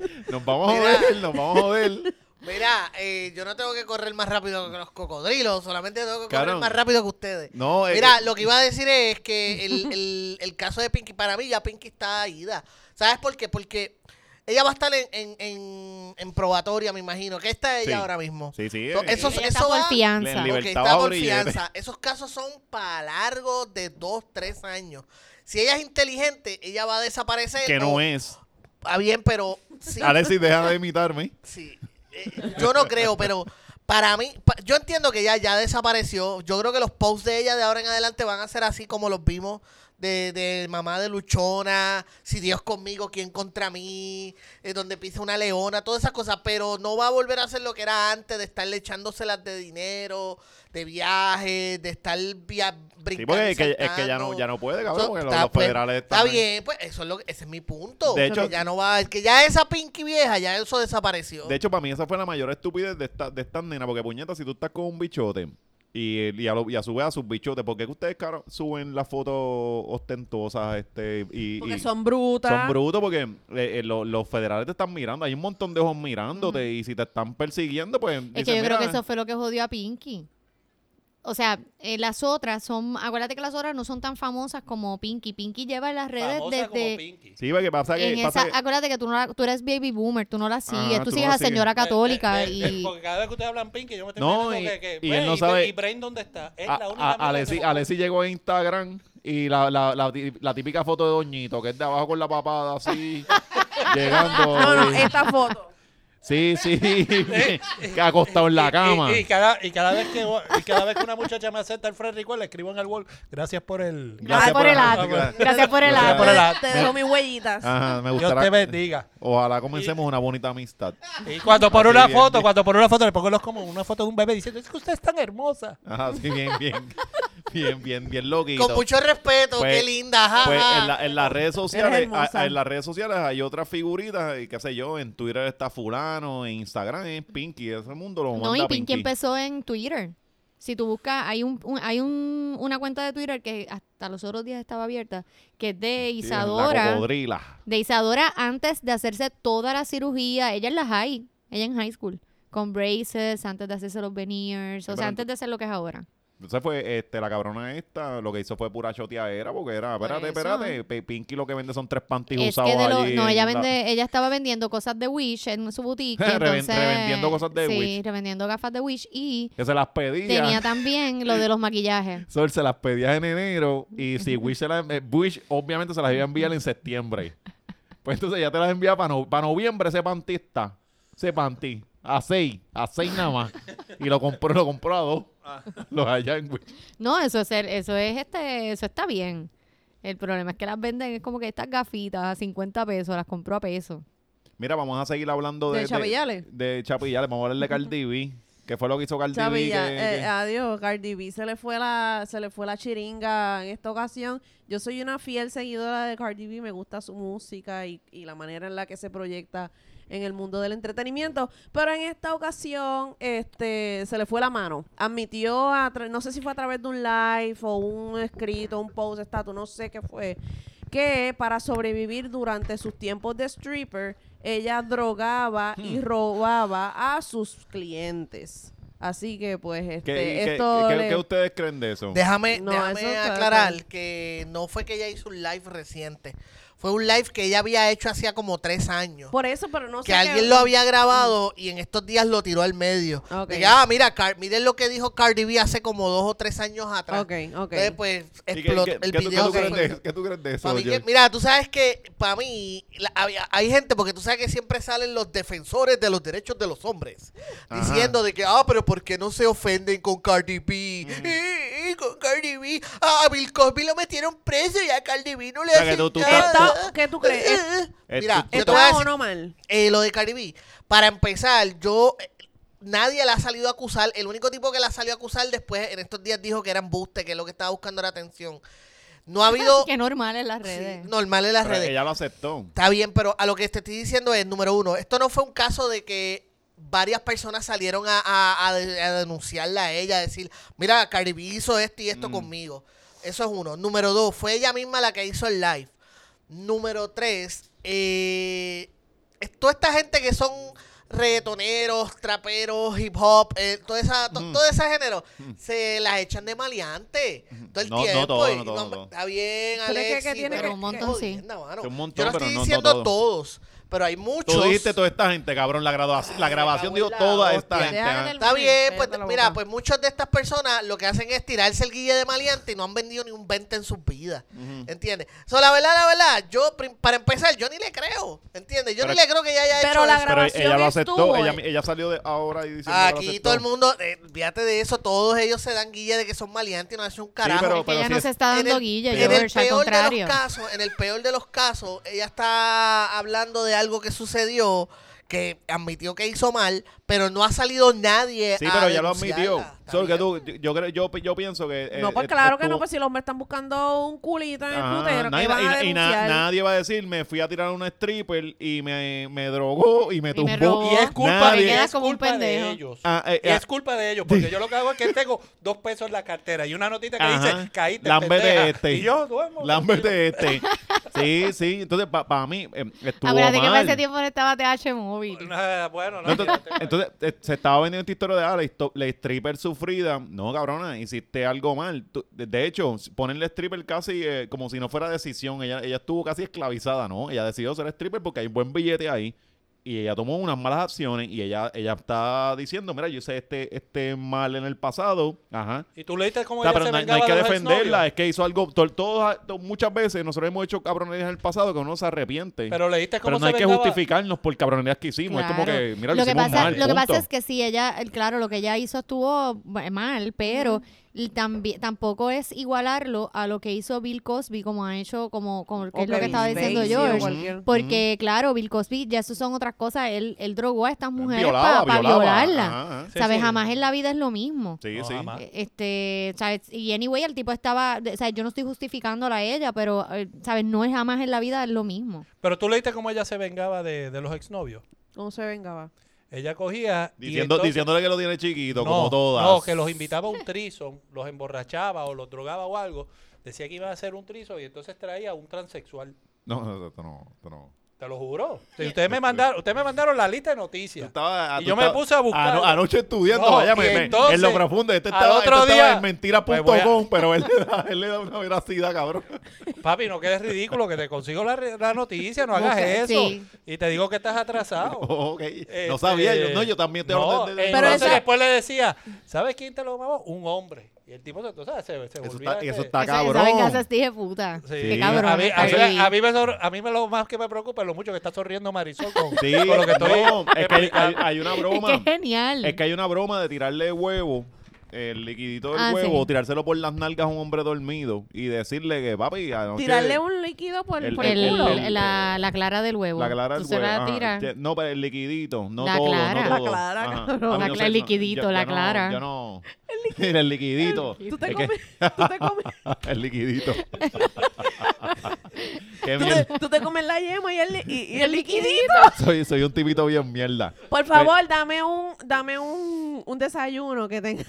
[SPEAKER 1] Nos vamos a
[SPEAKER 2] Mira.
[SPEAKER 1] joder, nos vamos a joder.
[SPEAKER 2] Mira, eh, yo no tengo que correr más rápido que los cocodrilos, solamente tengo que
[SPEAKER 1] Cabrón.
[SPEAKER 2] correr más rápido que ustedes.
[SPEAKER 1] No, eh,
[SPEAKER 2] Mira, lo que iba a decir es que el, el- el caso de Pinky, para mí ya Pinky está ida. ¿Sabes por qué? Porque ella va a estar en, en, en- en probatoria, me imagino. ¿Qué está ella
[SPEAKER 1] Sí.
[SPEAKER 2] ahora mismo?
[SPEAKER 1] Sí, sí.
[SPEAKER 2] So,
[SPEAKER 1] eh,
[SPEAKER 2] eso-
[SPEAKER 6] Ella está
[SPEAKER 2] va-
[SPEAKER 6] por fianza.
[SPEAKER 1] Le- le-
[SPEAKER 2] Ok,
[SPEAKER 1] Libertad
[SPEAKER 2] está
[SPEAKER 1] bajo
[SPEAKER 2] por
[SPEAKER 1] brillante.
[SPEAKER 2] fianza. Esos casos son para largo de dos, tres años. Si ella es inteligente, ella va a desaparecer.
[SPEAKER 1] que
[SPEAKER 2] o-
[SPEAKER 1] no es.
[SPEAKER 2] Está bien, pero sí,
[SPEAKER 1] Alexis, deja de imitarme.
[SPEAKER 2] sí. Eh, yo no creo, pero para mí, pa- yo entiendo que ella ya desapareció. Yo creo que los posts de ella de ahora en adelante van a ser así como los vimos de, de mamá de Luchona, si Dios conmigo, quién contra mí, Eh, donde pisa una leona, todas esas cosas, pero no va a volver a hacer lo que era antes de estarle echándoselas de dinero, de viajes, de estar via brincando.
[SPEAKER 1] Sí,
[SPEAKER 2] y
[SPEAKER 1] porque es que, es que ya,
[SPEAKER 2] saltando.
[SPEAKER 1] no, ya no puede, cabrón,
[SPEAKER 2] So,
[SPEAKER 1] porque los,
[SPEAKER 2] está,
[SPEAKER 1] los
[SPEAKER 2] pues,
[SPEAKER 1] federales
[SPEAKER 2] está
[SPEAKER 1] están-
[SPEAKER 2] bien, pues eso es lo que- ese es mi punto.
[SPEAKER 1] De
[SPEAKER 2] De
[SPEAKER 1] hecho-
[SPEAKER 2] hecho, ya no va, es que ya esa pinky vieja, ya eso desapareció.
[SPEAKER 1] De hecho, para mí esa fue la mayor estupidez de esta, de esta nena, porque puñeta, si tú estás con un bichote y, y, a, lo- y a su vez a sus bichotes, ¿por qué que ustedes cabrón, suben las fotos ostentosas este, y,
[SPEAKER 5] Porque
[SPEAKER 1] y-
[SPEAKER 5] son brutas.
[SPEAKER 1] Son brutos porque eh, eh, lo- los federales te están mirando. Hay un montón de ojos mirándote y si te están persiguiendo, pues.
[SPEAKER 6] Es
[SPEAKER 1] dicen,
[SPEAKER 6] que yo creo que
[SPEAKER 1] "Mira".
[SPEAKER 6] eso fue lo que jodió a Pinky. O sea, eh, las otras son, acuérdate que las otras no son tan famosas como Pinky. Pinky lleva en las redes
[SPEAKER 3] famosa como
[SPEAKER 6] desde...
[SPEAKER 3] Pinky.
[SPEAKER 1] Sí, porque pasa que.
[SPEAKER 6] en
[SPEAKER 1] pasa
[SPEAKER 6] esa-
[SPEAKER 1] que-
[SPEAKER 6] Acuérdate que tú, no la- tú eres baby boomer, tú no la
[SPEAKER 1] Ah,
[SPEAKER 6] sigues, tú
[SPEAKER 1] tú
[SPEAKER 6] sigues
[SPEAKER 1] no la
[SPEAKER 6] a señora
[SPEAKER 1] sigues.
[SPEAKER 6] católica
[SPEAKER 3] Eh, eh, eh,
[SPEAKER 6] y...
[SPEAKER 3] porque cada vez que ustedes hablan Pinky, yo me estoy
[SPEAKER 1] No,
[SPEAKER 3] viendo
[SPEAKER 1] y-
[SPEAKER 3] que, que
[SPEAKER 1] y
[SPEAKER 3] "Ve,
[SPEAKER 1] él no
[SPEAKER 3] Bra-
[SPEAKER 1] sabe-
[SPEAKER 3] ¿Y Brain dónde está? Es
[SPEAKER 1] a-
[SPEAKER 3] la única.
[SPEAKER 1] a-
[SPEAKER 3] mierda que
[SPEAKER 1] Alexi,
[SPEAKER 3] se-
[SPEAKER 1] Alexi llegó a Instagram y la, la, la, ti- la típica foto de Doñito, que es de abajo con la papada así, llegando.
[SPEAKER 5] Ah, No, no,
[SPEAKER 1] y-
[SPEAKER 5] esta foto.
[SPEAKER 1] Sí, sí. que ha acostado en la cama.
[SPEAKER 3] Eh, Y, y cada, y, cada vez que, y cada vez que una muchacha me acepta el friend request, le escribo en el wall, gracias por el...
[SPEAKER 1] Gracias
[SPEAKER 6] Gracias por el
[SPEAKER 1] la-
[SPEAKER 6] app. Gracias por el
[SPEAKER 1] Gracias Ah,
[SPEAKER 6] app.
[SPEAKER 3] por el app.
[SPEAKER 5] Te dejo mis huellitas.
[SPEAKER 1] Ajá, me
[SPEAKER 3] Dios
[SPEAKER 1] gustará.
[SPEAKER 3] te bendiga.
[SPEAKER 1] Ojalá comencemos una bonita amistad.
[SPEAKER 3] Y cuando por
[SPEAKER 1] Así
[SPEAKER 3] una
[SPEAKER 1] bien,
[SPEAKER 3] foto,
[SPEAKER 1] bien.
[SPEAKER 3] cuando por una foto, le pongo los como una foto de un bebé diciendo, es que usted es tan hermosa.
[SPEAKER 1] Ajá, sí, bien, bien. Bien, bien, bien loquito.
[SPEAKER 2] Con mucho respeto,
[SPEAKER 1] Pues-
[SPEAKER 2] qué linda, jaja.
[SPEAKER 1] Pues en, la- en las redes sociales, a-
[SPEAKER 5] hermosa.
[SPEAKER 1] en las redes sociales hay otras figuritas, y qué sé yo, en Twitter está fulano, en Instagram es Pinky, ese mundo lo manda
[SPEAKER 6] No, y
[SPEAKER 1] Pinky.
[SPEAKER 6] Pinky empezó en Twitter. Si tú buscas, hay un, un- hay un, una cuenta de Twitter que hasta los otros días estaba abierta, que es de
[SPEAKER 1] Sí, La
[SPEAKER 6] Isadora.
[SPEAKER 1] cocodrila.
[SPEAKER 6] de Isadora antes de hacerse toda la cirugía. Ella en la high, ella en high school, con braces, antes de hacerse los veneers,
[SPEAKER 1] Sí,
[SPEAKER 6] o
[SPEAKER 1] pero
[SPEAKER 6] sea, antes de hacer lo que es ahora.
[SPEAKER 1] Entonces fue este, la cabrona esta, lo que hizo fue pura choteadera, porque era,
[SPEAKER 6] Por
[SPEAKER 1] espérate,
[SPEAKER 6] eso.
[SPEAKER 1] espérate, Pe- Pinky lo que vende son tres panties
[SPEAKER 6] Es
[SPEAKER 1] usados
[SPEAKER 6] que de lo-
[SPEAKER 1] allí
[SPEAKER 6] no, ella
[SPEAKER 1] en la-
[SPEAKER 6] vende, ella estaba vendiendo cosas de Wish en su boutique.
[SPEAKER 1] Reven-
[SPEAKER 6] entonces,
[SPEAKER 1] revendiendo cosas de
[SPEAKER 6] sí,
[SPEAKER 1] Wish.
[SPEAKER 6] revendiendo gafas de Wish y
[SPEAKER 1] que se las pedía.
[SPEAKER 6] tenía también lo de los maquillajes.
[SPEAKER 1] Sol se las pedía en enero y si Wish, se las, eh, Wish obviamente se las iba a enviar en septiembre. Pues entonces ya te las envía para, noviembre ese pantista. Ese panty. A seis. A seis nada más. Y lo compró, lo compró a dos. Los allá en Wish.
[SPEAKER 6] No, eso es el- eso es este, eso está bien. El problema es que las venden es como que estas gafitas a 50 pesos, las compró a peso.
[SPEAKER 1] Mira, vamos a seguir hablando de...
[SPEAKER 5] ¿De Chapillales?
[SPEAKER 1] De, Chapillales. Vamos a hablar de Cardi B. Que fue lo que hizo Cardi B.
[SPEAKER 5] Chavi, ya,
[SPEAKER 1] que-
[SPEAKER 5] eh,
[SPEAKER 1] que-
[SPEAKER 5] adiós, Cardi B. Se le, fue la, se le fue la chiringa en esta ocasión. Yo soy una fiel seguidora de Cardi B. Me gusta su música y, y la manera en la que se proyecta en el mundo del entretenimiento. Pero en esta ocasión este, se le fue la mano. Admitió, a tra- no sé si fue a través de un live o un escrito, un post, estatus, no sé qué fue. Que para sobrevivir durante sus tiempos de stripper, ella drogaba
[SPEAKER 1] Hmm.
[SPEAKER 5] y robaba a sus clientes. Así que pues
[SPEAKER 1] que-
[SPEAKER 5] este
[SPEAKER 1] que-
[SPEAKER 5] esto
[SPEAKER 1] que-
[SPEAKER 5] le-
[SPEAKER 1] ¿Qué ustedes creen de eso?
[SPEAKER 2] Déjame,
[SPEAKER 5] No,
[SPEAKER 2] déjame
[SPEAKER 5] eso está-
[SPEAKER 2] aclarar que no fue que ella hizo un live reciente. Fue un live que ella había hecho hacía como tres años.
[SPEAKER 5] por eso, pero no sé
[SPEAKER 2] que alguien lo había grabado y en estos días lo tiró al medio.
[SPEAKER 5] Ok.
[SPEAKER 2] De que, ah, mira, Car- miren lo que dijo Cardi B hace como dos o tres años atrás.
[SPEAKER 5] Ok, ok.
[SPEAKER 2] Entonces, pues,
[SPEAKER 1] ¿Y qué-
[SPEAKER 2] explotó
[SPEAKER 1] qué-
[SPEAKER 2] el
[SPEAKER 1] qué tú-
[SPEAKER 2] video.
[SPEAKER 1] ¿Qué tú
[SPEAKER 2] fue-
[SPEAKER 1] crees de- qué tú crees de eso?
[SPEAKER 2] Pa' mí que-
[SPEAKER 1] George?
[SPEAKER 2] mira, tú sabes que para mí la- había- hay gente, porque tú sabes que siempre salen los defensores de los derechos de los hombres,
[SPEAKER 1] Ajá.
[SPEAKER 2] diciendo de que, ah, pero ¿por qué no se ofenden con Cardi B? Eh, eh, con Cardi B, ah, a Bill Cosby lo metieron preso y a Cardi B no le
[SPEAKER 1] O sea, que
[SPEAKER 2] hacen
[SPEAKER 1] tú- tú
[SPEAKER 2] nada.
[SPEAKER 5] estás- ¿qué tú crees?
[SPEAKER 2] Eh, eh.
[SPEAKER 1] Eh,
[SPEAKER 2] Mira,
[SPEAKER 1] tú-
[SPEAKER 2] yo
[SPEAKER 5] ¿Está
[SPEAKER 2] te voy a
[SPEAKER 5] o
[SPEAKER 2] decir,
[SPEAKER 5] no mal?
[SPEAKER 2] eh, lo de Cardi B, para empezar, yo... eh, Nadie la ha salido a acusar. El único tipo que la salió a acusar después, en estos días, dijo que era embuste, que lo que estaba buscando era atención. No ha habido
[SPEAKER 6] Qué normal en las
[SPEAKER 2] Sí,
[SPEAKER 6] redes.
[SPEAKER 2] normal en las
[SPEAKER 1] Pero
[SPEAKER 2] redes.
[SPEAKER 1] Ella lo aceptó.
[SPEAKER 2] Está bien, pero a lo que te estoy diciendo es, número uno, esto no fue un caso de que varias personas salieron a, a- a de- a denunciarla a ella, a decir, mira, Cardi B hizo esto y
[SPEAKER 1] Mm.
[SPEAKER 2] esto conmigo. Eso es uno. Número dos, fue ella misma la que hizo el live. Número tres, eh, es- toda esta gente que son reggaetoneros, traperos, hip hop, eh, toda esa, to-
[SPEAKER 1] Mm. Mm.
[SPEAKER 2] todo ese género, se las echan de maleante todo el
[SPEAKER 1] No- no
[SPEAKER 2] tiempo.
[SPEAKER 1] todo,
[SPEAKER 2] y
[SPEAKER 1] no todo, no todo.
[SPEAKER 2] Está bien,
[SPEAKER 5] Pero es que-
[SPEAKER 2] Alexis,
[SPEAKER 5] que tiene
[SPEAKER 6] que- Un montón, sí.
[SPEAKER 2] jodienda, mano.
[SPEAKER 1] Que un montón,
[SPEAKER 2] Yo no
[SPEAKER 1] pero
[SPEAKER 2] estoy
[SPEAKER 1] no- no
[SPEAKER 2] diciendo
[SPEAKER 1] todos.
[SPEAKER 2] todos, pero hay muchos.
[SPEAKER 1] Tú dijiste toda esta gente, cabrón. La, graduación- la grabación dijo toda esta
[SPEAKER 2] hostia.
[SPEAKER 1] gente.
[SPEAKER 5] Déjale
[SPEAKER 1] ¿ah?
[SPEAKER 5] el-
[SPEAKER 2] Está bien,
[SPEAKER 5] Cállate
[SPEAKER 2] pues
[SPEAKER 5] la boca.
[SPEAKER 2] mira, pues muchas de estas personas lo que hacen es tirarse el guille de maleante y no han vendido ni un 20 en sus vidas. ¿Entiendes? So, la verdad, la verdad, yo prim- para empezar, yo ni le creo. ¿Entiendes? Yo
[SPEAKER 1] Pero-
[SPEAKER 2] ni le creo que ella haya
[SPEAKER 5] pero
[SPEAKER 2] hecho
[SPEAKER 5] la
[SPEAKER 2] eso.
[SPEAKER 5] gra-
[SPEAKER 1] Pero ella lo
[SPEAKER 5] grabación
[SPEAKER 1] aceptó.
[SPEAKER 5] estuvo,
[SPEAKER 1] Ella,
[SPEAKER 5] eh.
[SPEAKER 1] ella salió de ahora y diciendo que lo
[SPEAKER 2] Aquí
[SPEAKER 1] aceptó.
[SPEAKER 2] todo el mundo, eh, fíjate de eso, todos ellos se dan guille de que son maleantes y no hacen un carajo.
[SPEAKER 1] pero-
[SPEAKER 6] Que ella
[SPEAKER 1] si
[SPEAKER 6] no
[SPEAKER 1] es-
[SPEAKER 6] se está
[SPEAKER 2] en
[SPEAKER 6] dando
[SPEAKER 2] el-
[SPEAKER 6] guille,
[SPEAKER 2] en el
[SPEAKER 6] George, al
[SPEAKER 2] peor de
[SPEAKER 6] contrario.
[SPEAKER 2] los casos, en el peor de los casos, ella está hablando de algo que sucedió que admitió que hizo mal, pero no ha salido nadie.
[SPEAKER 1] Sí,
[SPEAKER 2] a
[SPEAKER 1] pero ya lo
[SPEAKER 2] denunciarla.
[SPEAKER 1] admitió.
[SPEAKER 2] Está
[SPEAKER 1] Solo que
[SPEAKER 2] bien.
[SPEAKER 1] tú, yo, creo- yo, yo pienso que. eh,
[SPEAKER 5] no, pues
[SPEAKER 1] eh,
[SPEAKER 5] claro que
[SPEAKER 1] tú-
[SPEAKER 5] no, pues si los hombres están buscando un culito en el
[SPEAKER 1] Ajá,
[SPEAKER 5] putero,
[SPEAKER 1] no,
[SPEAKER 5] que
[SPEAKER 1] y, na-
[SPEAKER 5] van a
[SPEAKER 1] y na-
[SPEAKER 5] denunciar?
[SPEAKER 1] nadie va a decir, me fui a tirar a una stripper y me, me drogó y me
[SPEAKER 6] Y me
[SPEAKER 1] tumbó.
[SPEAKER 6] robó.
[SPEAKER 3] Y es culpa,
[SPEAKER 1] Nadie-
[SPEAKER 3] y
[SPEAKER 6] Quedas
[SPEAKER 3] es
[SPEAKER 6] como un
[SPEAKER 3] culpa de
[SPEAKER 6] pendejo.
[SPEAKER 3] ellos.
[SPEAKER 1] Ah, eh,
[SPEAKER 3] Y
[SPEAKER 1] ah,
[SPEAKER 3] es culpa de ellos, porque yo lo que hago es que tengo dos pesos en la cartera y una notita que
[SPEAKER 1] Ajá.
[SPEAKER 3] dice, caíste,
[SPEAKER 1] Lámbete
[SPEAKER 3] pendeja".
[SPEAKER 1] este.
[SPEAKER 3] Y yo duermo.
[SPEAKER 1] Lamberte este. Sí, sí. Entonces, para mí, eh, estuvo
[SPEAKER 6] Acuérdate que para
[SPEAKER 1] mal.
[SPEAKER 6] ese tiempo no estaba TH móvil.
[SPEAKER 3] Nah, Bueno, no,
[SPEAKER 1] No, entonces, entonces, eh, se estaba vendiendo esta historia de ah, la, histo- la stripper sufrida. No, cabrona, hiciste algo mal. Tú- de- de hecho, s- ponerle stripper casi eh, como si no fuera decisión. Ella, ella estuvo casi esclavizada, ¿no? Ella decidió ser stripper porque hay buen billete ahí. y ella tomó unas malas acciones y ella, ella está diciendo, mira, yo hice este, este mal en el pasado, ajá.
[SPEAKER 3] Y tú leíste cómo
[SPEAKER 1] O sea,
[SPEAKER 3] ella
[SPEAKER 1] pero
[SPEAKER 3] se
[SPEAKER 1] no, hay- no
[SPEAKER 3] vengaba
[SPEAKER 1] hay que
[SPEAKER 3] de los
[SPEAKER 1] defenderla, eh.
[SPEAKER 3] exnovios.
[SPEAKER 1] es que hizo algo, to- todos- to- muchas veces nosotros hemos hecho cabronerías en el pasado que uno se arrepiente.
[SPEAKER 3] Pero leíste
[SPEAKER 1] Pero no
[SPEAKER 3] cómo se
[SPEAKER 1] hay que
[SPEAKER 3] vengaba-
[SPEAKER 1] justificarnos por cabronerías que hicimos. Es como
[SPEAKER 6] Claro.
[SPEAKER 1] que, mira, lo,
[SPEAKER 6] lo que
[SPEAKER 1] hicimos
[SPEAKER 6] pasa,
[SPEAKER 1] mal,
[SPEAKER 6] lo que
[SPEAKER 1] punto.
[SPEAKER 6] pasa es que sí, ella, el- claro, lo que ella hizo estuvo eh, mal, pero l- tambi- tampoco es igualarlo a lo que hizo Bill Cosby, como ha hecho, como, como que es lo que estaba diciendo George. Porque, claro, Bill Cosby, ya eso son otras cosas. Él, él drogó a estas mujeres
[SPEAKER 1] Violaba,
[SPEAKER 6] para
[SPEAKER 1] violaba.
[SPEAKER 6] violarlas.
[SPEAKER 1] Ajá, ajá.
[SPEAKER 3] Sí,
[SPEAKER 6] ¿Sabes?
[SPEAKER 3] sí.
[SPEAKER 6] Jamás en la vida es lo mismo.
[SPEAKER 1] Sí,
[SPEAKER 3] No,
[SPEAKER 1] sí.
[SPEAKER 3] jamás.
[SPEAKER 6] Eh, Este, ¿sabes? Y anyway, el tipo estaba, de- ¿sabes? Yo no estoy justificándola a ella, pero, eh, ¿sabes? No es jamás en la vida es lo mismo.
[SPEAKER 3] Pero tú leíste cómo ella se vengaba de, de los exnovios.
[SPEAKER 5] No se vengaba.
[SPEAKER 3] Ella cogía. y
[SPEAKER 1] Diciendo,
[SPEAKER 3] entonces-
[SPEAKER 1] Diciéndole que lo tiene chiquito,
[SPEAKER 3] no,
[SPEAKER 1] como todas.
[SPEAKER 3] No, que los invitaba a un trison, los emborrachaba o los drogaba o algo. Decía que iba a hacer un triso y entonces traía a un transexual.
[SPEAKER 1] No, no, no, esto no, esto no.
[SPEAKER 3] Te lo juro. Sí, ustedes, me mandaron, ustedes me mandaron la lista de
[SPEAKER 1] Tú
[SPEAKER 3] noticias.
[SPEAKER 1] estabas- ah,
[SPEAKER 3] Y
[SPEAKER 1] tú
[SPEAKER 3] yo me
[SPEAKER 1] estabas-
[SPEAKER 3] puse a buscar.
[SPEAKER 1] ano- anoche estudiando,
[SPEAKER 3] No,
[SPEAKER 1] vaya,
[SPEAKER 3] y
[SPEAKER 1] me- me- en lo
[SPEAKER 3] entonces,
[SPEAKER 1] profundo. Este
[SPEAKER 3] al
[SPEAKER 1] estaba,
[SPEAKER 3] otro
[SPEAKER 1] este estaba
[SPEAKER 3] día,
[SPEAKER 1] en mentira.com,
[SPEAKER 3] pues voy
[SPEAKER 1] pero él le, da, él le da una veracidad, cabrón.
[SPEAKER 3] Papi, no quedes ridículo, que te consigo la, re- la noticia, no hagas
[SPEAKER 6] Busca-
[SPEAKER 3] eso.
[SPEAKER 6] sí.
[SPEAKER 3] Y te digo que estás atrasado.
[SPEAKER 1] Oh, ok.
[SPEAKER 3] Este,
[SPEAKER 1] no sabía yo. No, yo también te
[SPEAKER 3] no, eh,
[SPEAKER 5] Pero
[SPEAKER 3] entonces
[SPEAKER 5] esa-
[SPEAKER 3] después le decía, ¿sabes quién te lo mamó? Un hombre. Y el tipo, se- tú sabes, se, se
[SPEAKER 1] Eso
[SPEAKER 3] volvía
[SPEAKER 1] está, eso
[SPEAKER 3] este-
[SPEAKER 1] está
[SPEAKER 6] Esa-
[SPEAKER 1] cabrón.
[SPEAKER 6] Esa venganza es dije puta.
[SPEAKER 3] Sí.
[SPEAKER 1] Qué
[SPEAKER 6] cabrón, ¿eh?
[SPEAKER 3] a mí, a, mí,
[SPEAKER 6] está
[SPEAKER 3] a
[SPEAKER 6] ahí.
[SPEAKER 3] mí me sor- a mí me lo más que me preocupa es lo mucho que está sonriendo Marisol con,
[SPEAKER 1] Sí,
[SPEAKER 3] con lo que estoy
[SPEAKER 1] no, es que hay, hay-
[SPEAKER 3] explicando.
[SPEAKER 1] hay una
[SPEAKER 6] Es
[SPEAKER 1] broma.
[SPEAKER 6] que es genial.
[SPEAKER 1] Es que hay una broma de tirarle huevo, el liquidito del
[SPEAKER 6] Ah,
[SPEAKER 1] huevo,
[SPEAKER 6] sí.
[SPEAKER 1] tirárselo por las nalgas a un hombre dormido y decirle que, papi, anoche-
[SPEAKER 5] Tirarle un líquido por
[SPEAKER 1] el-
[SPEAKER 5] por
[SPEAKER 6] El-
[SPEAKER 5] el culo.
[SPEAKER 1] el-
[SPEAKER 6] la, la clara del huevo.
[SPEAKER 1] La clara
[SPEAKER 6] Tú
[SPEAKER 1] del
[SPEAKER 6] se
[SPEAKER 1] huevo.
[SPEAKER 6] la
[SPEAKER 1] ajá.
[SPEAKER 6] tiras.
[SPEAKER 1] Ya- No, pero el liquidito, no
[SPEAKER 6] La
[SPEAKER 1] todo,
[SPEAKER 6] clara.
[SPEAKER 1] no
[SPEAKER 6] La
[SPEAKER 1] todo.
[SPEAKER 5] clara,
[SPEAKER 1] Ajá.
[SPEAKER 5] cabrón.
[SPEAKER 1] A mí
[SPEAKER 6] La
[SPEAKER 1] no
[SPEAKER 6] clara,
[SPEAKER 1] sé,
[SPEAKER 6] el
[SPEAKER 1] no,
[SPEAKER 6] liquidito,
[SPEAKER 1] yo-
[SPEAKER 6] la
[SPEAKER 1] yo no-
[SPEAKER 6] clara.
[SPEAKER 1] Yo no. Mira, el liquidito.
[SPEAKER 5] Tú te
[SPEAKER 1] Es que-
[SPEAKER 5] comes, tú te comes,
[SPEAKER 1] el liquidito. Qué
[SPEAKER 5] tú
[SPEAKER 1] mier-
[SPEAKER 5] te- tú te comes la yema y el, li- y- y el liquidito.
[SPEAKER 1] Soy, soy un tipito bien mierda.
[SPEAKER 5] Por favor, dame un, dame un, un desayuno que tenga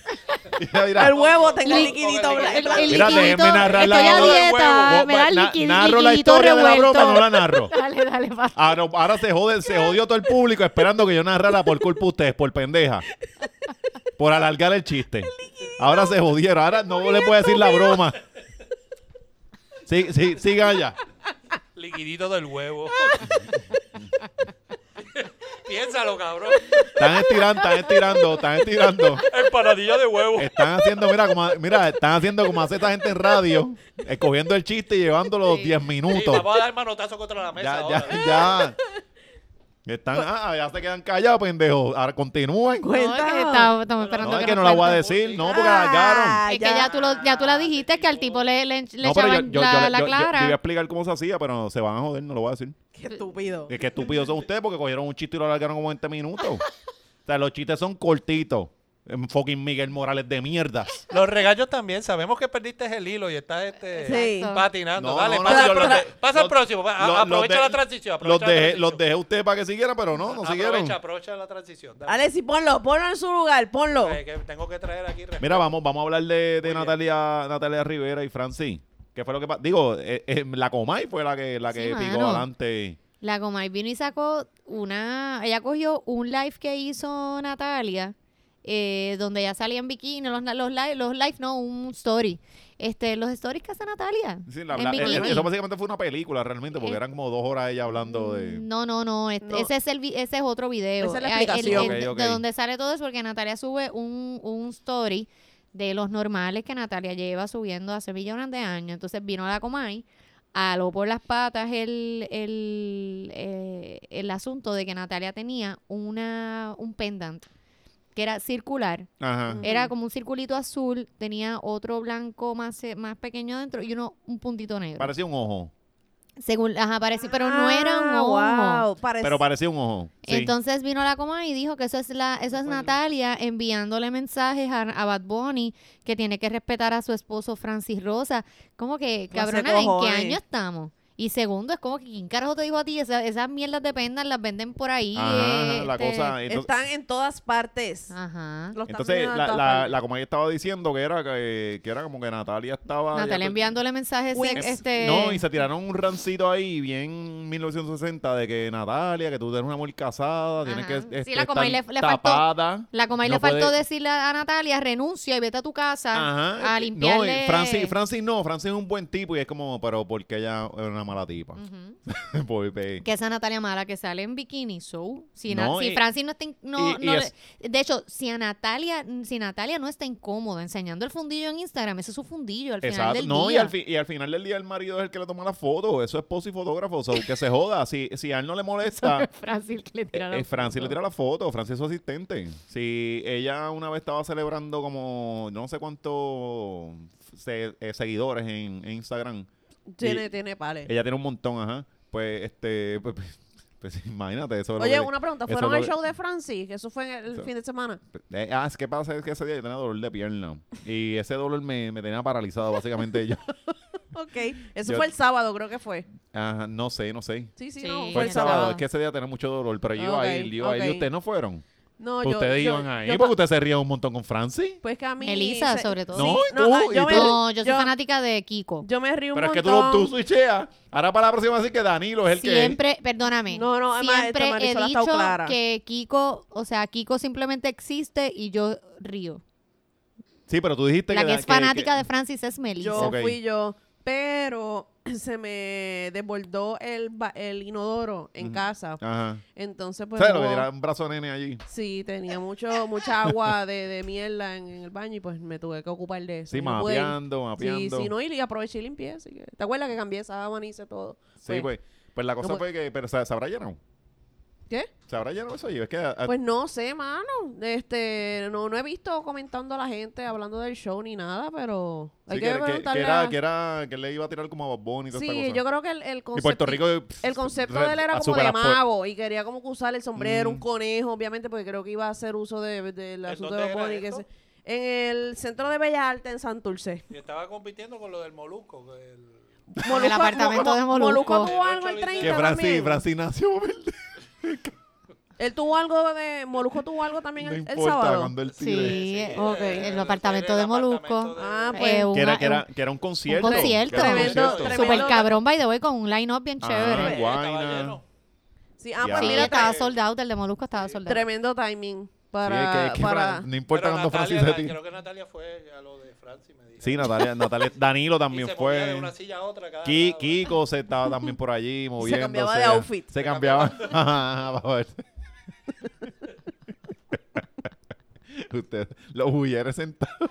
[SPEAKER 1] Mira, mira.
[SPEAKER 5] el huevo, tenga
[SPEAKER 3] Con-
[SPEAKER 5] el
[SPEAKER 3] con
[SPEAKER 5] liquidito
[SPEAKER 3] el
[SPEAKER 5] blanco.
[SPEAKER 6] El
[SPEAKER 1] Mira,
[SPEAKER 6] liquidito,
[SPEAKER 1] déjeme narrar la
[SPEAKER 6] estoy a
[SPEAKER 1] broma del
[SPEAKER 6] dieta,
[SPEAKER 1] huevo.
[SPEAKER 6] me da el
[SPEAKER 1] Na-
[SPEAKER 6] liqui-
[SPEAKER 1] narro la
[SPEAKER 6] liquidito
[SPEAKER 1] historia de la
[SPEAKER 6] revuelto.
[SPEAKER 1] broma, no la narro.
[SPEAKER 6] Dale, dale, va.
[SPEAKER 1] Ahora, Ah, ahora se jode, se jodió todo el público esperando que yo narrara por culpa de ustedes, por pendeja. Por alargar el chiste. Ahora se jodieron. Ahora no les voy a decir la broma. Sí, sí, sigan allá.
[SPEAKER 3] Liquidito del huevo. Piénsalo, cabrón.
[SPEAKER 1] Están estirando, están estirando, están estirando.
[SPEAKER 3] Empanadilla de huevo.
[SPEAKER 1] Están haciendo, mira, como, mira, están haciendo como hace esta gente en radio, escogiendo el chiste y llevándolo 10
[SPEAKER 3] Sí,
[SPEAKER 1] minutos.
[SPEAKER 3] vamos a dar manotazo contra la mesa
[SPEAKER 1] Ya,
[SPEAKER 3] ahora.
[SPEAKER 1] ya, ya. Están, ah, ya se quedan callados, pendejos. Ahora continúen.
[SPEAKER 6] No, es que
[SPEAKER 5] Cuenta.
[SPEAKER 6] estamos- estamos esperando
[SPEAKER 1] No, es
[SPEAKER 6] que
[SPEAKER 1] que no
[SPEAKER 6] nos
[SPEAKER 1] la voy a
[SPEAKER 6] cuente.
[SPEAKER 1] decir, no, porque la agarraron.
[SPEAKER 5] Ah,
[SPEAKER 6] Es que ya tú, lo, ya tú la dijiste, es que al tipo le, le, le
[SPEAKER 1] no, pero yo,
[SPEAKER 6] echaban
[SPEAKER 1] yo- yo-
[SPEAKER 6] la,
[SPEAKER 1] yo-
[SPEAKER 6] la
[SPEAKER 1] yo- yo
[SPEAKER 6] clara.
[SPEAKER 1] iba a explicar cómo se hacía, pero se van a joder, no lo voy a decir.
[SPEAKER 5] Qué estúpido.
[SPEAKER 1] Es que estúpidos son ustedes porque cogieron un chiste y lo alargaron como 20 minutos. O sea, los chistes son cortitos. Em, Fucking Miguel Morales de mierda.
[SPEAKER 3] Los regaños también. Sabemos que perdiste el hilo y estás este,
[SPEAKER 5] Sí.
[SPEAKER 3] patinando.
[SPEAKER 1] No,
[SPEAKER 3] Dale,
[SPEAKER 1] no, no,
[SPEAKER 3] pasa,
[SPEAKER 1] yo
[SPEAKER 3] al pro-
[SPEAKER 1] los de-
[SPEAKER 3] pasa al
[SPEAKER 1] los-
[SPEAKER 3] próximo. va, a-
[SPEAKER 1] los- los
[SPEAKER 3] aprovecha
[SPEAKER 1] de-
[SPEAKER 3] la transición.
[SPEAKER 1] Los
[SPEAKER 3] aprovecha la
[SPEAKER 1] dejé,
[SPEAKER 3] transición.
[SPEAKER 1] los dejé a ustedes para que siguieran, pero no, no siguieron.
[SPEAKER 3] Aprovecha, aprovecha la transición. dale.
[SPEAKER 5] Alexi, ponlo, ponlo en su lugar, ponlo.
[SPEAKER 3] Eh, que tengo que traer aquí. respeto.
[SPEAKER 1] Mira, vamos, vamos a hablar de, de
[SPEAKER 3] Muy bien.
[SPEAKER 1] Natalia, Natalia Rivera y Francis. ¿Qué fue lo que pasó? Digo, eh, eh, la Comay fue la que, la que
[SPEAKER 6] Sí,
[SPEAKER 1] picó
[SPEAKER 6] mano.
[SPEAKER 1] adelante.
[SPEAKER 6] La Comay vino y sacó una. Ella cogió un live que hizo Natalia, eh, donde ella salía en bikini, los, los, live, los live, no, un story. Este, los stories que hace Natalia.
[SPEAKER 1] Sí, la-
[SPEAKER 6] en
[SPEAKER 1] la- eh,
[SPEAKER 6] bikini.
[SPEAKER 1] eso básicamente fue una película realmente, porque
[SPEAKER 6] Eh,
[SPEAKER 1] eran como dos horas ella hablando de...
[SPEAKER 6] No, no, no, este-
[SPEAKER 5] No.
[SPEAKER 6] Ese, es el, vi- ese es otro video.
[SPEAKER 5] Esa es la
[SPEAKER 6] Eh, el-
[SPEAKER 5] explicación.
[SPEAKER 6] el-
[SPEAKER 1] Ok, ok.
[SPEAKER 6] De donde sale todo es porque Natalia sube un, un story de los normales que Natalia lleva subiendo hace millones de años. Entonces vino la Comay, aló por las patas el, el, eh, el asunto de que Natalia tenía una, un pendant que era circular
[SPEAKER 1] Ajá.
[SPEAKER 6] era
[SPEAKER 5] Ujú.
[SPEAKER 6] como un circulito azul, tenía otro blanco más, eh, más pequeño adentro y uno, un puntito negro.
[SPEAKER 1] Parecía un ojo.
[SPEAKER 6] pues Según, ajá, parecía, pero no era un
[SPEAKER 5] Ah,
[SPEAKER 6] ojo.
[SPEAKER 5] Wow, parece-
[SPEAKER 1] Pero parecía un ojo. Sí.
[SPEAKER 6] Entonces vino la coma y dijo que eso es la, eso es Natalia enviándole mensajes a, a Bad Bunny que tiene que respetar a su esposo Francis Rosa. Como que,
[SPEAKER 5] No hace
[SPEAKER 6] cabrona, ¿en qué
[SPEAKER 5] cojones.
[SPEAKER 6] año estamos? Y segundo, es como que ¿quién carajo te dijo a ti? Esa- esas mierdas de pendas las venden por ahí.
[SPEAKER 1] Ajá,
[SPEAKER 6] eh,
[SPEAKER 1] la
[SPEAKER 6] este-
[SPEAKER 1] cosa... Ah, Entonces,
[SPEAKER 5] están en todas partes.
[SPEAKER 6] Ah. Ajá.
[SPEAKER 5] Los están
[SPEAKER 1] entonces,
[SPEAKER 5] viendo en
[SPEAKER 1] la,
[SPEAKER 5] todas
[SPEAKER 1] la,
[SPEAKER 5] partes.
[SPEAKER 1] la comadre estaba diciendo que era, que, que era como que Natalia estaba...
[SPEAKER 6] Natalia
[SPEAKER 1] ya-
[SPEAKER 6] enviándole mensajes
[SPEAKER 5] Uy,
[SPEAKER 6] sex-
[SPEAKER 5] es-
[SPEAKER 6] este
[SPEAKER 1] No, y se tiraron un rancito ahí, bien 1960, de que Natalia, que tú eres una mujer casada, tienes
[SPEAKER 6] Ajá.
[SPEAKER 1] que
[SPEAKER 6] Sí,
[SPEAKER 1] este,
[SPEAKER 6] la Comay
[SPEAKER 1] estar
[SPEAKER 6] le- le faltó-
[SPEAKER 1] tapada.
[SPEAKER 6] La Comay
[SPEAKER 1] No
[SPEAKER 6] le faltó
[SPEAKER 1] puede-
[SPEAKER 6] decirle a Natalia, renuncia y vete a tu casa
[SPEAKER 1] Ajá. eh,
[SPEAKER 6] a
[SPEAKER 1] No,
[SPEAKER 6] limpiarle.
[SPEAKER 1] y Francis, Francis no, Francis es un buen tipo y es como, pero porque ella era una mala tipa.
[SPEAKER 6] Ujú.
[SPEAKER 1] Porque-
[SPEAKER 6] Que esa Natalia Mala que sale en bikini, so. Si, na-
[SPEAKER 1] No,
[SPEAKER 6] si
[SPEAKER 1] y-
[SPEAKER 6] Francis no está. in- no-
[SPEAKER 1] y- y
[SPEAKER 6] no le-
[SPEAKER 1] es-
[SPEAKER 6] de hecho, si a Natalia, si Natalia no está incómoda enseñando el fundillo en Instagram, ese es su fundillo al final
[SPEAKER 1] Exacto.
[SPEAKER 6] del
[SPEAKER 1] No,
[SPEAKER 6] día.
[SPEAKER 1] Y, al fi- y al final del día el marido es el que le toma la foto. Eso es pose y fotógrafo. so, que se joda. Si, si a él no le molesta,
[SPEAKER 6] Francis que le tira la
[SPEAKER 1] eh, Francis le
[SPEAKER 6] foto.
[SPEAKER 1] tira la foto. Francis es su asistente. Si ella una vez estaba celebrando como no sé cuántos se- eh, seguidores en, en Instagram.
[SPEAKER 5] Tiene,
[SPEAKER 1] Y-
[SPEAKER 5] tiene pales.
[SPEAKER 1] Ella tiene un montón, ajá. Pues, este, pues, pues, pues, imagínate eso. es lo
[SPEAKER 5] Oye,
[SPEAKER 1] que-
[SPEAKER 5] una pregunta.
[SPEAKER 1] eso
[SPEAKER 5] ¿Fueron
[SPEAKER 1] es
[SPEAKER 5] al
[SPEAKER 1] lo que-
[SPEAKER 5] show de Francis? Que eso fue en el
[SPEAKER 1] Eso.
[SPEAKER 5] fin de semana.
[SPEAKER 1] Eh, ah, es que pasa es que ese día yo tenía dolor de pierna. Y ese dolor me, me tenía paralizado, básicamente. yo,
[SPEAKER 5] Ok. Eso
[SPEAKER 1] Yo-
[SPEAKER 5] fue el sábado, creo que fue.
[SPEAKER 1] ajá, no sé, no sé.
[SPEAKER 5] Sí, sí,
[SPEAKER 6] Sí.
[SPEAKER 5] no.
[SPEAKER 1] Fue
[SPEAKER 6] el
[SPEAKER 1] el sábado,
[SPEAKER 6] sábado.
[SPEAKER 1] es que ese día tenía mucho dolor, pero yo iba
[SPEAKER 5] Ok,
[SPEAKER 1] a ir, yo iba a ir.
[SPEAKER 5] ok.
[SPEAKER 1] ¿Y ustedes no fueron?
[SPEAKER 5] No, yo-
[SPEAKER 1] Pues ustedes
[SPEAKER 5] yo-
[SPEAKER 1] iban ahí,
[SPEAKER 5] yo
[SPEAKER 1] porque
[SPEAKER 5] pa-
[SPEAKER 1] ustedes se rían un montón con Francis.
[SPEAKER 5] Pues que a mí...
[SPEAKER 6] Elisa, sobre todo.
[SPEAKER 1] No, y
[SPEAKER 5] ah,
[SPEAKER 1] tú, y
[SPEAKER 5] yo,
[SPEAKER 1] tú.
[SPEAKER 5] me,
[SPEAKER 6] No, yo soy
[SPEAKER 5] yo,
[SPEAKER 6] fanática de Kiko.
[SPEAKER 5] yo me río un
[SPEAKER 1] Pero es que tú, lo-
[SPEAKER 5] montón.
[SPEAKER 1] tú switcheas. Ahora para la próxima decir que Danilo es el que...
[SPEAKER 6] Siempre, perdóname.
[SPEAKER 5] No, no, además, esta
[SPEAKER 6] siempre he
[SPEAKER 5] Marisol ha
[SPEAKER 6] dicho
[SPEAKER 5] estado clara.
[SPEAKER 6] que Kiko, o sea, Kiko simplemente existe y yo río.
[SPEAKER 1] Sí, pero tú dijiste
[SPEAKER 6] La
[SPEAKER 1] que...
[SPEAKER 6] que es fanática de Francis es Melissa. Eh,
[SPEAKER 5] Yo
[SPEAKER 1] Ok.
[SPEAKER 5] fui yo, pero se me desbordó el, ba- el inodoro en
[SPEAKER 1] Ujú.
[SPEAKER 5] casa.
[SPEAKER 1] Ajá.
[SPEAKER 5] Entonces, pues.
[SPEAKER 1] ¿Sabes lo
[SPEAKER 5] no-
[SPEAKER 1] que era un brazo nene allí?
[SPEAKER 5] Sí, tenía mucho mucha agua de, de mierda en, en el baño y pues me tuve que ocupar de eso.
[SPEAKER 1] Sí,
[SPEAKER 5] Yo no pude ir.
[SPEAKER 1] mapeando,
[SPEAKER 5] Sí,
[SPEAKER 1] mapeando.
[SPEAKER 5] sí, no, y y aproveché y limpié. Así que, ¿Te acuerdas que cambié sábana y hice todo?
[SPEAKER 1] Sí, pues. Pues la cosa
[SPEAKER 5] No,
[SPEAKER 1] fue que... Pero ¿se, se habrá llenado?
[SPEAKER 5] ¿Qué?
[SPEAKER 1] ¿Se habrá llenado eso? Y es que... ah, a- a-
[SPEAKER 5] Pues no sé, mano. Este, no, no he visto comentando a la gente hablando del show ni nada, pero hay
[SPEAKER 1] sí,
[SPEAKER 5] que,
[SPEAKER 1] que, que,
[SPEAKER 5] preguntarle.
[SPEAKER 1] que era,
[SPEAKER 5] a-
[SPEAKER 1] que era... Que le iba a tirar como a Bob Bunny y toda esta
[SPEAKER 5] Sí,
[SPEAKER 1] cosa.
[SPEAKER 5] yo creo que el, el concepto.
[SPEAKER 1] Y Puerto Rico...
[SPEAKER 5] El concepto de él era como de mago y quería como que usar el sombrero,
[SPEAKER 1] Mm.
[SPEAKER 5] un conejo, obviamente, porque creo que iba a hacer uso de- del asunto
[SPEAKER 3] dónde
[SPEAKER 5] de los
[SPEAKER 3] era
[SPEAKER 5] ponis. que
[SPEAKER 3] esto?
[SPEAKER 5] se- En el Centro de Bellas Artes en Santurce.
[SPEAKER 3] Y estaba compitiendo con lo del Molusco. que el-
[SPEAKER 6] En el apartamento de Molusco.
[SPEAKER 5] tuvo algo el
[SPEAKER 3] Que
[SPEAKER 5] 30
[SPEAKER 1] Que Francis,
[SPEAKER 5] también.
[SPEAKER 1] Francis nació...
[SPEAKER 5] Él tuvo algo de... Molusco tuvo algo también
[SPEAKER 1] No
[SPEAKER 5] el, el
[SPEAKER 1] importa
[SPEAKER 5] sábado.
[SPEAKER 1] cuando él
[SPEAKER 6] Sí,
[SPEAKER 1] tire.
[SPEAKER 6] eh,
[SPEAKER 5] ok.
[SPEAKER 6] el apartamento de Molusco.
[SPEAKER 5] Ah, pues.
[SPEAKER 6] eh,
[SPEAKER 1] Que era,
[SPEAKER 6] una-
[SPEAKER 1] que, era, que era un concierto.
[SPEAKER 6] un concierto.
[SPEAKER 1] que era un
[SPEAKER 5] Tremendo-
[SPEAKER 1] concierto.
[SPEAKER 5] tremendo.
[SPEAKER 6] Super cabrón, by the way, con un line-up bien
[SPEAKER 1] Ah, guay.
[SPEAKER 6] chévere.
[SPEAKER 1] Guayna.
[SPEAKER 5] Sí, ah,
[SPEAKER 1] Ya.
[SPEAKER 5] pues
[SPEAKER 6] Sí,
[SPEAKER 5] mira,
[SPEAKER 6] estaba
[SPEAKER 5] tre-
[SPEAKER 6] sold out, el de Molusco estaba sold out.
[SPEAKER 5] tremendo timing
[SPEAKER 1] Sí,
[SPEAKER 5] para...
[SPEAKER 1] es que- es que
[SPEAKER 5] para...
[SPEAKER 1] Fran- no importa cuando Francis se tire.
[SPEAKER 3] Creo que Natalia fue a lo de Francis, me dijo.
[SPEAKER 1] Sí, Natalia, Natalia, Danilo
[SPEAKER 3] Y
[SPEAKER 1] también
[SPEAKER 3] se movía de
[SPEAKER 1] fue.
[SPEAKER 3] una silla a otra cada
[SPEAKER 1] Ki-
[SPEAKER 3] lado.
[SPEAKER 1] Kiko se estaba también por allí moviéndose.
[SPEAKER 5] cambiaba de outfit.
[SPEAKER 1] Se cambiaba. Vamos a ver. Usted, los huyeres sentados.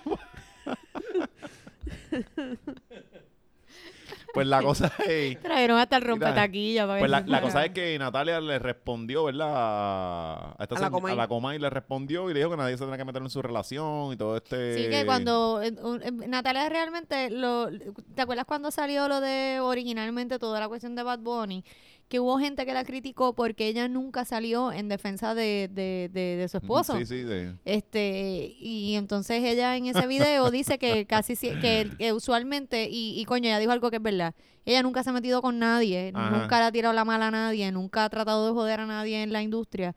[SPEAKER 1] pues la cosa es.
[SPEAKER 6] Trajeron hasta el rompetaquilla para
[SPEAKER 1] Pues la,
[SPEAKER 6] ver
[SPEAKER 1] la
[SPEAKER 6] si-
[SPEAKER 1] cosa es que Natalia le respondió, ¿verdad? A, esta
[SPEAKER 5] A la
[SPEAKER 1] señ-
[SPEAKER 5] Comay.
[SPEAKER 1] a la Comay le respondió y le dijo que nadie se tenía que meter en su relación y todo este.
[SPEAKER 6] Sí, que cuando eh, un- eh, Natalia realmente, lo, ¿te acuerdas cuando salió lo de originalmente toda la cuestión de Bad Bunny? Que hubo gente que la criticó porque ella nunca salió en defensa de, de, de, de su esposo.
[SPEAKER 1] Sí, sí, sí.
[SPEAKER 6] Este, y entonces ella en ese video dice que casi sie- que, que usualmente, y, y coño, ella dijo algo que es verdad. Ella nunca se ha metido con nadie,
[SPEAKER 1] Ajá.
[SPEAKER 6] nunca le ha tirado la mala a nadie, nunca ha tratado de joder a nadie en la industria.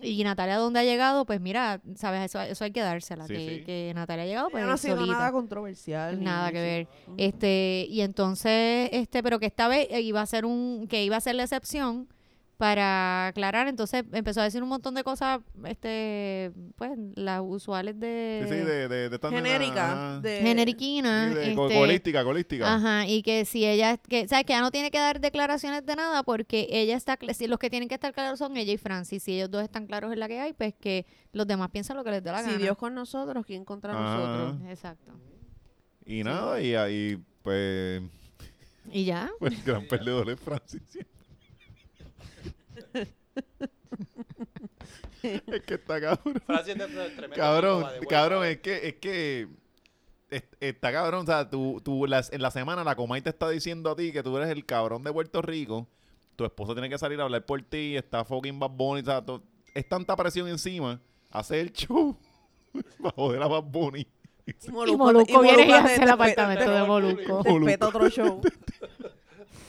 [SPEAKER 6] Y Natalia, donde ha llegado, pues mira, sabes, eso, eso hay que dársela.
[SPEAKER 1] Sí,
[SPEAKER 6] que,
[SPEAKER 1] sí.
[SPEAKER 6] que Natalia ha llegado, pues
[SPEAKER 5] no ha sido
[SPEAKER 6] solita.
[SPEAKER 5] nada controversial. ni-
[SPEAKER 6] Nada que
[SPEAKER 5] sí.
[SPEAKER 6] ver. Este, y entonces, este, pero que esta vez eh, iba a ser un, que iba a ser la excepción para aclarar, entonces empezó a decir un montón de cosas, este, pues, las usuales de,
[SPEAKER 1] Sí, sí, de, de, de esta nena, ah.
[SPEAKER 5] Genérica.
[SPEAKER 1] ajá.
[SPEAKER 5] de-
[SPEAKER 6] generiquina,
[SPEAKER 1] Sí, de co-
[SPEAKER 6] este,
[SPEAKER 1] colística, colística.
[SPEAKER 6] ajá, y que si ella, que, sabes que ella no tiene que dar declaraciones de nada porque ella está, cl- si los que tienen que estar claros son ella y Francis, si ellos dos están claros en la que hay, pues que los demás piensan lo que les da la
[SPEAKER 5] Si
[SPEAKER 6] gana.
[SPEAKER 5] Dios con nosotros, ¿quién contra
[SPEAKER 1] Ajá.
[SPEAKER 5] nosotros?
[SPEAKER 6] Exacto.
[SPEAKER 1] Y nada, y ahí, pues,
[SPEAKER 6] Y ya.
[SPEAKER 1] pues, el gran perdedor es Francis. es que está cabrón.
[SPEAKER 3] Francis es tremendo.
[SPEAKER 1] Cabrón,
[SPEAKER 3] tipo, by the way,
[SPEAKER 1] cabrón, eh,
[SPEAKER 3] ¿sabes?
[SPEAKER 1] es que, es que es- está cabrón. O sea, tú, tú las- en la semana la Comay te está diciendo a ti que tú eres el cabrón de Puerto Rico. Tu esposa tiene que salir a hablar por ti. Está fucking Bad Bunny. O sea, to- es tanta presión encima. Hacer el show para joder a Bad Bunny.
[SPEAKER 6] Y Moluco viene y hace el apartamento de
[SPEAKER 3] te-
[SPEAKER 6] Moluco.
[SPEAKER 1] te- Moluco.
[SPEAKER 5] Peta otro show.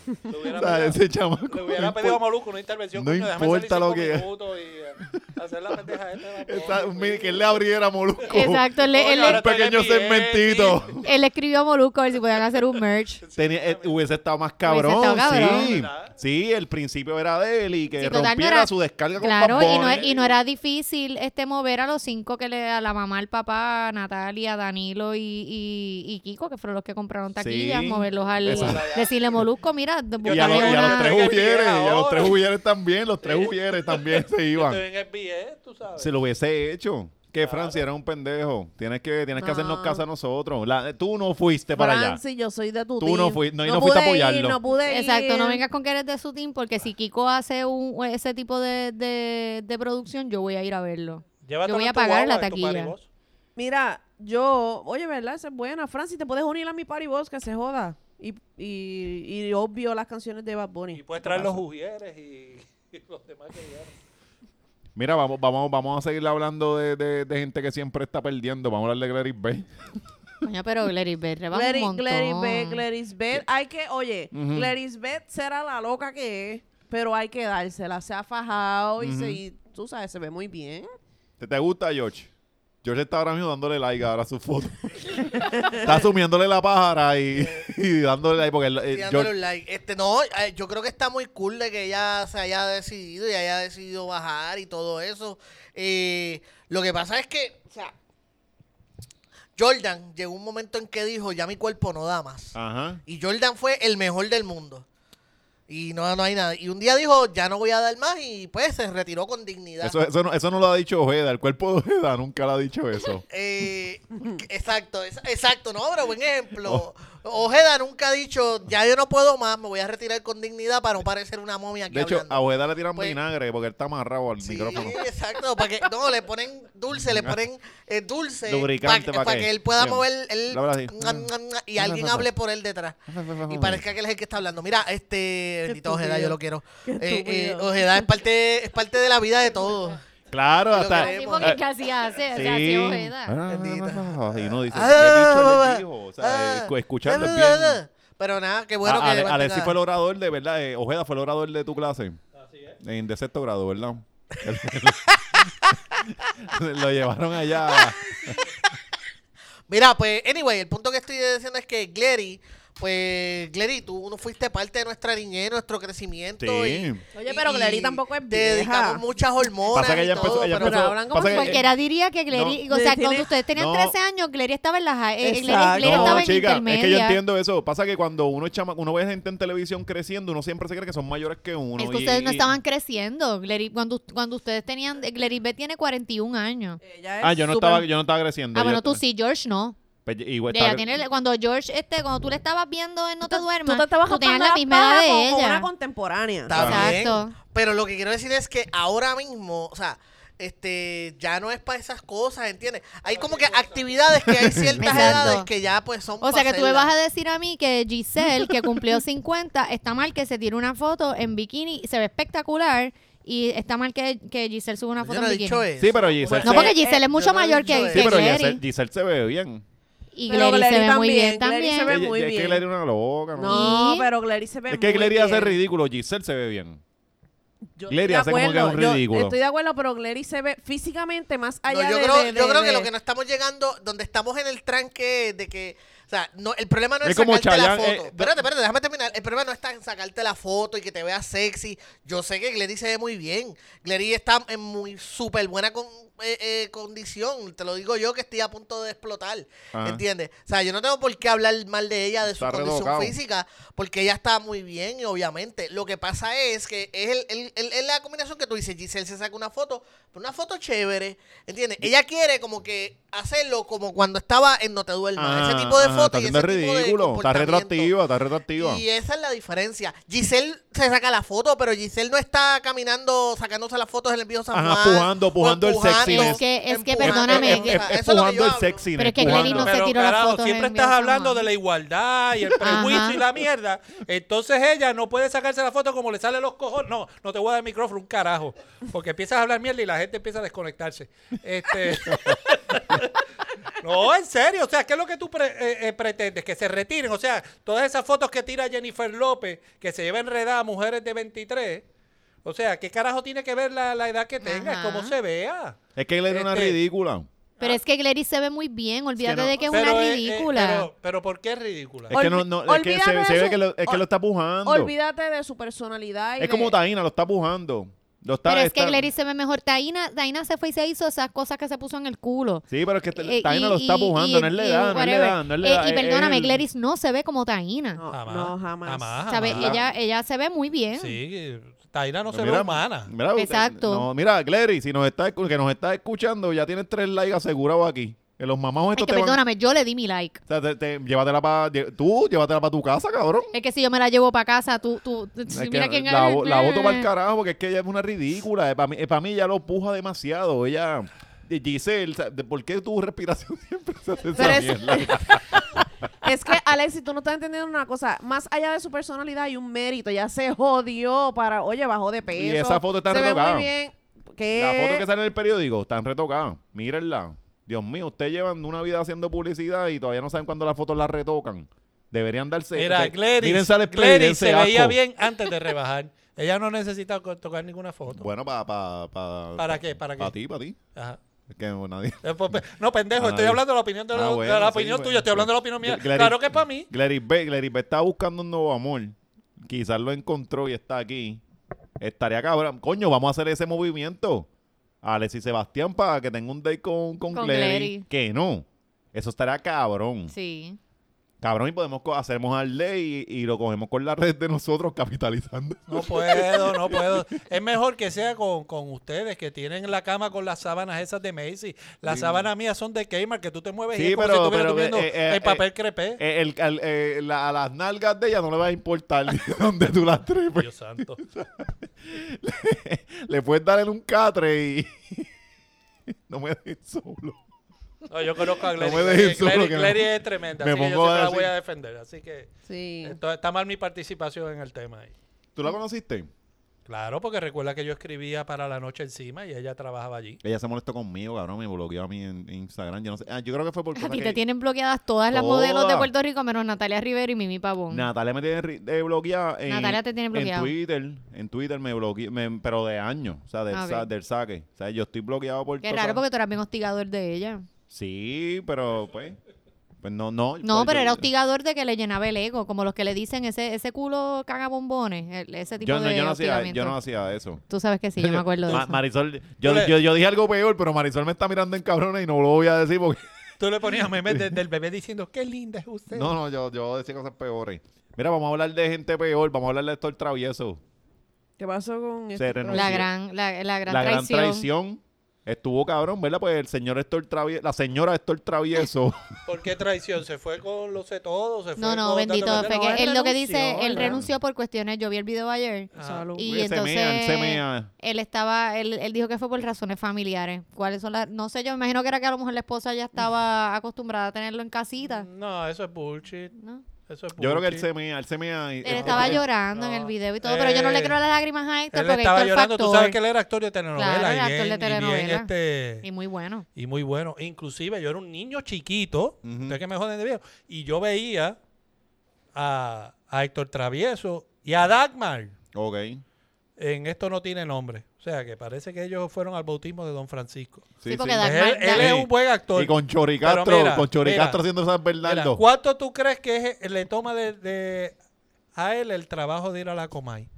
[SPEAKER 3] Le
[SPEAKER 1] O
[SPEAKER 3] hubiera
[SPEAKER 1] sea,
[SPEAKER 3] pedido-
[SPEAKER 1] ese chamaco.
[SPEAKER 3] Le hubiera
[SPEAKER 1] no
[SPEAKER 3] pedido a
[SPEAKER 1] importa.
[SPEAKER 3] Molusco una intervención.
[SPEAKER 1] no
[SPEAKER 3] coño, déjame
[SPEAKER 1] importa
[SPEAKER 3] salir
[SPEAKER 1] lo que-
[SPEAKER 3] cinco minutos y, eh, hacer la pendeja esta de Bad Bunny,
[SPEAKER 1] Está- un mini-
[SPEAKER 3] güey.
[SPEAKER 1] que él le abriera a Molusco.
[SPEAKER 6] Exacto, él,
[SPEAKER 3] Coño,
[SPEAKER 6] él-
[SPEAKER 3] ahora
[SPEAKER 1] Un pequeño
[SPEAKER 3] está en NBA.
[SPEAKER 1] segmentito.
[SPEAKER 6] Él escribió a Molusco a ver si podían hacer un merch.
[SPEAKER 1] Tenía, eh, hubiese estado más cabrón.
[SPEAKER 6] estado cabrón.
[SPEAKER 1] Sí,
[SPEAKER 3] ¿Verdad?
[SPEAKER 1] sí, el principio era de él y que
[SPEAKER 6] Sí, total, no
[SPEAKER 1] rompiera
[SPEAKER 6] era-
[SPEAKER 1] su descarga
[SPEAKER 6] Claro,
[SPEAKER 1] con Bad
[SPEAKER 6] y no,
[SPEAKER 1] Bunny.
[SPEAKER 6] es- y no era difícil este mover a los cinco que le a la mamá, al papá, a Natalia, a Danilo y, y, y Kiko, que fueron los que compraron taquillas,
[SPEAKER 1] Sí,
[SPEAKER 6] moverlos al
[SPEAKER 1] eso.
[SPEAKER 6] decirle Molusco, mira, ¿verdad?
[SPEAKER 3] Yo
[SPEAKER 1] y, a los,
[SPEAKER 3] también
[SPEAKER 1] y a los
[SPEAKER 6] una-
[SPEAKER 1] tres
[SPEAKER 3] en el
[SPEAKER 1] hubieres, y a los
[SPEAKER 3] ahora.
[SPEAKER 1] tres hubieres también, los tres hubieres también se iban.
[SPEAKER 3] Estoy en el BS, tú sabes.
[SPEAKER 1] Se lo hubiese hecho. Que Francia era un pendejo. Tienes que, tienes que hacernos
[SPEAKER 5] No.
[SPEAKER 1] caso a nosotros. La- tú no fuiste para allá.
[SPEAKER 5] Francis, yo soy de tu
[SPEAKER 1] Tú
[SPEAKER 5] team.
[SPEAKER 1] no fui- no, y no fuiste a
[SPEAKER 5] pude ir,
[SPEAKER 1] apoyarlo.
[SPEAKER 5] no pude ir.
[SPEAKER 6] Exacto, no vengas con que eres de su team, porque si Kiko hace un, ese tipo de, de, de producción, yo voy a ir a verlo.
[SPEAKER 3] Llévatelo
[SPEAKER 6] yo voy a
[SPEAKER 3] en tu
[SPEAKER 6] pagar
[SPEAKER 3] guagua,
[SPEAKER 6] la
[SPEAKER 3] en tu
[SPEAKER 6] taquilla.
[SPEAKER 3] party bus.
[SPEAKER 5] Mira, yo, oye, ¿verdad? Esa es buena. Francis, te puedes unir a mi party box que se joda. Y, y, y obvio las canciones de Bad Bunny.
[SPEAKER 3] Y puedes traer los jugueres y, y los demás que llegaron.
[SPEAKER 1] Mira, vamos, vamos, vamos a seguir hablando de, de- de gente que siempre está perdiendo. Vamos a hablar de Gladys Bay.
[SPEAKER 6] Coño, pero Gladys Bell reba un
[SPEAKER 5] Gladys
[SPEAKER 6] montón.
[SPEAKER 5] Gladys Bet, Gladys Bet. Hay que, oye, Gladys Bet será la loca que es, pero hay que dársela. Se ha fajado y, se, y tú sabes, se ve muy bien.
[SPEAKER 1] ¿Te, te gusta, George? George está ahora mismo dándole like ahora a su foto. está asumiéndole la pájara y, y dándole like. Porque el- el
[SPEAKER 2] Sí, dándole
[SPEAKER 1] George,
[SPEAKER 2] un like. Este, no, eh, yo creo que está muy cool de que ella se haya decidido y haya decidido bajar y todo eso. Eh, lo que pasa es que, o sea, Jordan llegó un momento en que dijo, ya mi cuerpo no da más.
[SPEAKER 1] ajá.
[SPEAKER 2] Y Jordan fue el mejor del mundo. Y no, no hay nada. Y un día dijo, ya no voy a dar más y pues se retiró con dignidad.
[SPEAKER 1] Eso, eso, no, eso no lo ha dicho Ojeda. El cuerpo de Ojeda nunca lo ha dicho eso.
[SPEAKER 2] Eh, exacto, es- exacto, no, pero buen ejemplo.
[SPEAKER 1] Oh.
[SPEAKER 2] Ojeda nunca ha dicho, ya yo no puedo más, me voy a retirar con dignidad para no parecer una momia aquí
[SPEAKER 1] De hecho,
[SPEAKER 2] hablando".
[SPEAKER 1] a Ojeda le tiran
[SPEAKER 2] Pues-
[SPEAKER 1] vinagre porque él está amarrado al
[SPEAKER 2] Sí,
[SPEAKER 1] micrófono.
[SPEAKER 2] exacto, para que, no, le ponen dulce, le ponen eh, dulce
[SPEAKER 1] Lubricante,
[SPEAKER 2] para
[SPEAKER 1] ¿pa' qué?
[SPEAKER 2] que él pueda
[SPEAKER 1] Bien.
[SPEAKER 2] mover el,
[SPEAKER 1] Lo habla así.
[SPEAKER 2] y alguien hable por él detrás. Y parezca que él es el que está hablando. Mira, este bendito Ojeda, yo lo quiero. Eh, eh,
[SPEAKER 5] estúpido.
[SPEAKER 2] Ojeda es parte, es parte de la vida de todos.
[SPEAKER 1] Claro,
[SPEAKER 2] Lo
[SPEAKER 1] hasta.
[SPEAKER 6] Sí, porque es que así hace, así hace Ojeda.
[SPEAKER 1] Ah,
[SPEAKER 2] Bendita.
[SPEAKER 1] Y uno dice,
[SPEAKER 2] Ah,
[SPEAKER 1] ¿qué bicho
[SPEAKER 2] ah,
[SPEAKER 1] les dijo? O sea, eh,
[SPEAKER 2] ah,
[SPEAKER 1] escu- escuchando es
[SPEAKER 2] ah,
[SPEAKER 1] bien.
[SPEAKER 2] ah, Pero nada, qué bueno
[SPEAKER 1] Ah,
[SPEAKER 2] que
[SPEAKER 1] Ale-
[SPEAKER 2] mantenga-
[SPEAKER 1] Alexis fue el orador de, ¿verdad? Eh, Ojeda fue el orador de tu clase. En de sexto grado, ¿verdad? Lo llevaron allá.
[SPEAKER 2] Mira, pues, anyway, el punto que estoy diciendo es que Glary, pues, Glary, tú no fuiste parte de nuestra niñez, nuestro crecimiento.
[SPEAKER 1] Sí.
[SPEAKER 2] y-
[SPEAKER 5] Oye, pero
[SPEAKER 2] y
[SPEAKER 5] Glary tampoco es
[SPEAKER 2] Te dedicamos
[SPEAKER 5] vieja.
[SPEAKER 2] muchas hormonas.
[SPEAKER 1] Pasa que ella
[SPEAKER 2] y todo,
[SPEAKER 1] empezó. Ella
[SPEAKER 2] pero-
[SPEAKER 1] empezó-
[SPEAKER 5] hablan como
[SPEAKER 1] pasa
[SPEAKER 5] si
[SPEAKER 1] que-
[SPEAKER 6] Cualquiera diría que Glery,
[SPEAKER 5] No.
[SPEAKER 6] o sea,
[SPEAKER 5] Tiene-
[SPEAKER 6] cuando ustedes
[SPEAKER 1] eh,
[SPEAKER 6] tenían
[SPEAKER 1] no.
[SPEAKER 6] 13 años, Glery estaba en la high, eh, Glery-
[SPEAKER 5] Exacto.
[SPEAKER 6] Glery estaba en
[SPEAKER 1] es que yo
[SPEAKER 6] intermedia.
[SPEAKER 1] entiendo eso. Pasa que cuando uno es chama, uno ve gente en televisión creciendo, uno siempre se cree que son mayores que uno.
[SPEAKER 6] Es que
[SPEAKER 1] y-
[SPEAKER 6] ustedes no
[SPEAKER 1] y-
[SPEAKER 6] estaban creciendo. Glery- cuando, cuando ustedes tenían. Glery B tiene 41 años.
[SPEAKER 5] Ella es
[SPEAKER 1] Ah, yo no
[SPEAKER 5] súper-
[SPEAKER 1] estaba, yo no estaba creciendo.
[SPEAKER 6] Ah,
[SPEAKER 1] yo
[SPEAKER 6] bueno, tú
[SPEAKER 1] estaba-
[SPEAKER 6] sí, George no.
[SPEAKER 1] Pues, y- y-
[SPEAKER 6] Ella
[SPEAKER 1] estaba-
[SPEAKER 6] tiene- cuando George, este, cuando tú le estabas viendo en No te
[SPEAKER 5] tú-
[SPEAKER 6] duermas,
[SPEAKER 5] Tú te estabas
[SPEAKER 6] tenías
[SPEAKER 5] japando
[SPEAKER 6] la
[SPEAKER 5] la
[SPEAKER 6] misma edad
[SPEAKER 5] paja
[SPEAKER 6] de
[SPEAKER 5] con- con
[SPEAKER 6] ella.
[SPEAKER 5] una contemporánea.
[SPEAKER 2] Está
[SPEAKER 6] Exacto.
[SPEAKER 2] bien, Pero lo que quiero decir es que ahora mismo, o sea, este, ya no es para esas cosas, ¿entiendes? Hay como que actividades que hay ciertas
[SPEAKER 6] Exacto.
[SPEAKER 2] edades que ya pues son
[SPEAKER 6] O sea
[SPEAKER 2] pa'
[SPEAKER 6] que tú me vas a
[SPEAKER 2] hacerlas.
[SPEAKER 6] decir a mí que Giselle, que cumplió 50, está mal que se tire una foto en bikini, se ve espectacular, y está mal que, que Giselle suba una
[SPEAKER 2] Yo
[SPEAKER 6] foto
[SPEAKER 2] no
[SPEAKER 6] en
[SPEAKER 2] he dicho
[SPEAKER 6] bikini.
[SPEAKER 2] eso.
[SPEAKER 1] Sí, pero Giselle.
[SPEAKER 6] No,
[SPEAKER 1] se-
[SPEAKER 6] porque
[SPEAKER 5] Eh,
[SPEAKER 6] Giselle es mucho
[SPEAKER 2] yo no he
[SPEAKER 6] mayor
[SPEAKER 2] dicho
[SPEAKER 6] que,
[SPEAKER 2] eso.
[SPEAKER 1] Sí,
[SPEAKER 6] que
[SPEAKER 1] pero
[SPEAKER 6] Glery.
[SPEAKER 1] Giselle, Giselle se ve bien.
[SPEAKER 6] Y
[SPEAKER 5] Pero
[SPEAKER 6] Glery se
[SPEAKER 5] Glery
[SPEAKER 6] ve muy bien
[SPEAKER 5] también, Glery
[SPEAKER 6] también.
[SPEAKER 5] se ve
[SPEAKER 1] Ella-
[SPEAKER 5] muy
[SPEAKER 1] Es que
[SPEAKER 5] bien.
[SPEAKER 1] Clary era una loca. ¿no?
[SPEAKER 5] No,
[SPEAKER 6] Y-
[SPEAKER 5] pero Glary se ve
[SPEAKER 1] Es que
[SPEAKER 5] muy
[SPEAKER 1] Clary hace
[SPEAKER 5] bien.
[SPEAKER 1] ridículo. Giselle se ve bien.
[SPEAKER 5] Yo
[SPEAKER 1] Glary
[SPEAKER 5] estoy de
[SPEAKER 1] hace como que
[SPEAKER 5] acuerdo,
[SPEAKER 1] un
[SPEAKER 5] yo
[SPEAKER 1] ridículo.
[SPEAKER 5] estoy de acuerdo, pero Glary se ve físicamente más
[SPEAKER 2] No,
[SPEAKER 5] allá
[SPEAKER 2] yo
[SPEAKER 5] de-
[SPEAKER 2] creo,
[SPEAKER 5] de-
[SPEAKER 2] yo
[SPEAKER 5] de-
[SPEAKER 2] creo que
[SPEAKER 5] de-
[SPEAKER 2] lo que no estamos llegando, donde estamos en el tranque de que, o sea, no, el problema no es,
[SPEAKER 1] Es como
[SPEAKER 2] sacarte la
[SPEAKER 1] Chayanne,
[SPEAKER 2] foto.
[SPEAKER 1] eh,
[SPEAKER 2] espérate, espérate, déjame terminar. El problema no está en sacarte la foto y que te veas sexy. Yo sé que Glary se ve muy bien. Glary está en muy súper buena con- eh, eh, condición. Te lo digo yo que estoy a punto de explotar.
[SPEAKER 1] Ajá.
[SPEAKER 2] ¿Entiendes? O sea, yo no tengo por qué hablar mal de ella, de su
[SPEAKER 1] Está
[SPEAKER 2] condición
[SPEAKER 1] redocado.
[SPEAKER 2] física, porque ella está muy bien, y obviamente. Lo que pasa es que es, el, el- el- es la combinación que tú dices, Giselle se saca una foto, pero una foto chévere, ¿entiendes? Ella quiere como que hacerlo como cuando estaba en No Te Duermas,
[SPEAKER 1] Ah,
[SPEAKER 2] ese tipo de
[SPEAKER 1] ah,
[SPEAKER 2] fotos.
[SPEAKER 1] Está
[SPEAKER 2] y
[SPEAKER 1] haciendo
[SPEAKER 2] ese tipo de
[SPEAKER 1] ridículo. Está
[SPEAKER 2] comportamiento.
[SPEAKER 1] retroactiva, está retroactiva.
[SPEAKER 2] Y esa es la diferencia. Giselle se saca la foto, pero Giselle no está caminando, sacándose las fotos en el envío San
[SPEAKER 1] Ajá,
[SPEAKER 2] Juan.
[SPEAKER 1] pujando,
[SPEAKER 2] o
[SPEAKER 1] pujando el
[SPEAKER 2] empujando,
[SPEAKER 1] sexiness.
[SPEAKER 6] Es que- es que,
[SPEAKER 2] empujando.
[SPEAKER 6] perdóname,
[SPEAKER 1] Es, es- es
[SPEAKER 2] Eso es lo que
[SPEAKER 1] pujando
[SPEAKER 2] yo
[SPEAKER 1] el
[SPEAKER 2] hablo.
[SPEAKER 1] sexy.
[SPEAKER 6] Pero es que Glery no se
[SPEAKER 3] pero
[SPEAKER 6] tiró las
[SPEAKER 3] carajo,
[SPEAKER 6] fotos
[SPEAKER 3] siempre
[SPEAKER 6] en
[SPEAKER 3] estás
[SPEAKER 6] Vía San
[SPEAKER 3] hablando
[SPEAKER 6] Juan.
[SPEAKER 3] de la igualdad y el prejuicio
[SPEAKER 6] Ajá.
[SPEAKER 3] y la mierda. Entonces ella no puede sacarse la foto como le sale los cojones. No, no te voy a dar el micrófono, un carajo. Porque empiezas a hablar mierda y la gente empieza a desconectarse. Este... No, en serio, o sea, ¿qué es lo que tú pre- eh, eh, pretendes? Que se retiren, o sea, todas esas fotos que tira Jennifer López, que se lleva enredada a mujeres de 23, o sea, ¿qué carajo tiene que ver la, la edad que tenga? Es
[SPEAKER 6] Ajá.
[SPEAKER 3] como se vea.
[SPEAKER 1] Es que Glery era una
[SPEAKER 3] Este-
[SPEAKER 1] ridícula.
[SPEAKER 6] Pero es que Glery se ve muy bien, olvídate
[SPEAKER 1] no.
[SPEAKER 6] de que es una
[SPEAKER 3] eh, eh,
[SPEAKER 6] ridícula.
[SPEAKER 3] pero, pero ¿por qué es ridícula?
[SPEAKER 1] Es que, no,
[SPEAKER 5] Olvi-
[SPEAKER 1] no, es que se,
[SPEAKER 5] olvídate
[SPEAKER 1] se
[SPEAKER 5] de
[SPEAKER 1] ve
[SPEAKER 5] su-
[SPEAKER 1] que lo, es que
[SPEAKER 5] ol-
[SPEAKER 1] lo está pujando.
[SPEAKER 5] Olvídate de su personalidad. y
[SPEAKER 1] Es
[SPEAKER 5] de-
[SPEAKER 1] como Taina, lo está pujando. Lo está-
[SPEAKER 6] Pero es que
[SPEAKER 1] está-
[SPEAKER 6] Glery se ve mejor. Taina, Taina se fue y se hizo esas cosas que se puso en el culo.
[SPEAKER 1] Sí, pero es que
[SPEAKER 6] Eh,
[SPEAKER 1] Este, Taina
[SPEAKER 6] y-
[SPEAKER 1] lo está
[SPEAKER 6] y-
[SPEAKER 1] pujando,
[SPEAKER 6] y-
[SPEAKER 1] no es la
[SPEAKER 6] y
[SPEAKER 1] edad, no es la
[SPEAKER 6] whatever.
[SPEAKER 1] edad, no es la
[SPEAKER 6] Eh,
[SPEAKER 1] edad,
[SPEAKER 6] y
[SPEAKER 1] es
[SPEAKER 6] perdóname,
[SPEAKER 1] él.
[SPEAKER 6] Gleris no se ve como Taina.
[SPEAKER 5] No,
[SPEAKER 3] Jamás,
[SPEAKER 5] no, jamás.
[SPEAKER 3] jamás,
[SPEAKER 6] ¿Sabe?
[SPEAKER 1] Ah,
[SPEAKER 3] jamás.
[SPEAKER 6] Ella, ella se ve muy bien.
[SPEAKER 3] Sí, Taina no se
[SPEAKER 1] Mira,
[SPEAKER 3] ve humana.
[SPEAKER 1] Mira, usted-
[SPEAKER 6] Exacto.
[SPEAKER 1] No, mira, Glery, si nos está, escu- que nos está escuchando, ya tienes tres likes asegurados aquí. Que los mamajos
[SPEAKER 6] Ay,
[SPEAKER 1] estos
[SPEAKER 6] que
[SPEAKER 1] te van...
[SPEAKER 6] perdóname, yo le di mi like.
[SPEAKER 1] O sea, te- te- llévatela para... Tú, llévatela para tu casa, cabrón.
[SPEAKER 6] Es que si yo me la llevo para casa, tú, tú,
[SPEAKER 1] Es
[SPEAKER 6] si
[SPEAKER 1] que
[SPEAKER 6] mira quién Mm.
[SPEAKER 1] la, vo- la voto para el carajo porque es que ella es una ridícula. Para mí, para mí ella lo puja demasiado. Ella... eh, Giselle, o sea, ¿de ¿por qué tu respiración siempre se hace esa
[SPEAKER 5] Pero es-
[SPEAKER 1] mierda?
[SPEAKER 5] Es que, Alex, si tú no estás entendiendo una cosa, más allá de su personalidad hay un mérito. Ya se jodió para, oye, bajó de peso.
[SPEAKER 1] esa foto está
[SPEAKER 5] se ve
[SPEAKER 1] retocada.
[SPEAKER 5] muy bien. ¿Qué?
[SPEAKER 1] La foto que sale en el periódico están retocadas. Mírenla. Dios mío, ustedes llevan una vida haciendo publicidad y todavía no saben cuándo las fotos las retocan. Deberían darse.
[SPEAKER 3] Mira,
[SPEAKER 1] de-
[SPEAKER 3] Glery,
[SPEAKER 1] mírense al espejo y
[SPEAKER 3] Glery
[SPEAKER 1] dense
[SPEAKER 3] se veía
[SPEAKER 1] asco.
[SPEAKER 3] bien antes de rebajar. Ella no necesita co- tocar ninguna foto.
[SPEAKER 1] Bueno, para. Pa, pa,
[SPEAKER 3] ¿Para qué? ¿Para
[SPEAKER 1] Para
[SPEAKER 3] qué?
[SPEAKER 1] ti, para ti.
[SPEAKER 3] Ajá.
[SPEAKER 1] Es que no, nadie.
[SPEAKER 3] Eh, pues, pe- No, pendejo,
[SPEAKER 1] Ah,
[SPEAKER 3] estoy hablando de la opinión, de
[SPEAKER 1] Ah,
[SPEAKER 3] la, de
[SPEAKER 1] bueno,
[SPEAKER 3] la
[SPEAKER 1] sí, pues,
[SPEAKER 3] opinión
[SPEAKER 1] bueno.
[SPEAKER 3] tuya, estoy hablando de la opinión mía.
[SPEAKER 1] Glery-
[SPEAKER 3] claro que es para mí.
[SPEAKER 1] Glery B, Glery B está buscando un nuevo amor. Quizás lo encontró y está aquí. Estaría cabrón. Coño, vamos a hacer ese movimiento. Alex y Sebastián para que tenga un date con, con,
[SPEAKER 6] Con
[SPEAKER 1] Glery.
[SPEAKER 6] Glery.
[SPEAKER 1] Que no. Eso estaría cabrón.
[SPEAKER 6] Sí.
[SPEAKER 1] Cabrón, y podemos co- hacemos al ley y, y lo cogemos con la red de nosotros capitalizando.
[SPEAKER 3] No puedo, no puedo. Es mejor que sea con, con ustedes, que tienen la cama con las sábanas esas de Macy. Las sábanas mías son de Kmart, que tú te mueves y
[SPEAKER 1] Sí,
[SPEAKER 3] es como
[SPEAKER 1] pero-
[SPEAKER 3] si estuvieras
[SPEAKER 1] pero,
[SPEAKER 3] durmiendo
[SPEAKER 1] eh, eh,
[SPEAKER 3] el papel crepé.
[SPEAKER 1] Eh, el- al- eh, la- a las nalgas de ella no le va a importar donde tú las tripes.
[SPEAKER 3] Dios santo.
[SPEAKER 1] Le puedes dar en un catre y. no me dejes solo.
[SPEAKER 3] No, yo conozco a Glery.
[SPEAKER 1] me
[SPEAKER 3] Glery-
[SPEAKER 1] dejes solo,
[SPEAKER 3] Glery
[SPEAKER 1] que me-
[SPEAKER 3] Glery es tremenda,
[SPEAKER 1] me
[SPEAKER 3] así que yo
[SPEAKER 1] pongo
[SPEAKER 3] siempre la
[SPEAKER 1] así.
[SPEAKER 3] voy a defender. Así que
[SPEAKER 5] Sí.
[SPEAKER 3] entonces, está mal mi participación en el tema ahí.
[SPEAKER 1] ¿Tú la conociste?
[SPEAKER 3] Claro, porque recuerda que yo escribía para la noche encima y ella trabajaba allí.
[SPEAKER 1] Ella se molestó conmigo, cabrón. Me bloqueó a mí en, en Instagram. Yo no sé. Ah, yo creo que fue por
[SPEAKER 6] A
[SPEAKER 1] cosas
[SPEAKER 6] ti
[SPEAKER 1] que-
[SPEAKER 6] te tienen bloqueadas todas las
[SPEAKER 1] Todas.
[SPEAKER 6] modelos de Puerto Rico, menos Natalia Rivero y Mimi Pavón.
[SPEAKER 1] Natalia me tiene ri- eh, bloqueada. En,
[SPEAKER 6] Natalia te tiene bloqueado.
[SPEAKER 1] En Twitter. En Twitter me bloqueó. me- pero de años. O sea, del,
[SPEAKER 6] Ah, ok.
[SPEAKER 1] sa- del saque. O sea, yo estoy bloqueado por.
[SPEAKER 6] Qué
[SPEAKER 1] todas-
[SPEAKER 6] raro porque tú eras bien hostigador de ella.
[SPEAKER 1] Sí, pero pues. Pues no, no.
[SPEAKER 6] No,
[SPEAKER 1] pues,
[SPEAKER 6] pero
[SPEAKER 1] yo-
[SPEAKER 6] era hostigador de que le llenaba el ego, como los que le dicen ese, ese culo caga bombones, el- ese tipo
[SPEAKER 1] Yo no,
[SPEAKER 6] de
[SPEAKER 1] yo no hacía,
[SPEAKER 6] hostigamiento.
[SPEAKER 1] yo no hacía eso.
[SPEAKER 6] Tú sabes que sí, yo me acuerdo de
[SPEAKER 1] Ma-
[SPEAKER 6] eso.
[SPEAKER 1] Marisol, yo,
[SPEAKER 3] Dile.
[SPEAKER 1] yo, yo dije algo peor, pero Marisol me está mirando en cabrona y no lo voy a decir porque.
[SPEAKER 3] Tú le ponías memes de- del bebé diciendo, qué linda es usted.
[SPEAKER 1] No, no, yo, yo decía cosas peores. Mira, vamos a hablar de gente peor, vamos a hablar de Héctor Travieso.
[SPEAKER 5] ¿Qué pasó con este
[SPEAKER 1] Se renunció.
[SPEAKER 6] la gran, la, la gran
[SPEAKER 1] la gran
[SPEAKER 6] traición.
[SPEAKER 1] traición. Estuvo cabrón, ¿verdad? Pues el señor Héctor Travieso, la señora Héctor Travieso.
[SPEAKER 3] ¿Por qué traición? ¿Se fue con los sé todo? ¿Se fue
[SPEAKER 6] No, no,
[SPEAKER 3] con
[SPEAKER 6] bendito.
[SPEAKER 3] dándome-
[SPEAKER 6] fue
[SPEAKER 5] no,
[SPEAKER 6] que
[SPEAKER 5] él
[SPEAKER 6] él lo que
[SPEAKER 5] renunció,
[SPEAKER 6] dice, él
[SPEAKER 5] ¿verdad?
[SPEAKER 6] renunció por cuestiones. Yo vi el video ayer.
[SPEAKER 3] Ah,
[SPEAKER 5] Salud.
[SPEAKER 6] Y
[SPEAKER 1] Oye, se
[SPEAKER 6] entonces
[SPEAKER 1] mea, él se mea.
[SPEAKER 6] él estaba, él, él dijo que fue por razones familiares. ¿Cuáles son las? No sé, yo me imagino que era que a lo mejor la esposa ya estaba acostumbrada a tenerlo en casita.
[SPEAKER 3] No, eso es bullshit.
[SPEAKER 5] Mm.
[SPEAKER 6] ¿no?
[SPEAKER 3] Eso es bullshit.
[SPEAKER 1] Yo creo que él se mea, él se mea. y-
[SPEAKER 6] Él estaba
[SPEAKER 1] él-
[SPEAKER 6] llorando en
[SPEAKER 3] no,
[SPEAKER 6] el video y todo, pero yo no
[SPEAKER 3] eh,
[SPEAKER 6] le creo las lágrimas a Héctor
[SPEAKER 3] Él
[SPEAKER 6] porque
[SPEAKER 3] estaba
[SPEAKER 6] Héctor
[SPEAKER 3] llorando. Tú
[SPEAKER 6] factor.
[SPEAKER 3] sabes que él era actor de telenovela.
[SPEAKER 6] Claro,
[SPEAKER 3] y
[SPEAKER 6] era actor
[SPEAKER 3] bien,
[SPEAKER 6] de
[SPEAKER 3] Y, bien,
[SPEAKER 6] telenovela.
[SPEAKER 3] este,
[SPEAKER 6] Y muy bueno.
[SPEAKER 3] y muy bueno. E Inclusive yo era un niño chiquito.
[SPEAKER 1] Ujú.
[SPEAKER 3] Ustedes que me joden de viejo. Y yo veía a, a Héctor Travieso y a Dagmar
[SPEAKER 1] Ok.
[SPEAKER 3] en Esto no tiene nombre. O sea, que parece que ellos fueron al bautismo de Don Francisco.
[SPEAKER 6] Sí, porque
[SPEAKER 3] Pues
[SPEAKER 6] Dagmar-
[SPEAKER 3] él, él es
[SPEAKER 1] Sí.
[SPEAKER 3] un buen actor.
[SPEAKER 1] Y con
[SPEAKER 3] Pero
[SPEAKER 1] Choricastro,
[SPEAKER 3] mira,
[SPEAKER 1] con Choricastro
[SPEAKER 3] mira,
[SPEAKER 1] haciendo San
[SPEAKER 3] Mira,
[SPEAKER 1] Bernardo.
[SPEAKER 3] ¿Cuánto tú crees que es- le toma de, de- a él el trabajo de ir a la Comay?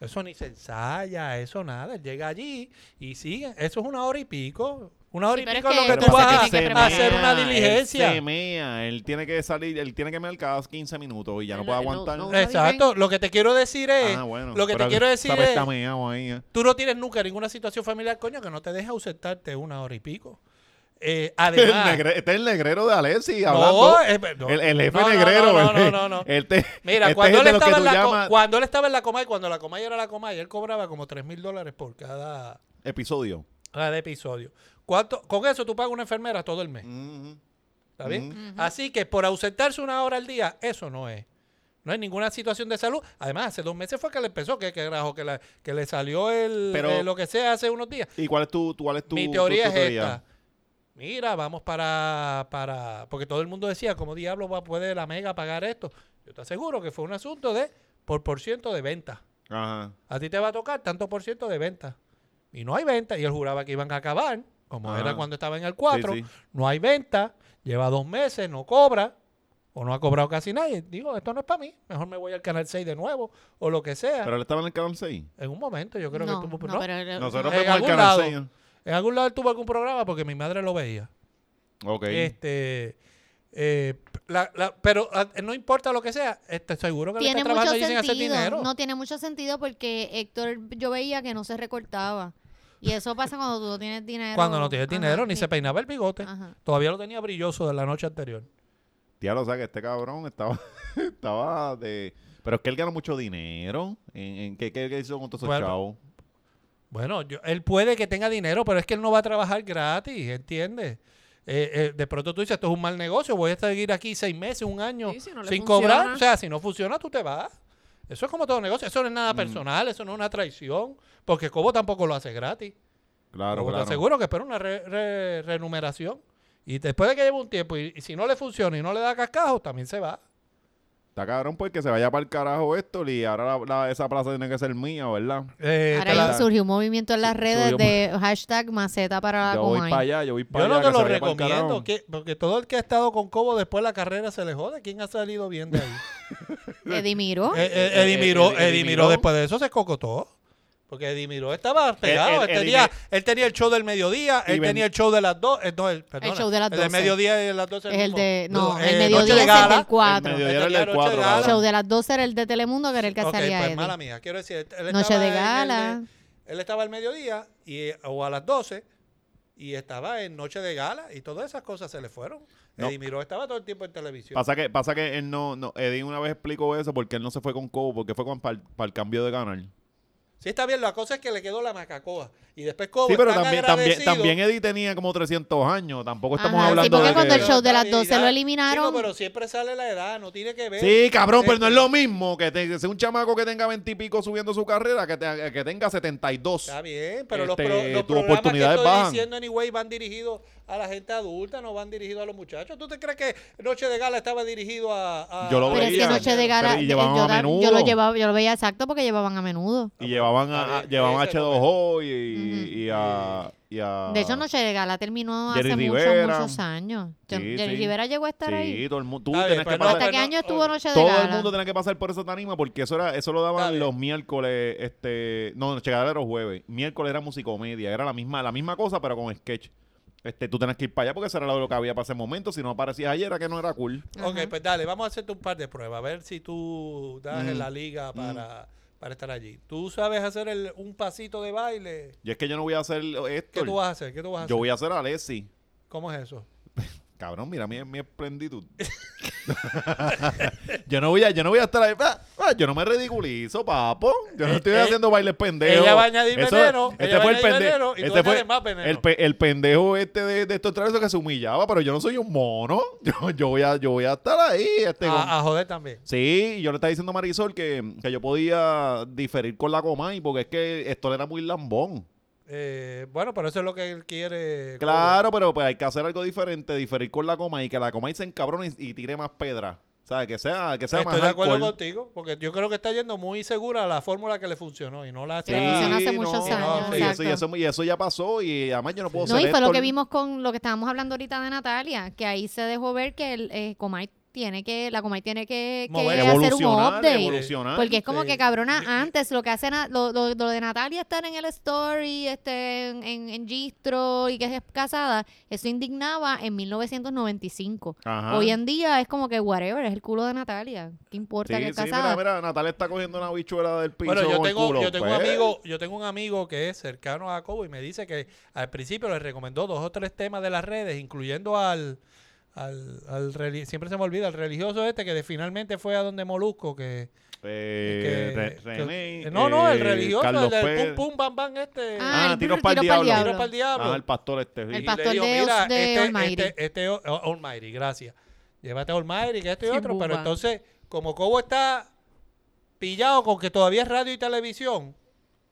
[SPEAKER 3] Eso ni se ensaya, eso nada. Él llega allí y sigue. Eso es una hora y pico. Una hora
[SPEAKER 6] Sí,
[SPEAKER 3] y
[SPEAKER 6] pero
[SPEAKER 3] pico
[SPEAKER 6] es
[SPEAKER 3] es lo
[SPEAKER 6] que
[SPEAKER 3] que
[SPEAKER 6] él
[SPEAKER 3] tú
[SPEAKER 6] se
[SPEAKER 3] vas
[SPEAKER 6] tiene que
[SPEAKER 3] a- a hacer una
[SPEAKER 6] preparar.
[SPEAKER 1] Él se
[SPEAKER 3] diligencia.
[SPEAKER 1] mea, él tiene que salir, él tiene que mear cada 15 minutos y ya no
[SPEAKER 6] Él-
[SPEAKER 1] puede
[SPEAKER 6] él no-
[SPEAKER 1] aguantar.
[SPEAKER 6] no-
[SPEAKER 3] Exacto. Lo que te quiero decir es,
[SPEAKER 1] Ah, bueno.
[SPEAKER 3] Eh, lo que te
[SPEAKER 1] Pero
[SPEAKER 3] quiero decir
[SPEAKER 1] sabe,
[SPEAKER 3] es,
[SPEAKER 1] está meado ahí, eh.
[SPEAKER 3] tú no tienes nunca ninguna situación familiar, coño, que no te deja ausentarte una hora y pico. Eh,
[SPEAKER 1] El
[SPEAKER 3] además,
[SPEAKER 1] negre- este es el negrero de Alexi hablando.
[SPEAKER 3] no, es- no.
[SPEAKER 1] el, el jefe
[SPEAKER 3] No, no,
[SPEAKER 1] negrero.
[SPEAKER 3] no, no,
[SPEAKER 1] el-
[SPEAKER 3] no, no, no.
[SPEAKER 1] el te-
[SPEAKER 3] Mira,
[SPEAKER 1] este
[SPEAKER 3] cuando,
[SPEAKER 1] es
[SPEAKER 3] él
[SPEAKER 1] de los que
[SPEAKER 3] estaba en
[SPEAKER 1] tú
[SPEAKER 3] la co-
[SPEAKER 1] llamas
[SPEAKER 3] cuando él estaba en la Comay, cuando la Comay era la Comay, él cobraba como 3 mil dólares por cada,
[SPEAKER 1] episodio.
[SPEAKER 3] cada episodio. ¿Cuánto, con eso tú pagas una enfermera todo el mes. ¿Está bien? Así que por ausentarse una hora al día, eso no es. No hay ninguna situación de salud. Además, hace dos meses fue que le empezó, que, que, grajo, que, la- que le salió el,
[SPEAKER 1] Pero-
[SPEAKER 3] eh, lo que sea hace unos días.
[SPEAKER 1] ¿Y cuál es tu, tu- cuál es tu
[SPEAKER 3] Mi teoría
[SPEAKER 1] tu-
[SPEAKER 3] es
[SPEAKER 1] tu teoría?
[SPEAKER 3] esta. Mira, vamos para, para... Porque todo el mundo decía, ¿cómo diablos va, puede la Mega pagar esto? Yo te aseguro que fue un asunto de por por ciento de venta.
[SPEAKER 1] Ajá.
[SPEAKER 3] A ti te va a tocar tanto por ciento de venta. Y no hay venta. Y él juraba que iban a acabar, como
[SPEAKER 1] Ajá.
[SPEAKER 3] era cuando estaba en el 4.
[SPEAKER 1] Sí, sí.
[SPEAKER 3] No hay venta. Lleva dos meses, no cobra. o no ha cobrado casi nadie, digo, esto no es para mí, mejor me voy al Canal 6 de nuevo o lo que sea.
[SPEAKER 1] Pero él estaba en el canal 6.
[SPEAKER 3] en un momento, yo creo
[SPEAKER 6] no,
[SPEAKER 3] que tuvo...
[SPEAKER 6] no,
[SPEAKER 3] ¿no?
[SPEAKER 6] pero-
[SPEAKER 1] Nosotros
[SPEAKER 3] En
[SPEAKER 1] vemos el
[SPEAKER 3] algún
[SPEAKER 1] canal
[SPEAKER 3] lado.
[SPEAKER 1] 6. ¿eh?
[SPEAKER 3] En algún lado él tuvo algún programa porque mi madre lo veía.
[SPEAKER 1] Ok.
[SPEAKER 3] Este, eh, la- la- pero ah, no importa lo que sea, este, seguro que le
[SPEAKER 6] tiene
[SPEAKER 3] está
[SPEAKER 6] mucho
[SPEAKER 3] trabajando allí sin hacer
[SPEAKER 6] sentido.
[SPEAKER 3] dinero.
[SPEAKER 6] No tiene mucho sentido porque Héctor yo veía que no se recortaba. Y eso pasa cuando tú no tienes dinero.
[SPEAKER 3] Cuando no tienes
[SPEAKER 6] Ajá,
[SPEAKER 3] dinero, ni
[SPEAKER 6] sí.
[SPEAKER 3] se peinaba el bigote.
[SPEAKER 6] Ajá.
[SPEAKER 3] Todavía lo tenía brilloso de la noche anterior.
[SPEAKER 1] Tía, lo sabe que este cabrón estaba, estaba de. Pero es que él ganó mucho dinero. ¿En, en qué, qué- qué hizo con todos esos
[SPEAKER 3] Bueno.
[SPEAKER 1] chavos?
[SPEAKER 3] Bueno, yo- él puede que tenga dinero, pero es que él no va a trabajar gratis, ¿entiendes? Eh, eh, de pronto tú dices, esto es un mal negocio, voy a seguir aquí seis meses, un año,
[SPEAKER 5] Sí, si no le
[SPEAKER 3] sin
[SPEAKER 5] funciona.
[SPEAKER 3] cobrar. O sea, si no funciona, tú te vas. Eso es como todo negocio, eso no es
[SPEAKER 1] Mm.
[SPEAKER 3] nada personal, eso no es una traición, porque Cobo tampoco lo hace gratis.
[SPEAKER 1] Claro,
[SPEAKER 3] Cobo
[SPEAKER 1] claro.
[SPEAKER 3] Te aseguro que espera una re- re- remuneración. Y después de que lleve un tiempo, y, y si no le funciona y no le da cascajo, también se va.
[SPEAKER 1] Está cabrón porque se vaya para el carajo esto y ahora la- la- esa plaza tiene que ser mía, ¿verdad?
[SPEAKER 3] Eh,
[SPEAKER 6] Ahora
[SPEAKER 3] te la-
[SPEAKER 6] hay un- surgió un movimiento en las redes
[SPEAKER 1] surgió-
[SPEAKER 6] de hashtag maceta para la
[SPEAKER 1] yo voy
[SPEAKER 6] Comay.
[SPEAKER 1] para allá, yo voy para
[SPEAKER 3] Yo
[SPEAKER 1] allá.
[SPEAKER 3] no te
[SPEAKER 1] que se
[SPEAKER 3] lo
[SPEAKER 1] vaya pa'l
[SPEAKER 3] recomiendo,
[SPEAKER 1] carajo.
[SPEAKER 3] que- porque todo el que ha estado con Cobo después de la carrera se le jode. ¿Quién ha salido bien de ahí?
[SPEAKER 6] Edimiro.
[SPEAKER 3] Eh, eh, Eddie Miró,
[SPEAKER 1] Eddie-
[SPEAKER 3] Eddie
[SPEAKER 1] Eddie
[SPEAKER 3] Miró
[SPEAKER 1] Miró.
[SPEAKER 3] después de eso se cocotó. Porque Eddie Miró estaba pegado.
[SPEAKER 1] Ed-
[SPEAKER 3] él,
[SPEAKER 1] Eddie
[SPEAKER 3] tenía,
[SPEAKER 1] Mir-
[SPEAKER 3] él tenía el show del mediodía,
[SPEAKER 1] Eh, Y
[SPEAKER 3] él
[SPEAKER 1] ven-
[SPEAKER 3] tenía el show de las dos. eh, no, el, perdona,
[SPEAKER 6] show de las
[SPEAKER 3] el del
[SPEAKER 6] 12.
[SPEAKER 3] mediodía y de las 12.
[SPEAKER 6] Es el
[SPEAKER 3] mismo.
[SPEAKER 6] de. No,
[SPEAKER 3] Eh,
[SPEAKER 6] el
[SPEAKER 3] Noche
[SPEAKER 6] mediodía
[SPEAKER 3] de
[SPEAKER 6] es el
[SPEAKER 3] Gala.
[SPEAKER 6] del 4.
[SPEAKER 1] El
[SPEAKER 3] medio-
[SPEAKER 1] mediodía
[SPEAKER 6] El
[SPEAKER 1] era el
[SPEAKER 3] Tenía
[SPEAKER 1] del 4.
[SPEAKER 3] noche de gala.
[SPEAKER 6] show de las 12 era el de Telemundo, que era el que
[SPEAKER 3] Ok,
[SPEAKER 6] salía
[SPEAKER 3] pues
[SPEAKER 6] él.
[SPEAKER 3] mala mía. Quiero decir, él
[SPEAKER 6] Noche
[SPEAKER 3] estaba
[SPEAKER 6] de
[SPEAKER 3] en el
[SPEAKER 6] gala.
[SPEAKER 3] él estaba al mediodía y, eh, o a las 12 y estaba en Noche de Gala y todas esas cosas se le fueron.
[SPEAKER 1] No.
[SPEAKER 3] Eddie Miró estaba todo el tiempo en televisión.
[SPEAKER 1] Pasa que, pasa que él no, no, Edín una vez explicó eso porque él no se fue con Cobo, porque fue con para el cambio de canal.
[SPEAKER 3] Sí, está bien, la cosa es que le quedó la macacoa. Y después Cobo
[SPEAKER 1] Sí, pero
[SPEAKER 3] tan
[SPEAKER 1] también, también,
[SPEAKER 3] agradecido-
[SPEAKER 1] también Eddie tenía como 300 años, tampoco estamos
[SPEAKER 6] Ajá, Ah, sí,
[SPEAKER 1] hablando
[SPEAKER 6] porque
[SPEAKER 1] de
[SPEAKER 6] cuando
[SPEAKER 1] que-
[SPEAKER 6] el show de las
[SPEAKER 3] Estabilidad.
[SPEAKER 6] 12 lo eliminaron.
[SPEAKER 3] Chico, pero siempre sale la edad, no tiene que ver.
[SPEAKER 1] Sí, cabrón, pero no es
[SPEAKER 3] Este,
[SPEAKER 1] lo mismo que, te- que sea un chamaco que tenga 20 y pico subiendo su carrera que, te- que tenga 72.
[SPEAKER 3] Está bien, pero los,
[SPEAKER 1] Este,
[SPEAKER 3] pro- los
[SPEAKER 1] tus
[SPEAKER 3] programas
[SPEAKER 1] oportunidades
[SPEAKER 3] que estoy
[SPEAKER 1] bajan.
[SPEAKER 3] diciendo anyway van dirigidos a la gente adulta, no van dirigidos a los muchachos. ¿Tú te crees que Noche de Gala estaba dirigido a, a-
[SPEAKER 1] Yo lo
[SPEAKER 6] Pero es que
[SPEAKER 1] veía.
[SPEAKER 6] Noche de Gala.
[SPEAKER 1] Pero y
[SPEAKER 6] eh,
[SPEAKER 1] llevaban
[SPEAKER 6] yo,
[SPEAKER 1] a
[SPEAKER 6] tam- yo
[SPEAKER 1] menudo.
[SPEAKER 6] lo llevaba, yo lo veía exacto porque llevaban a menudo.
[SPEAKER 1] Y llevaban a,
[SPEAKER 3] A ver,
[SPEAKER 1] llevaban a
[SPEAKER 3] ese
[SPEAKER 1] H2O y, y a,
[SPEAKER 3] Ujú.
[SPEAKER 1] y a-
[SPEAKER 6] De hecho, Noche de Gala terminó
[SPEAKER 1] Ah. Jerry
[SPEAKER 6] hace
[SPEAKER 1] Rivera.
[SPEAKER 6] muchos, muchos años. Yo-
[SPEAKER 1] Sí,
[SPEAKER 6] Jerry
[SPEAKER 1] sí.
[SPEAKER 6] Rivera llegó a estar
[SPEAKER 1] Sí,
[SPEAKER 6] ahí.
[SPEAKER 1] todo el mundo. Tú
[SPEAKER 3] Está bien,
[SPEAKER 1] tenías que
[SPEAKER 3] pues no
[SPEAKER 1] pasar.
[SPEAKER 6] ¿Hasta qué
[SPEAKER 3] no,
[SPEAKER 6] año
[SPEAKER 3] no,
[SPEAKER 6] estuvo Noche de
[SPEAKER 1] Todo
[SPEAKER 6] Gala?
[SPEAKER 1] el mundo tenía que pasar por esa tarima porque eso era eso lo
[SPEAKER 3] Está
[SPEAKER 1] daban
[SPEAKER 3] bien.
[SPEAKER 1] los miércoles, este, no, llegar era los jueves. Miércoles era musicomedia, era la misma la misma cosa pero con sketch. Este, tú tenías que ir para allá porque eso era lo que había para ese momento, si no aparecías ayer era que no era cool.
[SPEAKER 3] Ok,
[SPEAKER 6] Ajá.
[SPEAKER 3] pues dale, vamos a hacerte un par de pruebas, a ver si tú das en la liga para, para estar allí. ¿Tú sabes hacer el- un pasito de baile?
[SPEAKER 1] Y es que yo no voy a hacer
[SPEAKER 3] ¿Qué
[SPEAKER 1] esto.
[SPEAKER 3] tú vas a hacer? ¿Qué tú vas a hacer?
[SPEAKER 1] Yo voy a hacer a Alessi.
[SPEAKER 3] ¿Cómo es eso?
[SPEAKER 1] Cabrón, mira mi, mi esplenditud. yo no voy a, yo no voy a estar ahí. ah, ah, yo no me ridiculizo, papo. Yo no estoy
[SPEAKER 3] eh,
[SPEAKER 1] haciendo bailes pendejos.
[SPEAKER 3] ella va a añadir
[SPEAKER 1] Eso-
[SPEAKER 3] veneno,
[SPEAKER 1] Este
[SPEAKER 3] ella
[SPEAKER 1] fue
[SPEAKER 3] va a
[SPEAKER 1] el
[SPEAKER 3] añadir
[SPEAKER 1] pendejo.
[SPEAKER 3] veneno y tú
[SPEAKER 1] Este fue
[SPEAKER 3] añades más veneno.
[SPEAKER 1] el, pe- el pendejo este de, de estos travesos que se humillaba, pero yo no soy un mono. Yo, yo voy a, yo voy a estar ahí. Este, con-
[SPEAKER 3] A, a joder también.
[SPEAKER 1] Sí, y yo le estaba diciendo a Marisol que, que yo podía diferir con la Comay porque es que esto era muy lambón.
[SPEAKER 3] Eh, bueno, pero eso es lo que él quiere.
[SPEAKER 1] Claro, pero pues hay que hacer algo diferente, diferir con la coma y que la coma se encabrone y, y tire más pedra. O sea, que sea, que sea
[SPEAKER 3] Estoy
[SPEAKER 1] más
[SPEAKER 3] de acuerdo
[SPEAKER 1] alcohol.
[SPEAKER 3] contigo, porque yo creo que está yendo muy segura a la fórmula que le funcionó y no la
[SPEAKER 6] Que le funcionó
[SPEAKER 3] hacía.
[SPEAKER 6] hace
[SPEAKER 3] años,
[SPEAKER 6] muchos
[SPEAKER 1] y, eso, y,
[SPEAKER 6] exacto.
[SPEAKER 1] eso, y eso ya pasó y además yo no puedo
[SPEAKER 6] No,
[SPEAKER 1] ser
[SPEAKER 6] y fue lo
[SPEAKER 1] Héctor.
[SPEAKER 6] que vimos con lo que estábamos hablando ahorita de Natalia, que ahí se dejó ver que el eh, Comay tiene que, la Comay tiene que, que
[SPEAKER 3] Mover.
[SPEAKER 6] hacer un
[SPEAKER 1] Evolucionar,
[SPEAKER 6] update.
[SPEAKER 1] evolucionar.
[SPEAKER 6] Porque es como
[SPEAKER 3] Sí.
[SPEAKER 6] que cabrona, antes lo que hacen, lo, lo, lo de Natalia estar en el story, este, en, en, en Gistro y que es casada, eso indignaba en 1995.
[SPEAKER 1] Ajá.
[SPEAKER 6] Hoy en día es como que whatever, es el culo de Natalia.
[SPEAKER 1] Sí,
[SPEAKER 6] ¿Qué importa que es
[SPEAKER 1] sí,
[SPEAKER 6] casada?
[SPEAKER 1] mira, mira, Natalia está cogiendo una bichuela del piso
[SPEAKER 3] Bueno, yo
[SPEAKER 1] con el
[SPEAKER 3] tengo,
[SPEAKER 1] culo.
[SPEAKER 3] yo, tengo un
[SPEAKER 1] Pues,
[SPEAKER 3] amigo, yo tengo un amigo que es cercano a Cobo y me dice que al principio le recomendó dos o tres temas de las redes, incluyendo al, al, al reli- siempre se me olvida, al religioso este que de- finalmente fue a donde Molusco, que...
[SPEAKER 1] eh,
[SPEAKER 3] que-
[SPEAKER 1] Re-
[SPEAKER 3] que-
[SPEAKER 1] René,
[SPEAKER 3] no, no, el
[SPEAKER 1] eh,
[SPEAKER 3] religioso,
[SPEAKER 1] Carlos
[SPEAKER 3] el del
[SPEAKER 1] Pérez.
[SPEAKER 3] pum pum bam bam este...
[SPEAKER 6] Ah,
[SPEAKER 1] Ah,
[SPEAKER 6] el
[SPEAKER 1] tiros
[SPEAKER 6] tiro
[SPEAKER 1] pa'l
[SPEAKER 6] pa'l
[SPEAKER 1] diablo.
[SPEAKER 6] diablo.
[SPEAKER 3] Tiros pa'l diablo.
[SPEAKER 1] Ah, el pastor este. sí.
[SPEAKER 6] El
[SPEAKER 3] Y
[SPEAKER 6] pastor
[SPEAKER 3] le digo,
[SPEAKER 6] de-
[SPEAKER 3] "Mira,
[SPEAKER 6] de
[SPEAKER 3] este,
[SPEAKER 6] Almighty".
[SPEAKER 3] Este, este o- o- Almighty, gracias. Llévate a Almighty, que esto y
[SPEAKER 5] Sí,
[SPEAKER 3] otro. Pero
[SPEAKER 5] buba.
[SPEAKER 3] entonces, como Cobo está pillado con que todavía es radio y televisión,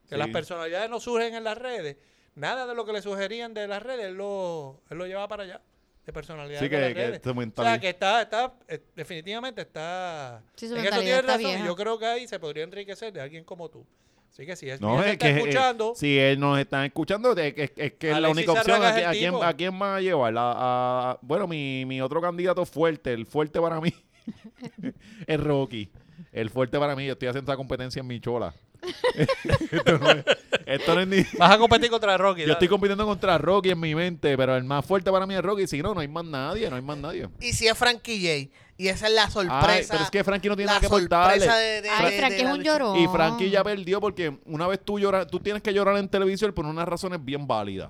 [SPEAKER 3] que
[SPEAKER 1] Sí.
[SPEAKER 3] las personalidades no surgen en las redes, nada de lo que le sugerían de las redes, él lo, él lo lleva para allá. De personalidades
[SPEAKER 1] Sí,
[SPEAKER 3] de
[SPEAKER 1] que-
[SPEAKER 3] las
[SPEAKER 1] que
[SPEAKER 3] redes.
[SPEAKER 1] se
[SPEAKER 3] o sea,
[SPEAKER 1] mentaliza.
[SPEAKER 3] que está, está, eh, definitivamente está...
[SPEAKER 6] Sí, su
[SPEAKER 3] en eso
[SPEAKER 6] mentalidad
[SPEAKER 3] tienes
[SPEAKER 6] está
[SPEAKER 3] razón. y
[SPEAKER 6] vieja.
[SPEAKER 3] Yo creo que ahí se podría enriquecer de alguien como tú. Así que si es,
[SPEAKER 1] No,
[SPEAKER 3] si él
[SPEAKER 1] es
[SPEAKER 3] está
[SPEAKER 1] que eh,
[SPEAKER 3] escuchando...
[SPEAKER 1] si él nos está escuchando, es, es- es que es la
[SPEAKER 3] Alexis
[SPEAKER 1] única opción. ¿A,
[SPEAKER 3] Arraga es
[SPEAKER 1] quién-
[SPEAKER 3] el
[SPEAKER 1] a quién,
[SPEAKER 3] tipo.
[SPEAKER 1] ¿A quién más va a llevar? A- a- bueno, mi, mi otro candidato fuerte, el fuerte para mí, el Rocky. El fuerte para mí, yo estoy haciendo esa competencia en mi chola. esto, no es, esto no es ni.
[SPEAKER 3] Vas a competir contra Rocky.
[SPEAKER 1] Yo
[SPEAKER 3] dale.
[SPEAKER 1] estoy compitiendo contra Rocky en mi mente, pero el más fuerte para mí es Rocky. Si no, no hay más nadie, no hay más nadie.
[SPEAKER 2] Y si es Frankie J. Y esa es la sorpresa.
[SPEAKER 1] Ay, pero es que Frankie no tiene
[SPEAKER 2] la
[SPEAKER 1] nada que
[SPEAKER 2] sorpresa
[SPEAKER 1] aportarle.
[SPEAKER 2] de, de-
[SPEAKER 6] Ay,
[SPEAKER 2] de-
[SPEAKER 6] Frankie
[SPEAKER 2] de
[SPEAKER 6] es
[SPEAKER 2] la
[SPEAKER 6] un
[SPEAKER 2] lucha.
[SPEAKER 6] llorón.
[SPEAKER 1] Y Frankie ya perdió porque una vez tú lloras, tú tienes que llorar en televisión por unas razones bien válidas.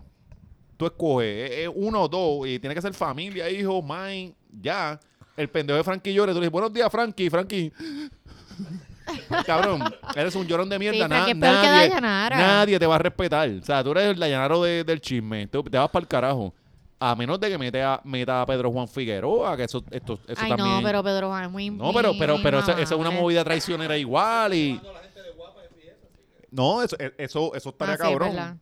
[SPEAKER 1] Tú escoges eh, eh, uno o dos y tiene que ser familia, hijo, mine, ya. El pendejo de Frankie llora y tú le dices, buenos días, Frankie, Frankie. Cabrón, eres un llorón de mierda.
[SPEAKER 6] Sí,
[SPEAKER 1] na-
[SPEAKER 6] Frankie es peor que
[SPEAKER 1] nadie,
[SPEAKER 6] Dayanara.
[SPEAKER 1] nadie te va a respetar. O sea, tú eres el Dayanaro de- del chisme. Tú te vas para el carajo. A menos de que meta, a- meta a Pedro Juan Figueroa, que eso, esto, eso
[SPEAKER 6] Ay,
[SPEAKER 1] también.
[SPEAKER 6] no, pero Pedro Juan es muy
[SPEAKER 1] No, pero, pero,
[SPEAKER 6] muy
[SPEAKER 1] pero esa, esa es una
[SPEAKER 6] mamable.
[SPEAKER 1] movida traicionera igual y. No, eso, e- eso, eso estaría
[SPEAKER 6] Ah, sí, es
[SPEAKER 1] cabrón.
[SPEAKER 6] verdad.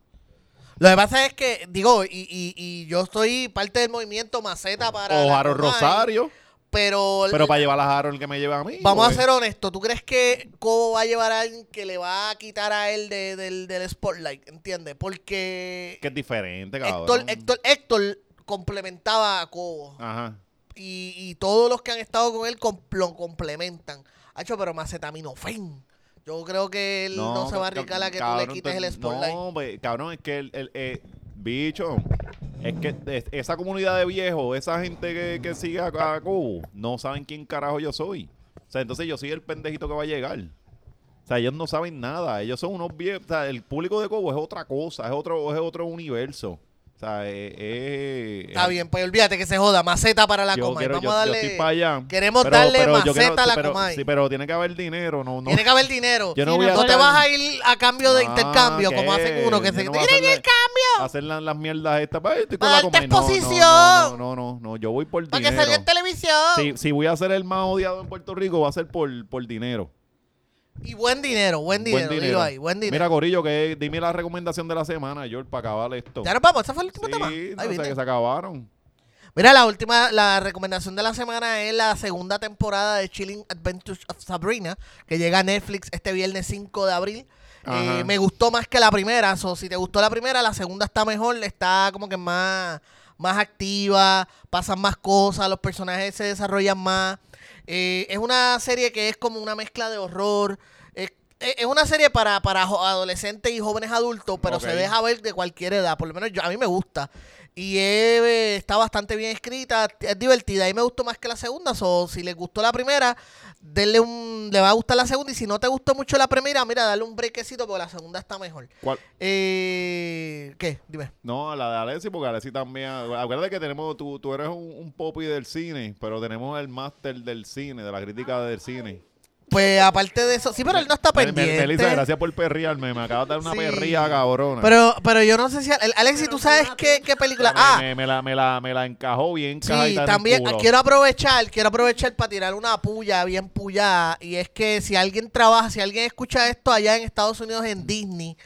[SPEAKER 2] Lo que pasa es que, digo, y, y, y yo estoy parte del movimiento Maceta para.
[SPEAKER 1] o
[SPEAKER 2] la ¿eh?
[SPEAKER 1] Harold
[SPEAKER 2] Comay,
[SPEAKER 1] Rosario.
[SPEAKER 2] Pero,
[SPEAKER 1] Pero para llevar a Harold que me lleva a mí.
[SPEAKER 2] vamos a
[SPEAKER 1] pues,
[SPEAKER 2] ser honestos. ¿Tú crees que Cobo va a llevar a alguien que le va a quitar a él de- del, del spotlight? ¿Entiendes? Porque
[SPEAKER 1] Que es diferente, cabrón.
[SPEAKER 2] Héctor, Héctor, Héctor complementaba a Cobo.
[SPEAKER 1] Ajá.
[SPEAKER 2] y, y todos los que han estado con él com- lo complementan. Hacho, pero macetaminofén. Yo creo que él no, se va a
[SPEAKER 1] ca-
[SPEAKER 2] arriesgar a que tú
[SPEAKER 1] cabrón,
[SPEAKER 2] le quites el
[SPEAKER 1] entonces,
[SPEAKER 2] spotlight.
[SPEAKER 1] No, pues, cabrón, es que el, el- eh, bicho, es que es- esa comunidad de viejos, esa gente que, que sigue a, a Cobo, no saben quién carajo yo soy. O sea, entonces yo soy el pendejito que va a llegar. O sea, ellos no saben nada. Ellos son unos viejos. O sea, el público de Cobo es otra cosa, es otro, es otro universo. O sea, eh, eh,
[SPEAKER 2] Está
[SPEAKER 1] eh,
[SPEAKER 2] bien, pues olvídate que se joda. Maceta para la
[SPEAKER 1] Yo
[SPEAKER 2] coma.
[SPEAKER 1] quiero,
[SPEAKER 2] Vamos
[SPEAKER 1] yo,
[SPEAKER 2] a
[SPEAKER 1] yo
[SPEAKER 2] darle.
[SPEAKER 1] estoy para allá.
[SPEAKER 2] Queremos darle
[SPEAKER 1] yo quiero-
[SPEAKER 2] maceta a la
[SPEAKER 1] pero-
[SPEAKER 2] Comay.
[SPEAKER 1] Sí, pero tiene que haber dinero. No, no.
[SPEAKER 2] Tiene que haber dinero.
[SPEAKER 1] Yo no
[SPEAKER 6] Sí,
[SPEAKER 1] voy
[SPEAKER 6] no,
[SPEAKER 1] a
[SPEAKER 2] No te
[SPEAKER 1] estar-
[SPEAKER 2] vas a ir a cambio de
[SPEAKER 1] Ah,
[SPEAKER 2] intercambio,
[SPEAKER 1] ¿qué?
[SPEAKER 2] como hacen uno que
[SPEAKER 1] Yo
[SPEAKER 2] se.
[SPEAKER 1] no voy a
[SPEAKER 2] ¡Mira,
[SPEAKER 1] hacerle-
[SPEAKER 2] mira,
[SPEAKER 1] Hacer la- las mierdas estas. Ay, estoy
[SPEAKER 2] Para
[SPEAKER 1] con la Comay.
[SPEAKER 2] darte
[SPEAKER 1] No, no,
[SPEAKER 2] exposición.
[SPEAKER 1] No, no, no, no, no, yo voy por
[SPEAKER 2] Porque
[SPEAKER 1] dinero.
[SPEAKER 2] salió este en televisión!
[SPEAKER 1] Si, si voy a ser el más odiado en Puerto Rico, va a ser por, por dinero.
[SPEAKER 2] Y buen dinero, buen dinero, dilo ahí, buen dinero.
[SPEAKER 1] Mira, Corillo, que dime la recomendación de la semana, George, para acabar esto.
[SPEAKER 2] ya nos vamos, ese fue el último
[SPEAKER 1] sí,
[SPEAKER 2] tema. Ahí
[SPEAKER 1] no, o sea,
[SPEAKER 2] viene.
[SPEAKER 1] que se acabaron.
[SPEAKER 2] Mira, la última, la recomendación de la semana es la segunda temporada de Chilling Adventures of Sabrina, que llega a Netflix este viernes 5 de abril.
[SPEAKER 1] Ajá.
[SPEAKER 2] Eh, me gustó más que la primera, so, si te gustó la primera, la segunda está mejor, está como que más, más activa, pasan más cosas, los personajes se desarrollan más. Eh, es una serie que es como una mezcla de horror. Es, es- es una serie para, para jo- adolescentes y jóvenes adultos, pero se
[SPEAKER 1] Ok.
[SPEAKER 2] deja ver de cualquier edad. Por lo menos yo, a mí me gusta. Y es, eh, está bastante bien escrita, es divertida. Y me gustó más que la segunda. So, si les gustó la primera, denle un, le va a gustar la segunda. Y si no te gustó mucho la primera, mira, dale un brequecito porque la segunda está mejor.
[SPEAKER 1] ¿Cuál?
[SPEAKER 2] Eh, ¿Qué? Dime.
[SPEAKER 1] No, la de Alessi, porque Alessi también. Acuérdate que tenemos. Tú, tú eres un, un popi del cine, pero tenemos el máster del cine, de la crítica del cine.
[SPEAKER 2] Pues aparte de eso, sí, pero él no está
[SPEAKER 1] Mel- Mel-
[SPEAKER 2] pendiente.
[SPEAKER 1] Melissa, gracias por perrearme. Me acabas de dar una
[SPEAKER 2] Sí.
[SPEAKER 1] perría cabrona.
[SPEAKER 2] Pero, pero yo no sé si. Alexis, ¿tú sabes qué, qué película?
[SPEAKER 1] Me-
[SPEAKER 2] Ah,
[SPEAKER 1] me, me la, me, la, me la encajó bien.
[SPEAKER 2] Sí,
[SPEAKER 1] cajita en el
[SPEAKER 2] también
[SPEAKER 1] culo.
[SPEAKER 2] quiero aprovechar, quiero aprovechar para tirar una puya bien pullada. Y es que si alguien trabaja, si alguien escucha esto allá en Estados Unidos en Disney,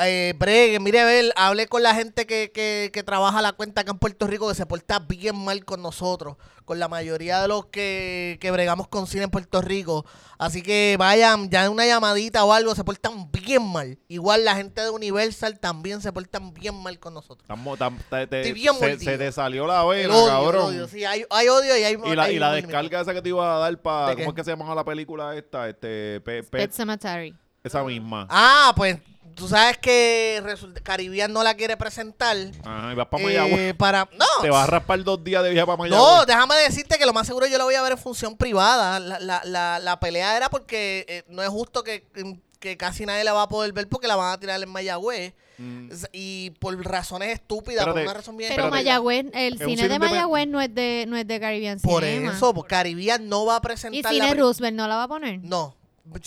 [SPEAKER 2] eh, bregue, mire, a ver, hable con la gente que, que, que trabaja la cuenta acá en Puerto Rico que se porta bien mal con nosotros, con la mayoría de los que, que bregamos con cine en Puerto Rico. Así que vayan, ya en una llamadita o algo, se portan bien mal. Igual la gente de Universal también se portan bien mal con nosotros.
[SPEAKER 1] Tamo- tam- te- te-
[SPEAKER 2] Estoy bien
[SPEAKER 1] se,
[SPEAKER 2] mordido.
[SPEAKER 1] se te salió la
[SPEAKER 2] El
[SPEAKER 1] vena,
[SPEAKER 2] odio,
[SPEAKER 1] cabrón.
[SPEAKER 2] el odio. Sí, hay, hay odio y hay
[SPEAKER 1] Y la,
[SPEAKER 2] hay
[SPEAKER 1] y la
[SPEAKER 2] un límite.
[SPEAKER 1] descarga esa que te iba a dar para.
[SPEAKER 2] ¿De
[SPEAKER 1] ¿Cómo
[SPEAKER 2] qué?
[SPEAKER 1] es que se llamaba la película esta? Este, pe- pe-
[SPEAKER 6] Pet Cemetery.
[SPEAKER 1] esa misma.
[SPEAKER 2] Ah, pues tú sabes que resulta- Caribbean no la quiere presentar.
[SPEAKER 1] Ajá, y vas para
[SPEAKER 2] eh,
[SPEAKER 1] Mayagüez.
[SPEAKER 2] para no,
[SPEAKER 1] Te vas a raspar dos días de viaje para Mayagüez.
[SPEAKER 2] no, déjame decirte que lo más seguro yo la voy a ver en función privada. La, la, la, la pelea era porque eh, no es justo que, que casi nadie la va a poder ver porque la van a tirar en Mayagüez.
[SPEAKER 1] Mm.
[SPEAKER 2] Y por razones estúpidas,
[SPEAKER 1] Espérate,
[SPEAKER 2] por una razón bien
[SPEAKER 6] Pero
[SPEAKER 1] Espérate.
[SPEAKER 2] estúpida.
[SPEAKER 6] Mayagüez, el
[SPEAKER 1] Es un
[SPEAKER 6] cine
[SPEAKER 1] cine
[SPEAKER 6] de
[SPEAKER 1] independ-
[SPEAKER 6] Mayagüez no es de, no es de Caribbean
[SPEAKER 2] Por
[SPEAKER 6] Cinema.
[SPEAKER 2] eso, porque Caribbean no va a
[SPEAKER 6] Y
[SPEAKER 2] presentar la
[SPEAKER 6] Cine
[SPEAKER 2] pri-
[SPEAKER 6] Roosevelt no la va a poner.
[SPEAKER 2] No,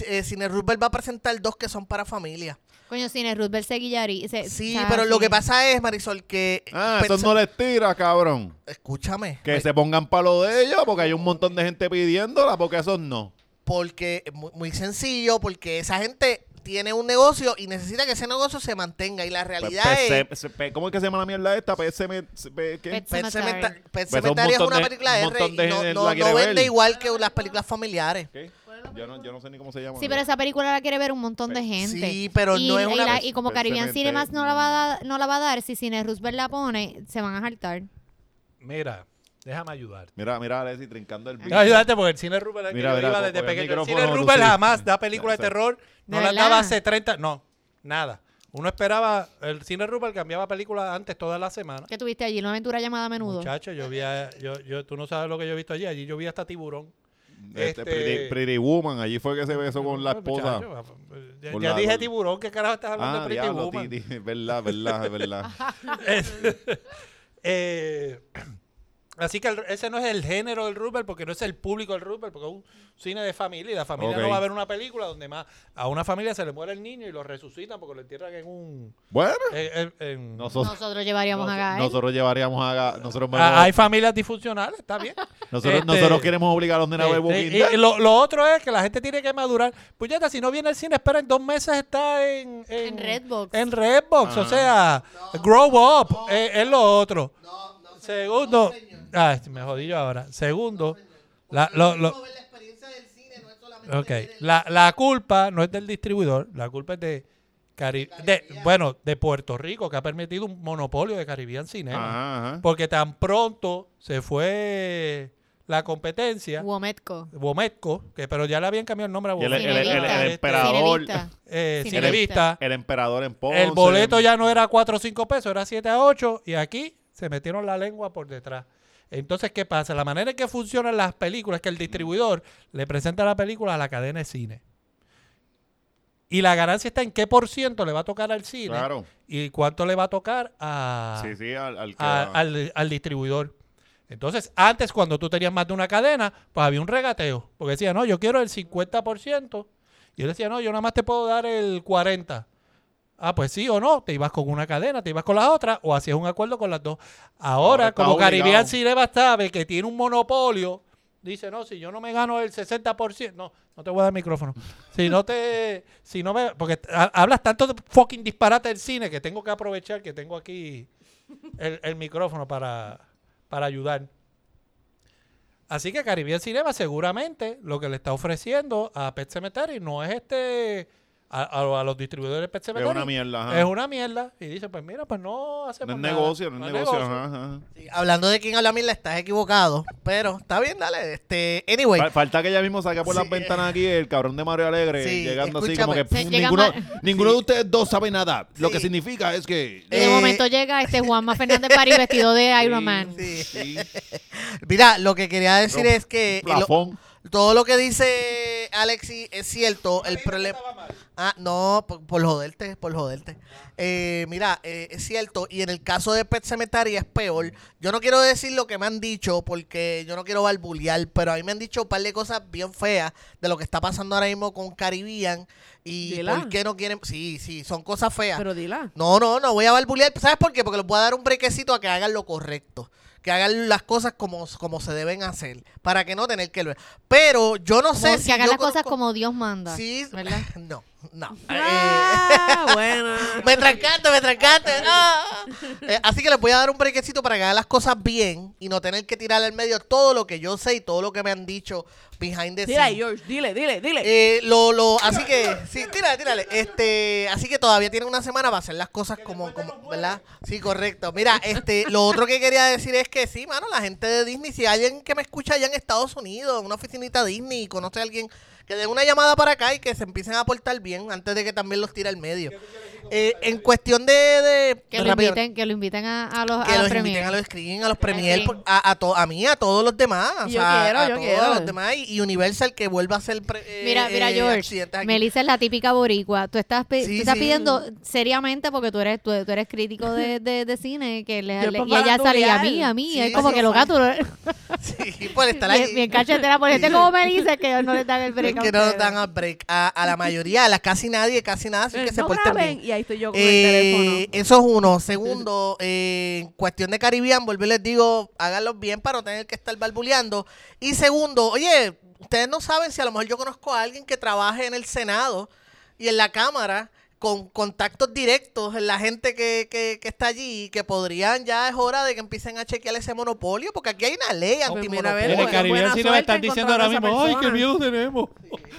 [SPEAKER 2] eh, Cine Roosevelt va a presentar dos que son para familia.
[SPEAKER 6] Coño, Cine Roosevelt Seguillari.
[SPEAKER 2] Sí, pero lo que pasa es, Marisol, que... Pues
[SPEAKER 1] Ah,
[SPEAKER 2] pensa-
[SPEAKER 1] esos no les tiras, cabrón.
[SPEAKER 2] Escúchame.
[SPEAKER 1] Que
[SPEAKER 2] me-
[SPEAKER 1] se pongan palo de ellos, porque hay un montón de gente pidiéndola, porque esos no.
[SPEAKER 2] Porque es muy, muy sencillo, porque esa gente tiene un negocio y necesita que ese negocio se mantenga. Y
[SPEAKER 1] Pues
[SPEAKER 2] la realidad es...
[SPEAKER 1] Pe- pe- ¿Cómo es que se llama la mierda esta? PSM. pe- ¿qué?
[SPEAKER 2] Pet
[SPEAKER 6] Pet- Cemetery.
[SPEAKER 2] Cemetery- Pet
[SPEAKER 1] Pues un
[SPEAKER 2] Cemetery es
[SPEAKER 1] montón
[SPEAKER 2] una
[SPEAKER 1] de-
[SPEAKER 2] película de
[SPEAKER 1] un montón
[SPEAKER 2] rey
[SPEAKER 1] de
[SPEAKER 2] y no,
[SPEAKER 1] gente
[SPEAKER 2] no-
[SPEAKER 1] la quiere
[SPEAKER 2] no
[SPEAKER 1] ver.
[SPEAKER 2] vende igual que las películas familiares.
[SPEAKER 1] ¿Qué? Yo no, yo no sé ni cómo se llama.
[SPEAKER 6] Sí, pero esa película la quiere ver un montón de gente.
[SPEAKER 2] Sí, pero
[SPEAKER 6] y,
[SPEAKER 2] no es
[SPEAKER 6] y
[SPEAKER 2] una-
[SPEAKER 6] la- y como
[SPEAKER 1] Pet
[SPEAKER 6] Caribbean
[SPEAKER 1] Cemetery.
[SPEAKER 6] Cinemas no la, va a, dar- no la va a dar, si Cine Roosevelt la pone, se van a saltar.
[SPEAKER 3] Mira, Déjame ayudarte.
[SPEAKER 1] Mira, mira a Alexis trincando el bicho.
[SPEAKER 3] Déjame ayudarte porque el cine Rupert es que
[SPEAKER 1] Mira,
[SPEAKER 3] yo
[SPEAKER 1] mira,
[SPEAKER 3] iba
[SPEAKER 1] co- coge
[SPEAKER 3] desde
[SPEAKER 1] el
[SPEAKER 3] pequeño. El cine
[SPEAKER 1] micrófono,
[SPEAKER 3] Rupert
[SPEAKER 1] Lucía.
[SPEAKER 3] jamás da películas de
[SPEAKER 1] Exacto.
[SPEAKER 3] terror. No
[SPEAKER 6] ¿De
[SPEAKER 3] las
[SPEAKER 6] verdad?
[SPEAKER 3] daba hace 30... No, nada. Uno esperaba... El cine Rupert cambiaba películas antes toda la semana.
[SPEAKER 6] ¿Qué tuviste allí? Una aventura llamada a menudo.
[SPEAKER 3] Muchacho, yo vi a- yo, yo, tú no sabes lo que yo he visto allí. Allí yo vi hasta tiburón.
[SPEAKER 1] Este,
[SPEAKER 3] Este-
[SPEAKER 1] Pretty, Pretty Woman, allí fue que se besó con la esposa.
[SPEAKER 3] Muchacho, ya
[SPEAKER 1] Con
[SPEAKER 3] ya
[SPEAKER 1] la-
[SPEAKER 3] dije
[SPEAKER 1] con-
[SPEAKER 3] tiburón, ¿qué carajo estás hablando
[SPEAKER 1] Ah,
[SPEAKER 3] de Pretty
[SPEAKER 1] diablo,
[SPEAKER 3] Woman?
[SPEAKER 1] ti- ti- verdad, verdad, verdad.
[SPEAKER 3] Eh, así que el- ese no es el género del Rupert, porque no es el público del Rupert, porque es un cine de familia y la familia
[SPEAKER 1] Ok.
[SPEAKER 3] no va a ver una película donde más a una familia se le muere el niño y lo resucitan porque lo entierran en un...
[SPEAKER 1] Bueno,
[SPEAKER 3] en- en- en-
[SPEAKER 1] nosotros,
[SPEAKER 6] Nosotros llevaríamos
[SPEAKER 3] Nos-
[SPEAKER 6] a Gael.
[SPEAKER 1] nosotros llevaríamos a... Ga- Nosotros,
[SPEAKER 3] Ah, hay familias disfuncionales, está bien.
[SPEAKER 1] nosotros,
[SPEAKER 3] este-
[SPEAKER 1] nosotros queremos obligar a los nenes a ver
[SPEAKER 3] Eh,
[SPEAKER 1] Walking
[SPEAKER 3] eh,
[SPEAKER 1] Dead.
[SPEAKER 3] y lo, lo otro es que la gente tiene que madurar. Puñeta, si no viene al cine, espera, en dos meses está en...
[SPEAKER 6] En Redbox.
[SPEAKER 3] En Redbox, o
[SPEAKER 1] Ajá.
[SPEAKER 3] sea, grow up, eh, es lo otro.
[SPEAKER 4] No, no, señor,
[SPEAKER 3] Segundo,
[SPEAKER 4] no, señor.
[SPEAKER 3] ay, me jodí yo ahora. Segundo,
[SPEAKER 4] Porque
[SPEAKER 3] la,
[SPEAKER 4] lo
[SPEAKER 3] lo-
[SPEAKER 4] mismo
[SPEAKER 3] lo-
[SPEAKER 4] ver la experiencia del cine no es solamente
[SPEAKER 3] ok,
[SPEAKER 4] ver el-
[SPEAKER 3] la, la culpa no es del distribuidor, la culpa es de, Cari- de- bueno, de Puerto Rico, que ha permitido un monopolio de Caribbean Cinema.
[SPEAKER 1] Ajá, ajá.
[SPEAKER 3] Porque tan pronto se fue la competencia,
[SPEAKER 6] Wometco.
[SPEAKER 3] Wometco, que pero ya le habían cambiado el nombre a
[SPEAKER 1] Y el-
[SPEAKER 3] Wometco.
[SPEAKER 1] el- el- el- el
[SPEAKER 6] Cinevista.
[SPEAKER 1] emperador.
[SPEAKER 6] Cinevista.
[SPEAKER 3] eh,
[SPEAKER 6] Cinevista.
[SPEAKER 3] Cinevista.
[SPEAKER 1] El emperador en Ponce.
[SPEAKER 3] El boleto ya no era 4 o 5 pesos, era 7 a 8 y aquí se metieron la lengua por detrás. Entonces, ¿qué pasa? La manera en que funcionan las películas es que el distribuidor le presenta la película a la cadena de cine. Y la ganancia está en qué por ciento le va a tocar al cine
[SPEAKER 1] Claro.
[SPEAKER 3] y cuánto le va a tocar a,
[SPEAKER 1] Sí, sí, al, al que-
[SPEAKER 3] a- Ah. al, al distribuidor. Entonces, antes cuando tú tenías más de una cadena, pues había un regateo. Porque decía, no, yo quiero el 50%. Y él decía, no, yo nada más te puedo dar el 40%. Ah, pues sí o no, te ibas con una cadena, te ibas con la otra, o hacías un acuerdo con las dos.
[SPEAKER 1] Ahora
[SPEAKER 3] Ahora,
[SPEAKER 1] está
[SPEAKER 3] como
[SPEAKER 1] obligado.
[SPEAKER 3] Caribbean Cinema sabe que tiene un monopolio, dice, no, si yo no me gano el 60%, no, no te voy a dar el micrófono. Si no te, si no me, porque ha- hablas tanto de fucking disparate del cine que tengo que aprovechar que tengo aquí el, el micrófono para, para ayudar. Así que Caribbean Cinema seguramente lo que le está ofreciendo a Pet Cemetery no es este a, a- a los distribuidores de Pet
[SPEAKER 1] que es
[SPEAKER 3] Cemetery.
[SPEAKER 1] una mierda. Ajá.
[SPEAKER 3] Es una mierda. Y dice, pues mira, pues no
[SPEAKER 1] no
[SPEAKER 3] hacemos
[SPEAKER 1] es
[SPEAKER 3] nada.
[SPEAKER 1] negocio, no es negocio. ajá, ajá.
[SPEAKER 2] Sí, hablando de quién habla mierda, estás equivocado. Pero está bien, dale. Este, anyway.
[SPEAKER 1] Fal- Falta que ella mismo saque por las
[SPEAKER 2] Sí,
[SPEAKER 1] ventanas aquí el cabrón de Mario Alegre
[SPEAKER 2] sí,
[SPEAKER 1] llegando así
[SPEAKER 2] escúchame.
[SPEAKER 1] como que
[SPEAKER 6] Se
[SPEAKER 1] pff,
[SPEAKER 6] llega
[SPEAKER 1] ninguno,
[SPEAKER 6] Mar-
[SPEAKER 1] ninguno
[SPEAKER 2] Sí.
[SPEAKER 1] de ustedes dos sabe nada. Lo
[SPEAKER 2] Sí.
[SPEAKER 1] que significa es que...
[SPEAKER 6] Y de
[SPEAKER 2] Eh,
[SPEAKER 6] momento llega este Juanma Fernández París vestido de Iron Man.
[SPEAKER 2] Sí.
[SPEAKER 1] Sí,
[SPEAKER 2] Mira, lo que quería decir
[SPEAKER 1] Pero,
[SPEAKER 2] es que lo-
[SPEAKER 1] plafón.
[SPEAKER 2] todo lo que dice Alexi es cierto. El problema. Ah, no, por, por joderte, por joderte. Eh, mira, eh, es cierto, y en el caso de Pet Cemetery es peor. Yo no quiero decir lo que me han dicho porque yo no quiero barbulear, pero a mí me han dicho un par de cosas bien feas de lo que está pasando ahora mismo con Caribbean y
[SPEAKER 5] Dila.
[SPEAKER 2] por qué no quieren. Sí, sí, son cosas feas.
[SPEAKER 5] Pero dila.
[SPEAKER 2] No, no, no voy a barbulear. ¿Sabes por qué? Porque les voy a dar un brequecito a que hagan lo correcto. Que hagan las cosas como, como se deben hacer. Para que no tener que ver. Pero yo no
[SPEAKER 6] Como
[SPEAKER 2] sé
[SPEAKER 6] que
[SPEAKER 2] si.
[SPEAKER 6] haga
[SPEAKER 2] yo
[SPEAKER 6] las cosas
[SPEAKER 2] conozco-
[SPEAKER 6] como Dios manda.
[SPEAKER 2] Sí,
[SPEAKER 6] ¿verdad?
[SPEAKER 2] No, no. Eh,
[SPEAKER 5] Ah, bueno.
[SPEAKER 2] me trancaste, me trancaste. Ah. Eh, así que les voy a dar un brequecito para que hagan las cosas bien y no tener que tirar al medio todo lo que yo sé y todo lo que me han dicho behind
[SPEAKER 5] Dile,
[SPEAKER 2] the scenes.
[SPEAKER 5] ahí, George, dile, dile, dile.
[SPEAKER 2] Eh, lo, lo, así que, sí, tírale, tírale. Este, así que todavía tienen una semana para hacer las cosas como, como, ¿verdad? Sí, correcto. Mira, este, lo otro que quería decir es que sí, mano, la gente de Disney, si hay alguien que me escucha allá en Estados Unidos, en una oficinita Disney, y conoce a alguien, que den una llamada para acá y que se empiecen a portar bien antes de que también los tire al medio. Eh, en cuestión de, de
[SPEAKER 6] Que lo
[SPEAKER 2] rápido,
[SPEAKER 6] inviten, que lo inviten a, a
[SPEAKER 5] Ah,
[SPEAKER 6] los,
[SPEAKER 2] que
[SPEAKER 6] a
[SPEAKER 2] los
[SPEAKER 6] los
[SPEAKER 2] inviten
[SPEAKER 6] premiers.
[SPEAKER 2] a los screen, a los premier,
[SPEAKER 6] screen.
[SPEAKER 2] por- a, a, to- a mí, a todos los demás. o
[SPEAKER 5] Yo
[SPEAKER 2] sea,
[SPEAKER 5] quiero,
[SPEAKER 2] a
[SPEAKER 5] yo
[SPEAKER 2] todos
[SPEAKER 5] quiero.
[SPEAKER 2] los demás y, y Universal que vuelva a ser. pre- eh,
[SPEAKER 6] Mira, mira,
[SPEAKER 2] eh,
[SPEAKER 6] George,
[SPEAKER 2] accidentes aquí.
[SPEAKER 6] Melissa es la típica boricua. Tú estás, pi-
[SPEAKER 2] Sí,
[SPEAKER 6] tú estás
[SPEAKER 2] sí.
[SPEAKER 6] pidiendo seriamente, porque tú eres, tú, tú eres crítico de, de, de cine, que le,
[SPEAKER 5] Yo
[SPEAKER 6] le-
[SPEAKER 5] puedo
[SPEAKER 6] y ella sale y a
[SPEAKER 5] farandulear.
[SPEAKER 6] mí, a mí.
[SPEAKER 2] Sí,
[SPEAKER 6] es como
[SPEAKER 2] sí,
[SPEAKER 6] que los
[SPEAKER 5] sí.
[SPEAKER 6] gatos,
[SPEAKER 2] Sí, por estar
[SPEAKER 6] bien, bien
[SPEAKER 2] ahí.
[SPEAKER 6] cachetera, por gente como Melissa, que ellos no le dan el break a
[SPEAKER 2] Que no nos
[SPEAKER 6] ustedes.
[SPEAKER 2] dan a break a, a la mayoría, a la casi nadie, casi nada, así
[SPEAKER 5] Eh,
[SPEAKER 2] que se
[SPEAKER 5] no
[SPEAKER 2] porten
[SPEAKER 5] graben.
[SPEAKER 2] bien.
[SPEAKER 5] Y ahí estoy yo con
[SPEAKER 2] Eh,
[SPEAKER 5] el teléfono.
[SPEAKER 2] eso es uno. Segundo, eh, en cuestión de Caribbean, vuelvo y les digo, háganlo bien para no tener que estar barbuleando. Y segundo, oye, ustedes no saben si a lo mejor yo conozco a alguien que trabaje en el Senado y en la Cámara con contactos directos en la gente que, que, que está allí, que podrían, ya es hora de que empiecen a chequear ese monopolio, porque aquí hay una ley
[SPEAKER 5] Pues mira, a ver,
[SPEAKER 2] antimonopolio.
[SPEAKER 3] En el
[SPEAKER 5] buena
[SPEAKER 3] Caribbean sí nos
[SPEAKER 5] suerte
[SPEAKER 3] están diciendo ahora
[SPEAKER 5] encontrando
[SPEAKER 3] mismo,
[SPEAKER 5] a
[SPEAKER 3] ay,
[SPEAKER 5] esa
[SPEAKER 3] qué
[SPEAKER 5] persona".
[SPEAKER 3] miedo tenemos.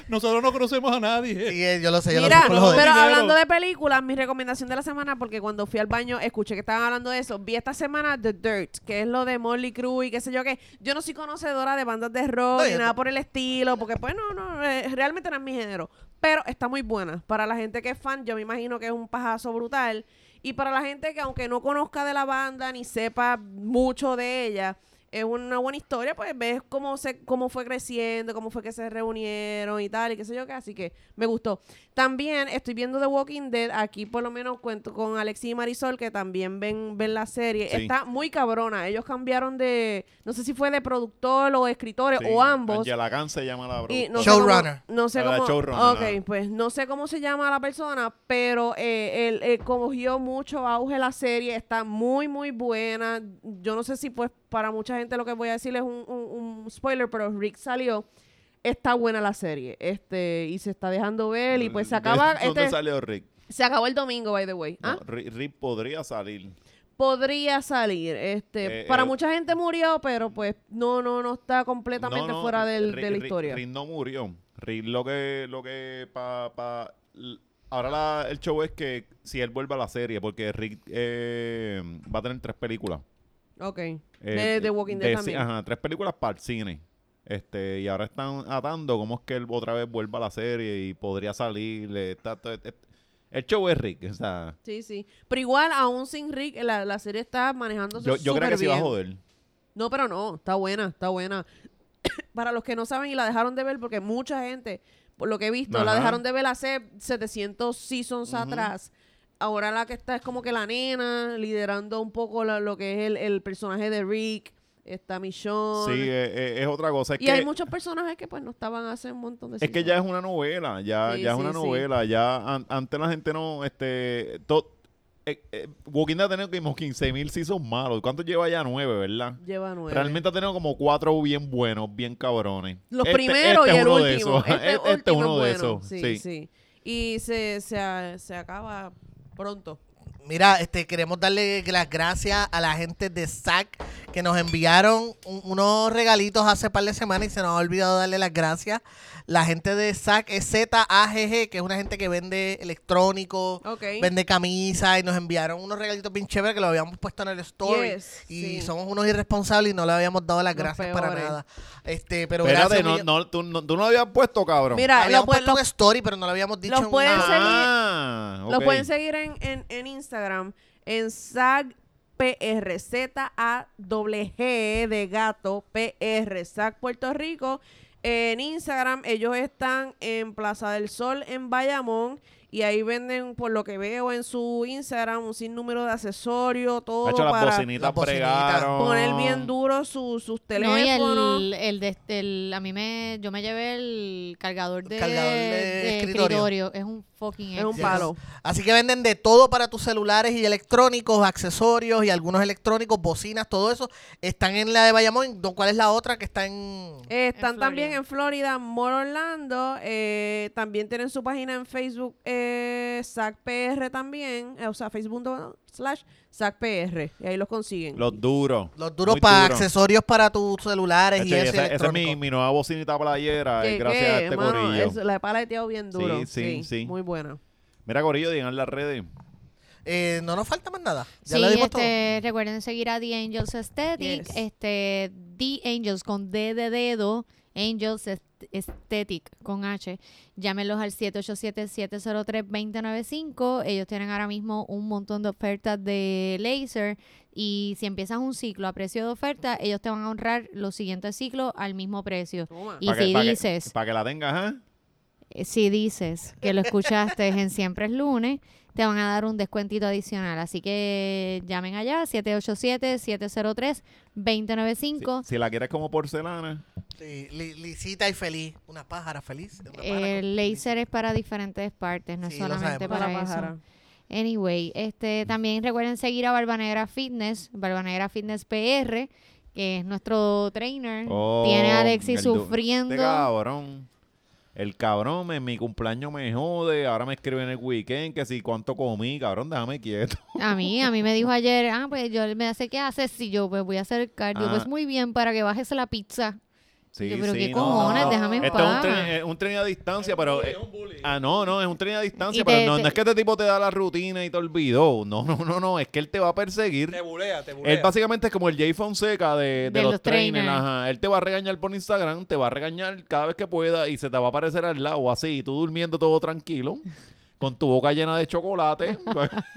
[SPEAKER 3] Nosotros no conocemos a nadie.
[SPEAKER 2] Sí, eh, yo lo sé, yo
[SPEAKER 5] Mira,
[SPEAKER 2] lo sé. por
[SPEAKER 5] pero
[SPEAKER 2] joder.
[SPEAKER 3] dinero.
[SPEAKER 5] hablando de películas, mi recomendación de la semana, porque cuando fui al baño escuché que estaban hablando de eso, vi esta semana The Dirt, que es lo de Molly Crew y qué sé yo qué. Yo no soy conocedora de bandas de rock
[SPEAKER 2] No,
[SPEAKER 5] ni
[SPEAKER 2] yo
[SPEAKER 5] nada
[SPEAKER 2] no.
[SPEAKER 5] por el estilo, porque pues no, no, eh, realmente no es mi género. Pero está muy buena. Para la gente que es fan, yo me imagino que es un pajazo brutal. Y para la gente que aunque no conozca de la banda ni sepa mucho de ella, es una buena historia, pues ves cómo se cómo fue creciendo, cómo fue que se reunieron y tal, y qué sé yo qué, así que me gustó. También estoy viendo The Walking Dead, aquí por lo menos cuento con Alexis y Marisol, que también ven, ven la serie.
[SPEAKER 1] Sí.
[SPEAKER 5] Está muy cabrona, ellos cambiaron de, no sé si fue de productor o escritores
[SPEAKER 1] Sí,
[SPEAKER 5] o ambos.
[SPEAKER 1] Angela Khan se llama la productora.
[SPEAKER 5] Y no
[SPEAKER 2] Showrunner.
[SPEAKER 5] Sé cómo, no sé
[SPEAKER 1] Ah, la
[SPEAKER 5] cómo.
[SPEAKER 1] showrunner,
[SPEAKER 5] ok,
[SPEAKER 1] ah.
[SPEAKER 5] pues no sé cómo se llama la persona, pero eh, él, eh, cogió mucho auge la serie. Está muy, muy buena. Yo no sé si, pues, para mucha gente lo que voy a decir es un, un- un spoiler, pero Rick salió. Está buena la serie, este, y se está dejando ver, y pues se acaba,
[SPEAKER 1] Eh, ¿Dónde
[SPEAKER 5] este,
[SPEAKER 1] salió Rick?
[SPEAKER 5] se acabó el domingo, by the way.
[SPEAKER 1] No,
[SPEAKER 5] ¿Ah?
[SPEAKER 1] Rick, Rick podría salir.
[SPEAKER 5] Podría salir, este,
[SPEAKER 1] Eh,
[SPEAKER 5] para
[SPEAKER 1] eh,
[SPEAKER 5] mucha gente murió, pero pues no, no, no está completamente
[SPEAKER 1] No, no,
[SPEAKER 5] fuera del-
[SPEAKER 1] Rick-
[SPEAKER 5] de la
[SPEAKER 1] Rick-
[SPEAKER 5] historia.
[SPEAKER 1] Rick no murió. Rick lo que, lo que pa, pa- l- ahora la- el show es que si él vuelve a la serie, porque Rick eh, va a tener tres películas.
[SPEAKER 5] Ok.
[SPEAKER 1] Eh,
[SPEAKER 5] de The Walking Dead
[SPEAKER 1] de-
[SPEAKER 5] también.
[SPEAKER 1] Ajá, tres películas para el cine. Este, y ahora están atando cómo es que él otra vez vuelva a la serie y podría salir. eh, está todo- eh, el show es Rick. O sea,
[SPEAKER 5] Sí, sí. Pero igual, aún sin Rick, la, la serie está manejándose
[SPEAKER 1] yo, yo creo que
[SPEAKER 5] superbién.
[SPEAKER 1] sí va a joder.
[SPEAKER 5] No, pero no. Está buena, está buena. Para los que no saben y la dejaron de ver, porque mucha gente, por lo que he visto, la
[SPEAKER 1] Ajá.
[SPEAKER 5] dejaron de ver hace 700 seasons
[SPEAKER 1] Ujú.
[SPEAKER 5] atrás. Ahora la que está es como que la nena, liderando un poco la- lo que es el, el personaje de Rick. Está Michonne.
[SPEAKER 1] Sí, eh, eh, es otra cosa. Es
[SPEAKER 5] y
[SPEAKER 1] que,
[SPEAKER 5] hay muchos personajes que pues no estaban hace un montón de
[SPEAKER 1] Es que
[SPEAKER 5] seasons.
[SPEAKER 1] ya es una novela, ya,
[SPEAKER 5] Sí,
[SPEAKER 1] ya es
[SPEAKER 5] sí,
[SPEAKER 1] una
[SPEAKER 5] sí.
[SPEAKER 1] novela, ya an- antes la gente no, este, to- eh, eh, Walking Dead ha tenido como 15 mil seasons malos, ¿cuánto lleva ya? Nueve, ¿verdad?
[SPEAKER 5] Lleva nueve.
[SPEAKER 1] Realmente ha tenido como cuatro bien buenos, bien cabrones.
[SPEAKER 5] Los
[SPEAKER 1] Este-
[SPEAKER 5] primeros
[SPEAKER 1] este
[SPEAKER 5] y
[SPEAKER 1] es
[SPEAKER 5] el
[SPEAKER 1] uno de
[SPEAKER 5] último.
[SPEAKER 1] esos. Este, este es
[SPEAKER 5] último
[SPEAKER 1] uno de
[SPEAKER 5] bueno.
[SPEAKER 1] esos,
[SPEAKER 5] Sí,
[SPEAKER 1] sí.
[SPEAKER 5] sí. Y se, se, a- se acaba pronto.
[SPEAKER 2] Mira, este, queremos darle las gracias a la gente de SAC que nos enviaron un- unos regalitos hace par de semanas y se nos ha olvidado darle las gracias. La gente de SAC es ZAGG, que es una gente que vende electrónico,
[SPEAKER 5] Ok.
[SPEAKER 2] vende camisas y nos enviaron unos regalitos bien chéveres que lo habíamos puesto en el story.
[SPEAKER 5] Yes,
[SPEAKER 2] y
[SPEAKER 5] sí.
[SPEAKER 2] somos unos irresponsables y no le habíamos dado las
[SPEAKER 5] Los
[SPEAKER 2] gracias para
[SPEAKER 5] peores.
[SPEAKER 2] nada. Este, pero
[SPEAKER 1] Espérate,
[SPEAKER 2] gracias.
[SPEAKER 1] no,
[SPEAKER 2] millo-
[SPEAKER 1] no, tú, no, tú no lo habías puesto, cabrón.
[SPEAKER 5] Mira, Ah, lo,
[SPEAKER 2] habíamos
[SPEAKER 5] pue-
[SPEAKER 2] puesto
[SPEAKER 5] lo-
[SPEAKER 2] un story, pero no lo habíamos dicho
[SPEAKER 5] los
[SPEAKER 2] en
[SPEAKER 5] pueden
[SPEAKER 2] una-
[SPEAKER 5] seguir-
[SPEAKER 1] ah,
[SPEAKER 5] lo
[SPEAKER 1] ok.
[SPEAKER 5] pueden seguir en, en, en Instagram, en SAG PR, Z A W G de gato PR, SAG Puerto Rico. En Instagram ellos están en Plaza del Sol en Bayamón y ahí venden por lo que veo en su Instagram un sinnúmero de accesorios, todo
[SPEAKER 1] Ha hecho las
[SPEAKER 5] para
[SPEAKER 1] bocinitas
[SPEAKER 2] Las bocinitas.
[SPEAKER 1] bregaron.
[SPEAKER 5] poner bien duro su- sus
[SPEAKER 6] No, y
[SPEAKER 5] teléfonos.
[SPEAKER 6] el, el, de este- el- a mí me, yo me llevé el cargador de,
[SPEAKER 2] Cargador de
[SPEAKER 6] de
[SPEAKER 2] escritorio.
[SPEAKER 6] escritorio. Es un fucking
[SPEAKER 5] Es un
[SPEAKER 6] éxito.
[SPEAKER 5] palo.
[SPEAKER 2] Así que venden de todo para tus celulares y electrónicos, accesorios y algunos electrónicos, bocinas, todo eso. Están en la de Bayamón. ¿Dó- ¿Cuál es la otra que está en...?
[SPEAKER 5] Eh, están también
[SPEAKER 6] Florida.
[SPEAKER 5] en Florida, More Orlando. eh, también tienen su página en Facebook, eh, SACPR también. eh, o sea, facebook.com slash SACPR. Y ahí los consiguen.
[SPEAKER 1] Los duros.
[SPEAKER 2] Los duros
[SPEAKER 1] Muy
[SPEAKER 2] para
[SPEAKER 1] duro.
[SPEAKER 2] accesorios para tus celulares y
[SPEAKER 1] Hacho, y
[SPEAKER 2] eso y
[SPEAKER 1] esa, esa es
[SPEAKER 2] electrónicos.
[SPEAKER 1] mi, mi nueva bocinita playera,
[SPEAKER 5] Que-
[SPEAKER 1] eh, gracias
[SPEAKER 5] que,
[SPEAKER 1] a este
[SPEAKER 5] mano,
[SPEAKER 1] corillo.
[SPEAKER 5] es- la he paleteado bien
[SPEAKER 1] Sí,
[SPEAKER 5] duro.
[SPEAKER 1] sí,
[SPEAKER 5] Sí,
[SPEAKER 1] sí.
[SPEAKER 5] Muy buena.
[SPEAKER 1] Mira, Corillo, digan las redes.
[SPEAKER 2] Eh, no nos falta más nada. Ya
[SPEAKER 6] Sí,
[SPEAKER 2] lo dimos
[SPEAKER 6] este, recuerden seguir a The Angels Aesthetic,
[SPEAKER 5] Yes.
[SPEAKER 6] este, The Angels con D de dedo, Angels Est- Aesthetic con H. Llámenlos al 787-703-2095. Ellos tienen ahora mismo un montón de ofertas de laser y si empiezas un ciclo a precio de oferta, ellos te van a honrar los siguientes ciclos al mismo precio.
[SPEAKER 5] Toma.
[SPEAKER 6] Y si dices...
[SPEAKER 1] Para que la tengas, ¿ah?
[SPEAKER 6] Eh, si dices que lo escuchaste en Siempre es lunes, te van a dar un descuentito adicional. Así que llamen allá, 787-703-2095.
[SPEAKER 1] Si, si la quieres como porcelana.
[SPEAKER 2] todo. Sí, li- lisita y feliz. Una pájara feliz. una pájara
[SPEAKER 6] Eh, El
[SPEAKER 2] con-
[SPEAKER 6] láser es para diferentes partes, no es
[SPEAKER 2] Sí, lo
[SPEAKER 6] solamente
[SPEAKER 2] sabemos.
[SPEAKER 5] Para
[SPEAKER 6] para
[SPEAKER 5] la
[SPEAKER 6] eso.
[SPEAKER 5] pájara.
[SPEAKER 6] Anyway, este, también recuerden seguir a Barbanegra Fitness, Barbanegra Fitness PR, que es nuestro trainer.
[SPEAKER 1] Oh,
[SPEAKER 6] Tiene a Alexis
[SPEAKER 1] el du- Este
[SPEAKER 6] sufriendo.
[SPEAKER 1] cabrón. El cabrón me- en mi cumpleaños me jode, ahora me escribe en el weekend que si cuánto comí, cabrón, déjame quieto.
[SPEAKER 6] A mí, a mí me dijo ayer, ah, pues yo me hace qué haces si yo pues voy a hacer cardio,
[SPEAKER 1] Ah.
[SPEAKER 6] pues muy bien para que bajes la pizza.
[SPEAKER 1] Sí,
[SPEAKER 6] Yo, pero
[SPEAKER 1] sí,
[SPEAKER 6] qué
[SPEAKER 1] no,
[SPEAKER 6] cojones,
[SPEAKER 1] no, no.
[SPEAKER 6] déjame en
[SPEAKER 1] Esto es un
[SPEAKER 6] paz.
[SPEAKER 1] tren, eh, un tren a distancia, pero... eh, ah, no, no, es un tren a distancia,
[SPEAKER 6] Y
[SPEAKER 1] pero
[SPEAKER 6] te-
[SPEAKER 1] no,
[SPEAKER 6] te-
[SPEAKER 1] no es que este tipo te da la rutina y te olvidó. No, no, no, no, es que él te va a perseguir.
[SPEAKER 3] Te bulea, te bulea.
[SPEAKER 1] Él básicamente es como el Jay Fonseca de, de
[SPEAKER 6] De
[SPEAKER 1] los,
[SPEAKER 6] los
[SPEAKER 1] trainers.
[SPEAKER 6] trainers.
[SPEAKER 1] ajá. Él te va a regañar por Instagram, te va a regañar cada vez que pueda y se te va a aparecer al lado así, y tú durmiendo todo tranquilo, con tu boca llena de chocolate.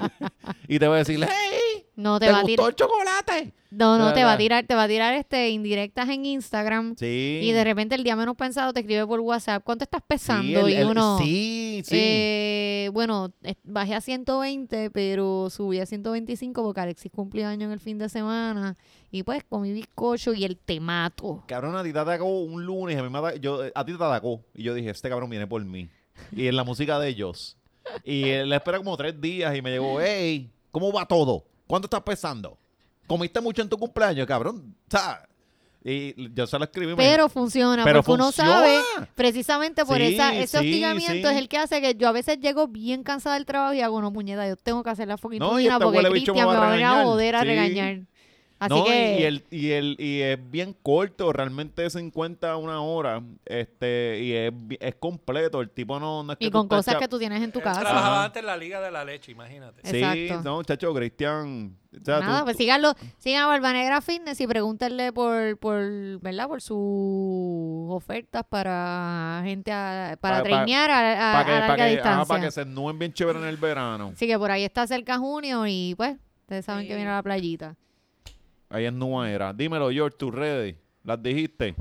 [SPEAKER 1] y te va a decir, ¡Hey!
[SPEAKER 6] No
[SPEAKER 1] ¿Te,
[SPEAKER 6] te, va a
[SPEAKER 1] gustó
[SPEAKER 6] tirar,
[SPEAKER 1] el chocolate?
[SPEAKER 6] no, no,
[SPEAKER 1] Ya,
[SPEAKER 6] te
[SPEAKER 1] ya.
[SPEAKER 6] va a tirar, te va a tirar este indirectas en Instagram
[SPEAKER 1] Sí.
[SPEAKER 6] y de repente el día menos pensado te escribe por WhatsApp, ¿cuánto estás pesando?
[SPEAKER 1] Sí, el-
[SPEAKER 6] y
[SPEAKER 1] el-
[SPEAKER 6] uno,
[SPEAKER 1] sí, sí.
[SPEAKER 6] eh, bueno, es- bajé a 120, pero subí a 125 porque Alexis cumplió año en el fin de semana y pues comí bizcocho y el temato.
[SPEAKER 1] Cabrón, a ti te atacó un lunes, a mí me ata- yo, eh, a ti te atacó. Y yo dije, este cabrón viene por mí. Y en la música de ellos. Y él espera como tres días y me llegó, hey, ¿cómo va todo? ¿Cuánto estás pesando? ¿Comiste mucho en tu cumpleaños, cabrón? O sea, y yo se lo escribí. me-
[SPEAKER 6] Pero funciona,
[SPEAKER 1] Pero
[SPEAKER 6] porque
[SPEAKER 1] funciona.
[SPEAKER 6] uno sabe, precisamente por
[SPEAKER 1] Sí,
[SPEAKER 6] esa, ese
[SPEAKER 1] sí,
[SPEAKER 6] hostigamiento
[SPEAKER 1] sí.
[SPEAKER 6] es el que hace que yo a veces llego bien cansada del trabajo y hago, no, puñeta, yo tengo que hacer la fucking
[SPEAKER 1] No, y
[SPEAKER 6] rutina
[SPEAKER 1] este
[SPEAKER 6] porque
[SPEAKER 1] huele bicho
[SPEAKER 6] Cristian
[SPEAKER 1] me
[SPEAKER 6] me
[SPEAKER 1] va a
[SPEAKER 6] va a venir a
[SPEAKER 1] regañar.
[SPEAKER 6] joder a
[SPEAKER 1] Sí.
[SPEAKER 6] regañar. Así
[SPEAKER 1] No, y-
[SPEAKER 6] que,
[SPEAKER 1] y, el, y, el, y es bien corto, realmente 50 una hora. este Y es, bi- es completo, el tipo no, no es que
[SPEAKER 6] y
[SPEAKER 1] tú
[SPEAKER 6] con
[SPEAKER 1] estás
[SPEAKER 6] cosas
[SPEAKER 1] pues, cha-
[SPEAKER 6] que tú tienes en tu
[SPEAKER 3] Él
[SPEAKER 6] casa.
[SPEAKER 1] Ajá.
[SPEAKER 3] trabajaba antes en la Liga de la Leche, imagínate.
[SPEAKER 1] Sí,
[SPEAKER 6] Exacto.
[SPEAKER 1] no, chacho, Cristian. o sea, tú-
[SPEAKER 6] Nada, pues síganlo, sigan a Barba Negra Fitness y pregúntenle por, por, ¿verdad? Por sus ofertas para gente, a- para
[SPEAKER 1] Pa- pa-
[SPEAKER 6] trainear a, a-
[SPEAKER 1] para que,
[SPEAKER 6] a
[SPEAKER 1] pa'
[SPEAKER 6] larga
[SPEAKER 1] que-
[SPEAKER 6] distancia.
[SPEAKER 1] ajá, pa' que se nuen bien chévere en el verano.
[SPEAKER 6] Así que por ahí está cerca junio y pues, ustedes saben que
[SPEAKER 5] Sí.
[SPEAKER 6] viene la playita.
[SPEAKER 1] Ahí en Nueva Era. Dímelo, George, tus redes. Las dijiste.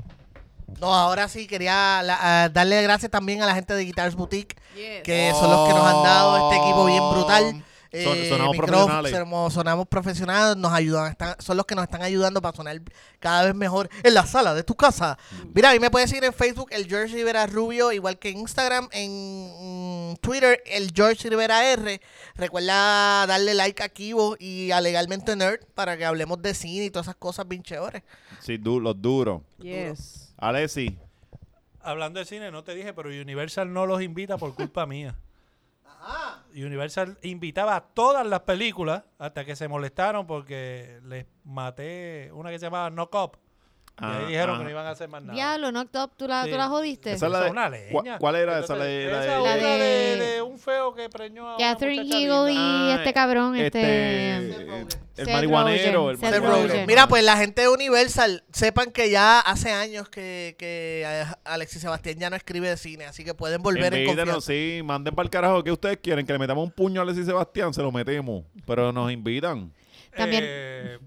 [SPEAKER 2] No, ahora sí quería la- a darle gracias también a la gente de Guitars Boutique,
[SPEAKER 5] Yes.
[SPEAKER 2] que son los que nos han dado este equipo bien brutal.
[SPEAKER 1] Oh. Son- sonamos
[SPEAKER 2] micróf-
[SPEAKER 1] profesionales.
[SPEAKER 2] somo- sonamos profesionales, nos ayudan, están- son los que nos están ayudando para sonar cada vez mejor en la sala de tu casa.
[SPEAKER 1] Mm.
[SPEAKER 2] Mira, a mí me puedes seguir en Facebook, el George Rivera Rubio, igual que en Instagram, en mm, Twitter, el George Rivera R. Recuerda darle like a Kibo y a Legalmente Nerd para que hablemos de cine y todas esas cosas bien chéveres.
[SPEAKER 1] Sí, du- los duros.
[SPEAKER 5] Yes.
[SPEAKER 1] Alessi.
[SPEAKER 3] Hablando de cine, no te dije, pero Universal no los invita por culpa mía. Universal invitaba a todas las películas hasta que se molestaron porque les maté una que se llamaba Knock Up. y
[SPEAKER 1] Ah,
[SPEAKER 3] ahí dijeron
[SPEAKER 1] ah.
[SPEAKER 3] que no iban a hacer más nada.
[SPEAKER 6] Diablo, no Top, tú la,
[SPEAKER 3] Sí.
[SPEAKER 6] tú la jodiste.
[SPEAKER 1] Esa es la
[SPEAKER 3] Eso
[SPEAKER 1] de-
[SPEAKER 3] es una
[SPEAKER 1] ¿Cuál-
[SPEAKER 3] leña.
[SPEAKER 1] cuál era esa?
[SPEAKER 3] Entonces,
[SPEAKER 1] La de- la
[SPEAKER 3] esa
[SPEAKER 1] de-
[SPEAKER 3] otra
[SPEAKER 6] La
[SPEAKER 3] de,
[SPEAKER 6] de-
[SPEAKER 3] de un feo que preñó a
[SPEAKER 6] Catherine
[SPEAKER 3] una muchacha
[SPEAKER 6] Hegel y
[SPEAKER 3] linda.
[SPEAKER 1] Ah,
[SPEAKER 6] este cabrón,
[SPEAKER 1] este,
[SPEAKER 6] este...
[SPEAKER 1] eh, el
[SPEAKER 6] Seth
[SPEAKER 1] marihuanero.
[SPEAKER 6] Rogen,
[SPEAKER 1] El
[SPEAKER 6] Seth
[SPEAKER 2] Seth
[SPEAKER 1] marihuanero.
[SPEAKER 2] Rogen.
[SPEAKER 6] Rogen.
[SPEAKER 2] Mira, pues la gente de Universal, sepan que ya hace años que, que eh, Alexis Sebastián ya no escribe de cine, así que pueden volver en
[SPEAKER 1] Invítenos,
[SPEAKER 2] confianza.
[SPEAKER 1] sí, manden para el carajo que ustedes quieren, que le metamos un puño a Alessi Sebastián, se lo metemos. Pero nos invitan.
[SPEAKER 6] También-
[SPEAKER 3] Eh,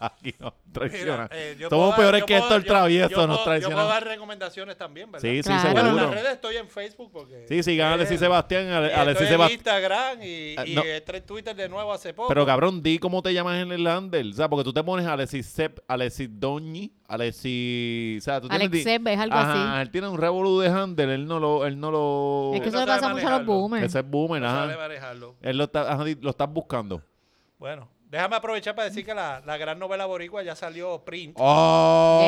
[SPEAKER 1] Aquí nos traicionan.
[SPEAKER 3] mira, eh, yo
[SPEAKER 1] Somos
[SPEAKER 3] puedo dar-
[SPEAKER 1] peores
[SPEAKER 3] yo
[SPEAKER 1] que
[SPEAKER 3] puedo-
[SPEAKER 1] Héctor
[SPEAKER 3] yo-
[SPEAKER 1] Travieso,
[SPEAKER 3] yo puedo-
[SPEAKER 1] nos
[SPEAKER 3] Yo puedo
[SPEAKER 1] traicionan.
[SPEAKER 3] dar recomendaciones también, ¿verdad?
[SPEAKER 1] Sí, sí,
[SPEAKER 6] Claro.
[SPEAKER 1] seguro.
[SPEAKER 3] Bueno, en las redes estoy en Facebook porque...
[SPEAKER 1] Sí, sigan a Alessi
[SPEAKER 3] Eh,
[SPEAKER 1] Sebastián. Ale-
[SPEAKER 3] y
[SPEAKER 1] Alessi
[SPEAKER 3] estoy en
[SPEAKER 1] Sebastián.
[SPEAKER 3] Instagram y,
[SPEAKER 1] Ah,
[SPEAKER 3] y
[SPEAKER 1] no.
[SPEAKER 3] entré en Twitter de nuevo hace poco.
[SPEAKER 1] Pero cabrón, di cómo te llamas en el Lander. O sea, porque tú te pones Alexis Sepp, Alexis Doñi, Alexis. O sea, tú tienes.
[SPEAKER 6] Alex
[SPEAKER 1] di-
[SPEAKER 6] Sebe, es algo
[SPEAKER 1] Ajá,
[SPEAKER 6] así.
[SPEAKER 1] él tiene un revolú de handle, él no lo, él no lo.
[SPEAKER 6] Es que
[SPEAKER 3] Él
[SPEAKER 6] eso
[SPEAKER 3] no
[SPEAKER 6] le
[SPEAKER 3] sabe
[SPEAKER 6] pasa mucho a los
[SPEAKER 3] manejarlo.
[SPEAKER 6] boomers.
[SPEAKER 1] Ese es boomer,
[SPEAKER 3] No sabe
[SPEAKER 1] ajá.
[SPEAKER 3] manejarlo.
[SPEAKER 1] Él lo está, ajá, di- lo estás buscando.
[SPEAKER 3] Bueno, déjame aprovechar para decir que la, la gran novela boricua ya salió print. Pero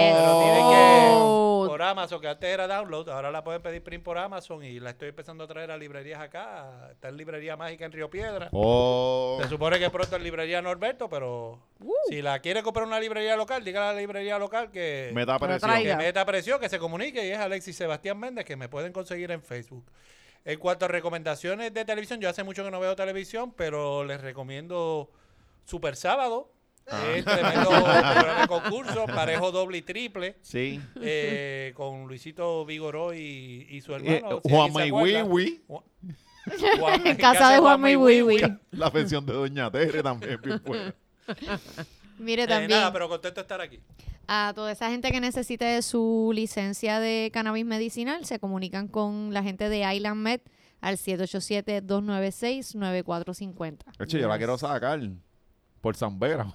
[SPEAKER 3] tienen
[SPEAKER 1] Oh.
[SPEAKER 3] que por Amazon, que antes era download, ahora la pueden pedir print por Amazon y la estoy empezando a traer a librerías acá. Está en Librería Mágica en Río Piedra.
[SPEAKER 1] Oh.
[SPEAKER 3] Se supone que pronto en Librería Norberto, pero si la quiere comprar en una librería local, diga a la librería local que
[SPEAKER 1] Me da
[SPEAKER 5] Pero
[SPEAKER 1] presión.
[SPEAKER 5] traiga.
[SPEAKER 3] que meta presión, que se comunique y es Alexis Sebastián Méndez que me pueden conseguir en Facebook. En cuanto a recomendaciones de televisión, yo hace mucho que no veo televisión, pero les recomiendo Super Sábado.
[SPEAKER 1] Ah.
[SPEAKER 3] Es tremendo programa de concurso, parejo doble y triple,
[SPEAKER 1] Sí.
[SPEAKER 3] eh, con Luisito Vigoró y, y su
[SPEAKER 1] Eh,
[SPEAKER 3] hermano. si
[SPEAKER 1] Juan
[SPEAKER 3] alguien se acuerda.
[SPEAKER 1] Maywiwi,
[SPEAKER 3] Ju- Juan-
[SPEAKER 6] En casa de Juan Maywiwi.
[SPEAKER 3] Eh,
[SPEAKER 1] la pensión de Doña Tere también es bien buena.
[SPEAKER 6] Mire también
[SPEAKER 3] Eh, nada, pero contento de estar aquí.
[SPEAKER 6] a toda esa gente que necesite su licencia de cannabis medicinal, se comunican con la gente de Island Med al 787-296-9450.
[SPEAKER 1] De hecho, yo la quiero sacar por Zambera. o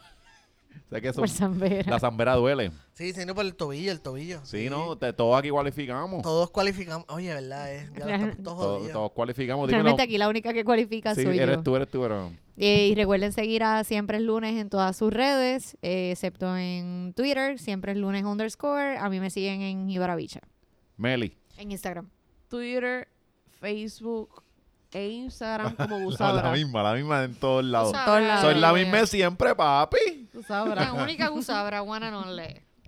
[SPEAKER 1] sea que eso,
[SPEAKER 6] Por San Vera.
[SPEAKER 1] la Zambera duele.
[SPEAKER 2] Sí, sí, no por el tobillo, el tobillo.
[SPEAKER 1] Sí, no, Te- todos aquí cualificamos.
[SPEAKER 2] Todos cualificamos. Oye, ¿verdad? Es, ya estamos todos
[SPEAKER 1] Todos-
[SPEAKER 2] jodidos.
[SPEAKER 1] todos cualificamos. Dímelo.
[SPEAKER 6] Realmente aquí la única que cualifica
[SPEAKER 1] Sí,
[SPEAKER 6] soy
[SPEAKER 1] eres
[SPEAKER 6] yo.
[SPEAKER 1] tú, eres tú, pero...
[SPEAKER 6] Eh, y recuerden seguir a Siempre es Lunes en todas sus redes, eh, excepto en Twitter, Siempre es Lunes underscore. A mí me siguen en Ibarabicha.
[SPEAKER 1] Meli.
[SPEAKER 6] En Instagram.
[SPEAKER 5] Twitter, Facebook e Instagram como
[SPEAKER 1] No, la
[SPEAKER 5] Gusabra.
[SPEAKER 1] misma, la misma en todos lados.
[SPEAKER 6] Tú
[SPEAKER 5] Todos lados.
[SPEAKER 6] sabrás.
[SPEAKER 1] Soy la misma de siempre, papi.
[SPEAKER 5] Gusabra.
[SPEAKER 6] La eh, única gusabra, one and only.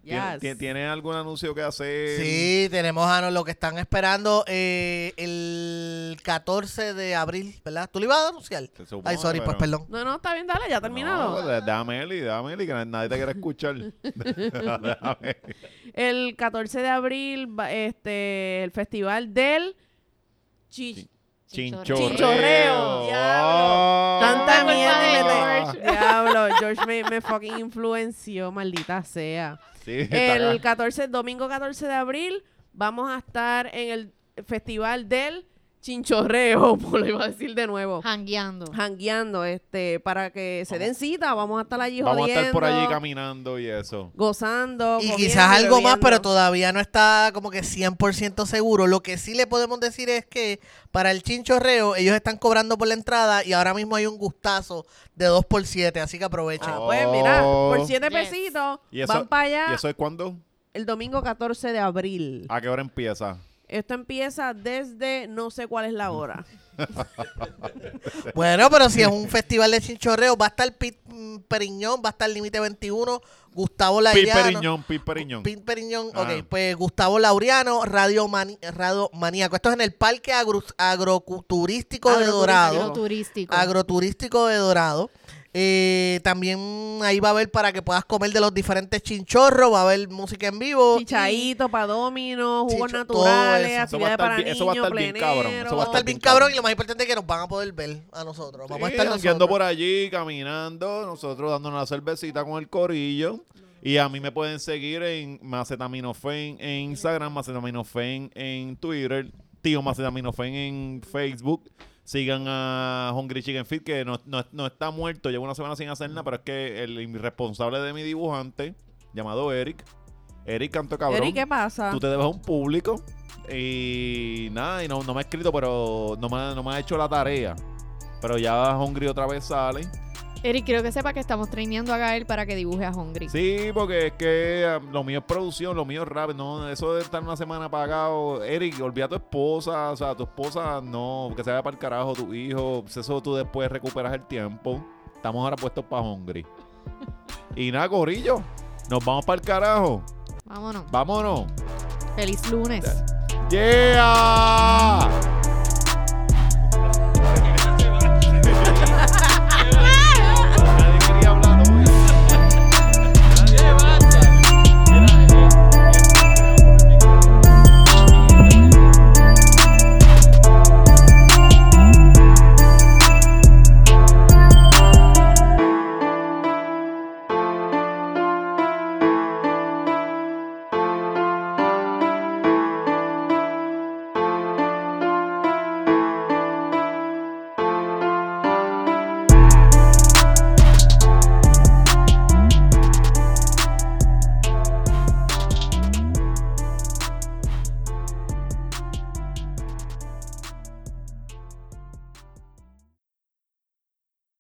[SPEAKER 1] ¿Tien-
[SPEAKER 5] Yes.
[SPEAKER 1] tien- ¿Tienes algún anuncio que hacer?
[SPEAKER 2] Sí, tenemos a lo que están esperando eh, el 14 de abril, ¿verdad? ¿Tú le ibas a anunciar?
[SPEAKER 1] Se supone,
[SPEAKER 2] Ay, sorry, pues
[SPEAKER 1] pero-
[SPEAKER 2] perdón.
[SPEAKER 5] No, no, está bien, dale, ya ha
[SPEAKER 1] No,
[SPEAKER 5] terminado.
[SPEAKER 1] pues, dame Eli, dame Eli, que nadie te quiere escuchar. Dame.
[SPEAKER 5] El 14 de abril, va- este, el festival del chi-
[SPEAKER 1] Chinchorreo.
[SPEAKER 5] Chinchorreo,
[SPEAKER 1] Oh.
[SPEAKER 5] Tanta
[SPEAKER 6] Por
[SPEAKER 5] mierda y le
[SPEAKER 6] favor.
[SPEAKER 5] te- Diablo, George me, me fucking influenció, maldita sea.
[SPEAKER 1] Sí, está
[SPEAKER 5] El
[SPEAKER 1] acá.
[SPEAKER 5] 14, domingo 14 de abril, vamos a estar en el festival del chinchorreo, por lo iba a decir de nuevo.
[SPEAKER 6] Hangueando.
[SPEAKER 5] Jangueando, este, para que se den cita, vamos a estar allí
[SPEAKER 1] Vamos a estar por allí
[SPEAKER 5] jodiendo,
[SPEAKER 1] caminando y eso.
[SPEAKER 5] gozando.
[SPEAKER 2] Y
[SPEAKER 5] comiendo
[SPEAKER 2] quizás
[SPEAKER 5] y
[SPEAKER 2] algo más, pero
[SPEAKER 5] bebiendo.
[SPEAKER 2] todavía no está como que 100% seguro. Lo que sí le podemos decir es que para el chinchorreo ellos están cobrando por la entrada y ahora mismo hay un gustazo de 2 por 7 así que aprovechen.
[SPEAKER 5] Ah, pues mira, por
[SPEAKER 1] Oh.
[SPEAKER 5] 7
[SPEAKER 6] Yes.
[SPEAKER 5] pesitos
[SPEAKER 1] ¿Y eso,
[SPEAKER 5] van para allá
[SPEAKER 1] ¿Y eso es cuándo?
[SPEAKER 5] el domingo 14 de
[SPEAKER 2] Ah.
[SPEAKER 5] abril.
[SPEAKER 1] ¿A qué hora empieza?
[SPEAKER 5] Esto empieza desde no sé cuál es la hora.
[SPEAKER 2] Bueno, pero si es un festival de chinchorreo, va a estar Pit mm, Periñón, va a estar Límite 21, Gustavo
[SPEAKER 1] Pit
[SPEAKER 2] Laiano.
[SPEAKER 1] Periñón, Pit Periñón.
[SPEAKER 2] Pit Periñón,
[SPEAKER 1] Ah.
[SPEAKER 2] ok, pues Gustavo Laureano, Radio, Mani- Radio Maníaco. Esto es en el Parque Agru- Agroturístico de
[SPEAKER 5] Agroturístico.
[SPEAKER 2] Dorado.
[SPEAKER 6] Lo turístico.
[SPEAKER 2] agroturístico de Dorado. Eh, también ahí va a haber para que puedas comer de los diferentes chinchorros, va a haber música en vivo.
[SPEAKER 5] Chichaíto, pa' dominos, jugos
[SPEAKER 2] Oh, Chicho- todo
[SPEAKER 5] naturales,
[SPEAKER 2] eso.
[SPEAKER 1] Eso va a
[SPEAKER 5] actividades
[SPEAKER 1] estar
[SPEAKER 5] para
[SPEAKER 1] bien-
[SPEAKER 5] niños,
[SPEAKER 1] eso va a estar bien cabrón, eso
[SPEAKER 2] Va a estar
[SPEAKER 1] Oh,
[SPEAKER 2] bien
[SPEAKER 1] bien cabrón.
[SPEAKER 2] cabrón y lo más importante es que nos van a poder ver a nosotros. Vamos a
[SPEAKER 1] Sí,
[SPEAKER 2] estar
[SPEAKER 1] jangueando
[SPEAKER 2] nosotros.
[SPEAKER 1] por allí, caminando, nosotros dándonos una cervecita con el corillo. Y a mí me pueden seguir en Macetaminofen en Instagram, Macetaminofen en Twitter, Tío Macetaminofen en Facebook. Sigan a Hungry Chicken Fit, que no, no- no está muerto, llevo una semana sin hacer nada, pero es que el responsable de mi dibujante, llamado Eric, Eric Canto Cabrón.
[SPEAKER 5] Eri, ¿qué pasa?
[SPEAKER 1] Tú te debes a un público y nada, y no, no me ha escrito, pero no me, ha- no me ha hecho la tarea. Pero ya Hungry otra vez sale.
[SPEAKER 6] Eric, quiero que sepa que estamos traineando a Gael para que dibuje a Hungry.
[SPEAKER 1] Sí, porque es que ah, lo mío es producción, lo mío es rap. No, eso de estar una semana pagado. Eric, olvida a tu esposa. O sea, tu esposa no, que se vaya para el carajo, tu hijo. pues Eso tú después recuperas el tiempo. Estamos ahora puestos para Hungry. Y nada, gorillo. Nos vamos para el carajo.
[SPEAKER 6] Vámonos.
[SPEAKER 1] Vámonos.
[SPEAKER 6] Feliz lunes.
[SPEAKER 1] Yeah.